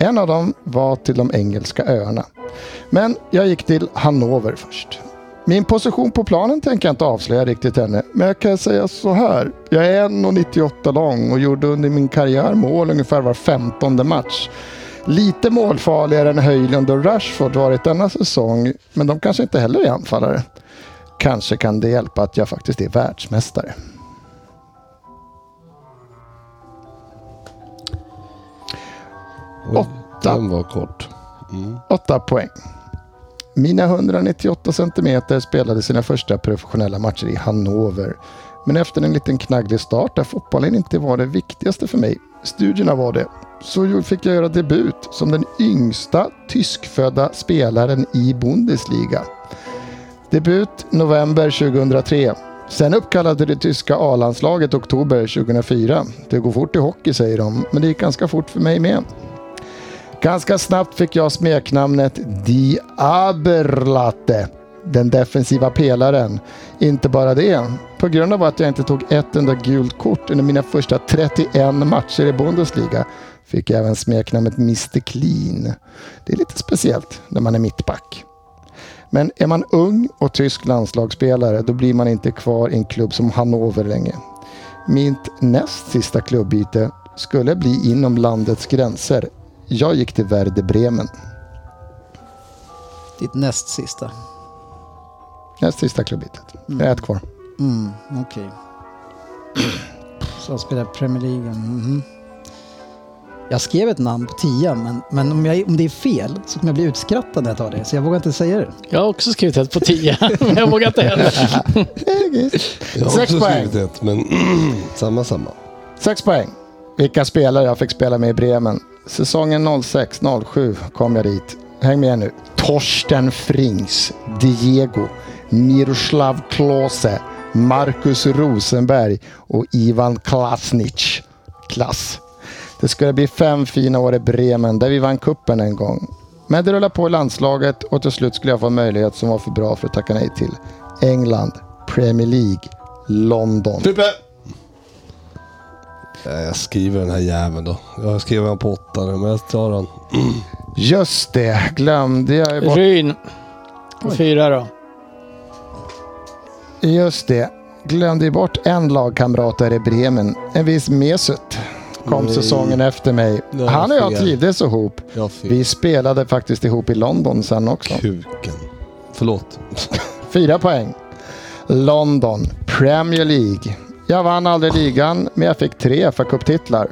Speaker 5: En av dem var till de engelska öarna. Men jag gick till Hannover först. Min position på planen tänker jag inte avslöja riktigt ännu, men jag kan säga så här. Jag är 1,98 lång och gjorde under min karriär mål ungefär var 15 match. Lite målfarligare än Höjlund och Rashford varit denna säsong, men de kanske inte heller är anfallare. Kanske kan det hjälpa att jag faktiskt är världsmästare.
Speaker 4: Oj,
Speaker 5: Åtta.
Speaker 4: den var kort.
Speaker 5: 8 poäng. Mina 198 centimeter spelade sina första professionella matcher i Hannover. Men efter en liten knagglig start där fotbollen inte var det viktigaste för mig, studierna var det, så ju- fick jag göra debut som den yngsta tyskfödda spelaren i Bundesliga. Debut november 2003. Sen uppkallade det tyska A-landslaget oktober 2004. Det går fort i hockey säger de, men det gick ganska fort för mig med. Ganska snabbt fick jag smeknamnet Die Aberlatte, den defensiva pelaren. Inte bara det, på grund av att jag inte tog ett enda gult kort under mina första 31 matcher i Bundesliga fick jag även smeknamnet Mr Clean. Det är lite speciellt när man är mittback. Men är man ung och tysk landslagsspelare då blir man inte kvar i en klubb som Hannover länge. Mitt näst sista klubbyte skulle bli inom landets gränser. Jag gick till Werder Bremen.
Speaker 3: Ditt näst sista.
Speaker 5: Näst sista klubbytet. Jag är ett kvar.
Speaker 3: Mm, okej. Så han spelar Premier League. mhm. Jag skrev ett namn på tian, men, men om, jag, om det är fel så kommer jag bli utskrattad när jag tar det. Så jag vågar inte säga det.
Speaker 6: Jag har också skrivit ett på 10, men jag vågar inte heller.
Speaker 4: Jag har
Speaker 5: Sex
Speaker 4: också
Speaker 5: poäng.
Speaker 4: skrivit ett, men samma samma.
Speaker 5: Sex poäng. Vilka spelare jag fick spela med i Bremen. Säsongen 06-07 kom jag dit. Häng med nu. Torsten Frings, Diego, Miroslav Klose, Marcus Rosenberg och Ivan Klasnic. Klass. Det skulle bli fem fina år i Bremen där vi vann kuppen en gång. Men det rullade på i landslaget och till slut skulle jag få en möjlighet som var för bra för att tacka nej till. England, Premier League, London.
Speaker 4: Pippe! Jag skriver den här jäveln då. Jag skriver den på åtta nu, men jag tar den.
Speaker 5: Just det, glömde jag ju bort.
Speaker 6: Ryn. På fyra då.
Speaker 5: Just det. Glömde ju bort en lagkamrat där i Bremen. En viss Mesut. Kom
Speaker 4: Nej.
Speaker 5: säsongen efter mig.
Speaker 4: Det var
Speaker 5: Han och jag
Speaker 4: fel.
Speaker 5: trivdes ihop.
Speaker 4: Jag fick
Speaker 5: Vi spelade faktiskt ihop i London sen också.
Speaker 4: kuken. Förlåt.
Speaker 5: Fyra poäng. London, Premier League. Jag vann aldrig ligan, men jag fick tre FA-cuptitlar.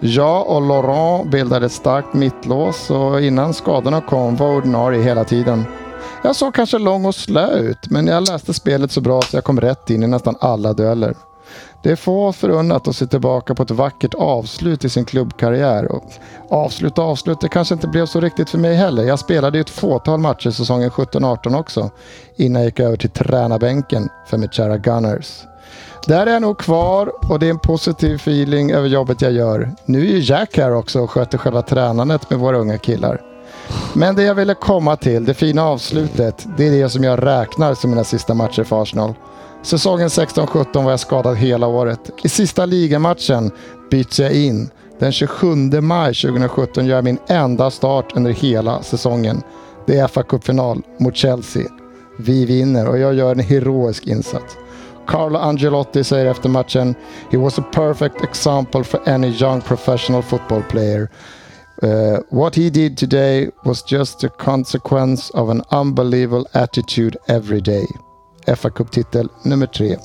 Speaker 5: Jag och Laurent bildade ett starkt mittlås och innan skadorna kom var ordinarie hela tiden. Jag såg kanske lång och slö ut, men jag läste spelet så bra så jag kom rätt in i nästan alla dueller. Det är få förunnat att se tillbaka på ett vackert avslut i sin klubbkarriär. Och avslut och avslut, det kanske inte blev så riktigt för mig heller. Jag spelade ju ett fåtal matcher säsongen 17-18 också, innan jag gick över till tränarbänken för mitt kära Gunners. Där är jag nog kvar och det är en positiv feeling över jobbet jag gör. Nu är ju Jack här också och sköter själva tränandet med våra unga killar. Men det jag ville komma till, det fina avslutet, det är det som jag räknar som mina sista matcher för Arsenal. Säsongen 16-17 var jag skadad hela året. I sista ligamatchen byts jag in. Den 27 maj 2017 gör jag min enda start under hela säsongen. Det är fa Cup-final mot Chelsea. Vi vinner och jag gör en heroisk insats. Carlo Angelotti säger efter matchen “He was a perfect example for any young professional football player. Uh, what he did today was just a consequence of an unbelievable attitude every day. fa Cup-titel nummer tre.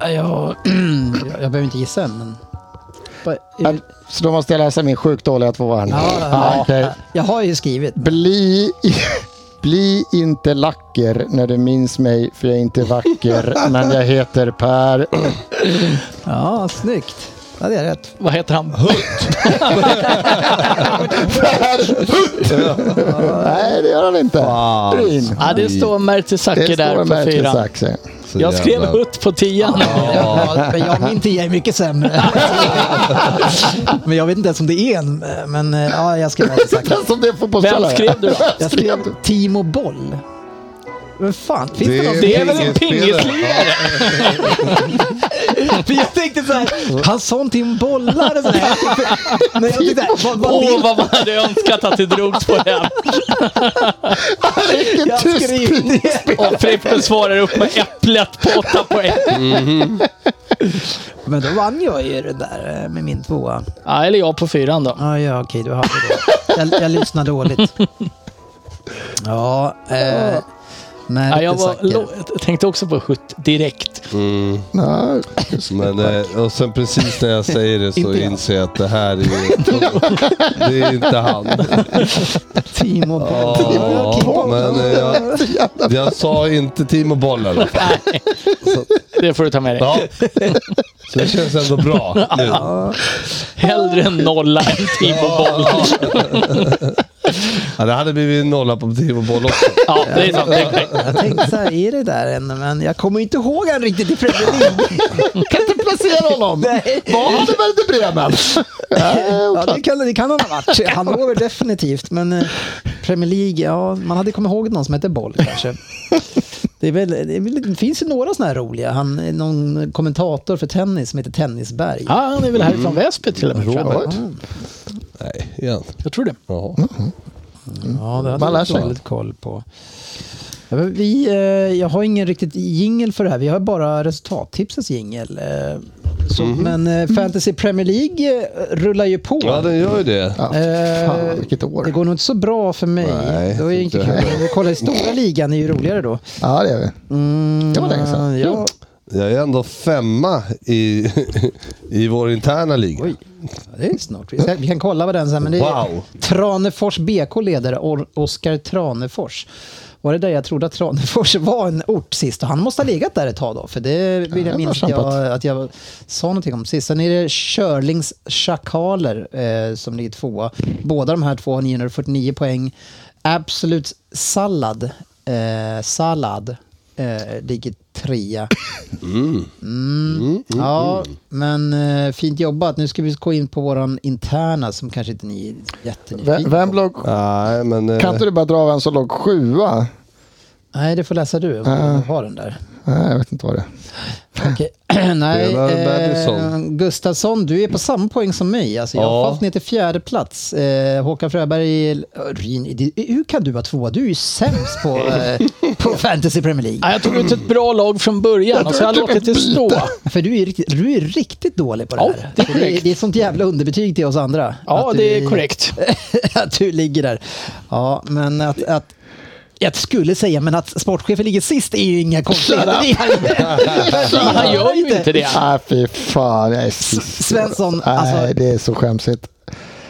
Speaker 3: Ja, Jag, jag behöver inte gissa än, men... Vad- är det-
Speaker 5: Så då måste jag läsa min sjukt dåliga tvåa här nu.
Speaker 3: Ja, ja,
Speaker 5: Ja,
Speaker 3: ja.
Speaker 5: okej.
Speaker 3: Jag har ju skrivit.
Speaker 5: Bli, bli inte lacker när du minns mig för jag är inte vacker men jag heter Per.
Speaker 3: Ja, snyggt. Ja, det är rätt.
Speaker 6: Vad heter han? Hult?
Speaker 5: Nej det gör han inte.
Speaker 4: Wow.
Speaker 5: Bryn.
Speaker 6: Ja, det står Mertesacker
Speaker 5: Det
Speaker 6: där
Speaker 5: står
Speaker 6: på
Speaker 5: Merkel
Speaker 6: fyran.
Speaker 5: Saxe.
Speaker 4: Så
Speaker 6: Jag skrev
Speaker 4: jävla-
Speaker 6: Hult på tian.
Speaker 3: Ja, men jag, min tia är mycket sämre. men jag vet inte ens om det är en. Men eh, ja, jag skrev det sagt.
Speaker 5: Den som det är fotbollsspelare.
Speaker 6: Vem skrev du då?
Speaker 3: Jag skrev Timo Boll. Men fan, finns det, någon?
Speaker 6: Det är väl en
Speaker 4: pingisspelare.
Speaker 6: pingislirare?
Speaker 3: För jag tänkte så här, han sa någonting om bollar och så här. Men jag tänkte, så här, vad, vad
Speaker 6: Åh,
Speaker 3: vill
Speaker 6: vad man hade önskat att det drogs på den.
Speaker 5: Vilken
Speaker 3: jag
Speaker 5: tyst
Speaker 3: skriva det?
Speaker 6: Och Frippen svarar upp med äpplet på åtta poäng.
Speaker 3: Men då vann jag ju den där eh, med min tvåa.
Speaker 6: Ja, eller jag på fyran då.
Speaker 3: Ja, ja okej, du hade det. Jag, jag lyssnar dåligt. Ja, eh, men
Speaker 6: Ja,
Speaker 3: ja,
Speaker 6: jag var, lo- jag tänkte också på Hutt direkt.
Speaker 5: Nej.
Speaker 4: Men, eh, och sen precis när jag säger det så
Speaker 3: Inte jag.
Speaker 4: inser jag att det här är ju... det är inte han.
Speaker 3: Timo Boll.
Speaker 4: Ja, men eh, jag, jag sa inte Timo Boll i alla fall.
Speaker 6: Det får du ta med dig.
Speaker 4: Ja. Så det känns ändå bra nu.
Speaker 6: Hellre en nolla än Timo Boll.
Speaker 4: Ja, det hade blivit en nolla på Timo Boll också.
Speaker 6: Ja, det är sant. Det är korrekt.
Speaker 3: Jag tänkte så här, är det där än? Men jag kommer inte ihåg han riktigt i Premier League.
Speaker 5: Kan inte placera honom.
Speaker 3: Nej.
Speaker 5: Var han i Werder Bremen? Nej,
Speaker 3: Ja,
Speaker 5: oklart.
Speaker 3: det kan, det kan han ha varit. Han låg definitivt. Men eh, Premier League, ja, man hade kommit ihåg någon som hette Boll kanske. Det, är väl, det, är väl, det finns ju några sådana här roliga. Han är någon kommentator för tennis som heter Tennisberg.
Speaker 6: Ja, han är väl härifrån Väsby till och med. tror jag.
Speaker 5: Robert.
Speaker 4: Nej, igen.
Speaker 6: Jag tror det.
Speaker 4: Ja.
Speaker 5: Mm.
Speaker 3: Ja, det hade
Speaker 5: Man lär
Speaker 3: jag
Speaker 5: sig.
Speaker 3: dåligt koll på. Ja, men vi, eh, jag har ingen riktigt jingel för det här. Vi har bara resultattipsens jingel. Eh, så-
Speaker 5: Mm.
Speaker 3: Men eh, Fantasy Premier League eh, rullar ju på.
Speaker 4: ja, den gör ju det.
Speaker 5: Ja,
Speaker 3: Eh,
Speaker 5: fan vilket
Speaker 3: Det
Speaker 5: år.
Speaker 3: går nog inte så bra för mig.
Speaker 4: Nej,
Speaker 3: då är det inte
Speaker 4: inte
Speaker 3: kul. Vi kollar i stora ligan, är ju roligare då.
Speaker 5: Ja det är vi.
Speaker 3: Mm,
Speaker 5: Det var länge sedan.
Speaker 3: Ja,
Speaker 4: Jag är ändå femma i, i vår interna liga.
Speaker 3: Oj. det är snart. Vi, ska, vi kan kolla vad den sen. Men det är
Speaker 4: Wow.
Speaker 3: Tranefors BK ledare, Or- Oskar Tranefors. Var det där jag trodde att Tranefors var en ort sist? Och han måste ha legat där ett tag då, för det vill
Speaker 5: det
Speaker 3: jag
Speaker 5: var
Speaker 3: minns att jag,
Speaker 5: kämpat.
Speaker 3: att jag sa någonting om sist. Sen är det Körlings Schakaler eh, som ligger tvåa. Båda de här två har 949 poäng. Absolut Sallad, eh, Sallad eh, ligger trea.
Speaker 6: Mm.
Speaker 3: Ja, men eh, fint jobbat. Nu ska vi gå in på våran interna som kanske inte ni är jättenyfikna
Speaker 5: Vem, vem
Speaker 3: på.
Speaker 5: låg...
Speaker 4: Nej, men... eh,
Speaker 5: Kan inte du bara dra vem som låg sjua?
Speaker 3: Nej, det får läsa du. om
Speaker 6: Ah.
Speaker 3: du har den där.
Speaker 5: Nej, jag vet inte vad det är.
Speaker 3: Okej. Nej,
Speaker 4: Spelar
Speaker 3: eh,
Speaker 4: Madison.
Speaker 3: Gustafsson, du är på samma poäng som mig. Alltså, jag har
Speaker 4: Ja.
Speaker 3: fallit ner till fjärde plats. Eh, Håkan Fröberg, eh, Ryn, det- hur kan du vara tvåa? Du är ju sämst på, eh, på Fantasy Premier League.
Speaker 6: Ja, jag tog ut ett bra lag från början och så har jag låtit det stå.
Speaker 3: För du är, riktigt, du är riktigt dålig på det
Speaker 6: Ja,
Speaker 3: här.
Speaker 6: det är
Speaker 3: För det, är,
Speaker 6: korrekt.
Speaker 3: det är sånt jävla underbetyg till oss andra.
Speaker 6: Ja,
Speaker 3: Att
Speaker 6: det
Speaker 3: du-
Speaker 6: är korrekt.
Speaker 3: att du ligger där. Ja, men att, att jag skulle säga, men att sportchefen ligger sist är ju inga konstigheter. Det är-
Speaker 6: Men han gör ju inte det.
Speaker 5: Nej, fy fan. Jag är sist.
Speaker 3: Svensson,
Speaker 5: Nej,
Speaker 3: alltså-
Speaker 5: det är så skämsigt.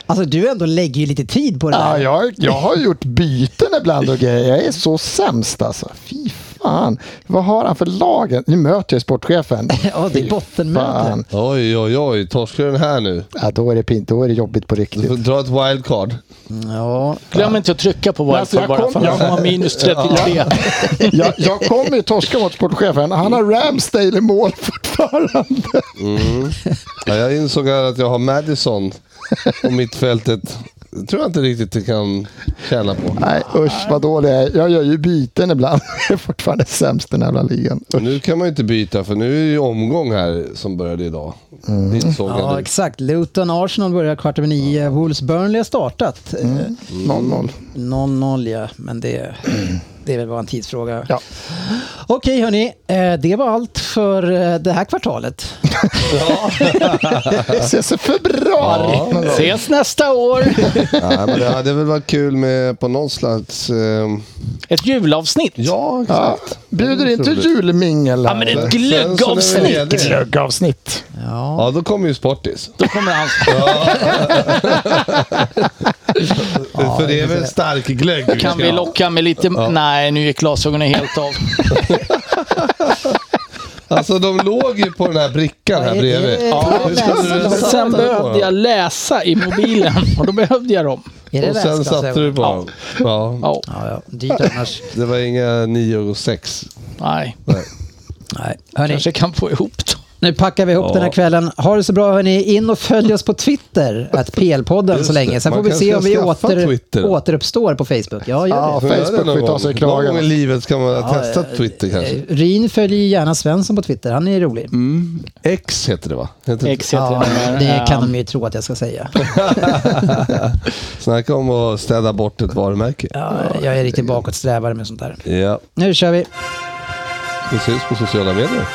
Speaker 3: Alltså du ändå lägger ju lite tid på det
Speaker 4: Ah,
Speaker 5: Ja,
Speaker 3: där.
Speaker 5: jag, jag har gjort byten ibland och grejer. Jag är så sämst alltså. Fy fan. Vad har han för lagen? Nu möter jag sportchefen.
Speaker 3: Ja, det är
Speaker 5: Fy
Speaker 3: bottenmöte.
Speaker 5: fan.
Speaker 4: Oj, oj, oj. Torskar den här nu?
Speaker 5: Ja, då, är det pint, då är det jobbigt på
Speaker 4: Du får
Speaker 5: riktigt.
Speaker 4: dra ett wildcard.
Speaker 3: Mm, Ja.
Speaker 6: Glöm inte att trycka på
Speaker 5: Alltså,
Speaker 6: wildcard
Speaker 5: jag
Speaker 6: bara,
Speaker 5: kom-
Speaker 6: för han kommer ha minus 33.
Speaker 5: Jag, jag kommer ju torska mot sportchefen. Han har Ramsdale i mål fortfarande.
Speaker 4: Ja, jag insåg här att jag har Madison på mittfältet. Det tror jag inte riktigt det kan tjäna på.
Speaker 5: Nej, usch vad dålig jag är. Jag gör ju byten ibland. Jag är fortfarande sämst i den jävla ligan. Usch.
Speaker 4: Nu kan man ju inte byta för nu är det ju omgång här som började idag.
Speaker 5: Mm.
Speaker 4: Det såg jag
Speaker 3: ja,
Speaker 4: nu.
Speaker 3: exakt. Luton Arsenal börjar kvart över nio. Wolves Burnley har startat.
Speaker 4: Mm.
Speaker 3: Eh,
Speaker 5: 0-0.
Speaker 3: Mm. 0-0 ja, men det, det är väl bara en tidsfråga.
Speaker 5: Ja.
Speaker 3: Okej hörni, eh, det var allt för eh, det här kvartalet.
Speaker 5: Vi ses i februari.
Speaker 6: Ses nästa år!
Speaker 4: Nej, men det hade väl varit kul med på någon slags... Eh,
Speaker 6: Ett julavsnitt.
Speaker 4: ja,
Speaker 5: Ja.
Speaker 4: exakt.
Speaker 5: Bjuder inte julmingel?
Speaker 6: Ja, men
Speaker 5: här?
Speaker 6: ett
Speaker 4: Svensson är väl
Speaker 6: glöggavsnitt!
Speaker 4: ledig.
Speaker 5: Glöggavsnitt.
Speaker 4: Ja, då kommer ju Sportis.
Speaker 6: Då kommer han.
Speaker 4: för det är väl stark glögg. vi
Speaker 6: Kan
Speaker 4: ska
Speaker 6: vi
Speaker 4: ha.
Speaker 6: locka med lite... Nej, nu gick glasögonen helt av.
Speaker 4: Alltså de låg ju på den här brickan här bredvid.
Speaker 3: Ja,
Speaker 4: Hur skulle du
Speaker 3: men
Speaker 4: sätta
Speaker 6: Sen
Speaker 4: på
Speaker 6: behövde
Speaker 4: dem?
Speaker 6: jag läsa i mobilen och då behövde jag dem.
Speaker 3: Är det
Speaker 4: Och sen satte du på dem. Ja.
Speaker 6: Ja,
Speaker 3: Ja, ja. Dyrt annars.
Speaker 4: Det var inga 9 och 6.
Speaker 6: nej.
Speaker 3: Nej. Hörni,
Speaker 6: Kanske kan få ihop dem.
Speaker 3: nu packar vi ihop
Speaker 4: Ja.
Speaker 3: den här kvällen. Ha det så bra hörni. In och följ oss på Twitter, att PL-podden
Speaker 4: Just
Speaker 3: så länge.
Speaker 4: det.
Speaker 3: Sen
Speaker 4: Man
Speaker 3: får vi
Speaker 4: kanske
Speaker 3: se
Speaker 4: ska
Speaker 3: om vi
Speaker 4: skaffa
Speaker 3: åter,
Speaker 4: Twitter.
Speaker 3: återuppstår på Facebook. Ja, gör det.
Speaker 5: Ja, Facebook får vi ta sig i
Speaker 4: Någon gång i
Speaker 5: kragen.
Speaker 4: livet kan man ha testat Twitter kanske. Mm.
Speaker 3: Eh, Rin följer ju gärna Svensson på Twitter, han är ju rolig.
Speaker 4: X heter det va? Heter det?
Speaker 6: Ex heter
Speaker 3: Ja,
Speaker 6: den där.
Speaker 3: det kan
Speaker 6: Ehm,
Speaker 3: de ju tro att jag ska säga.
Speaker 4: Snacka om att städa bort ett varumärke.
Speaker 3: Ja, jag är riktigt
Speaker 4: É.
Speaker 3: bakåtsträvare med sånt där.
Speaker 4: Ja,
Speaker 3: Nu kör vi!
Speaker 4: vi syns på sociala medier.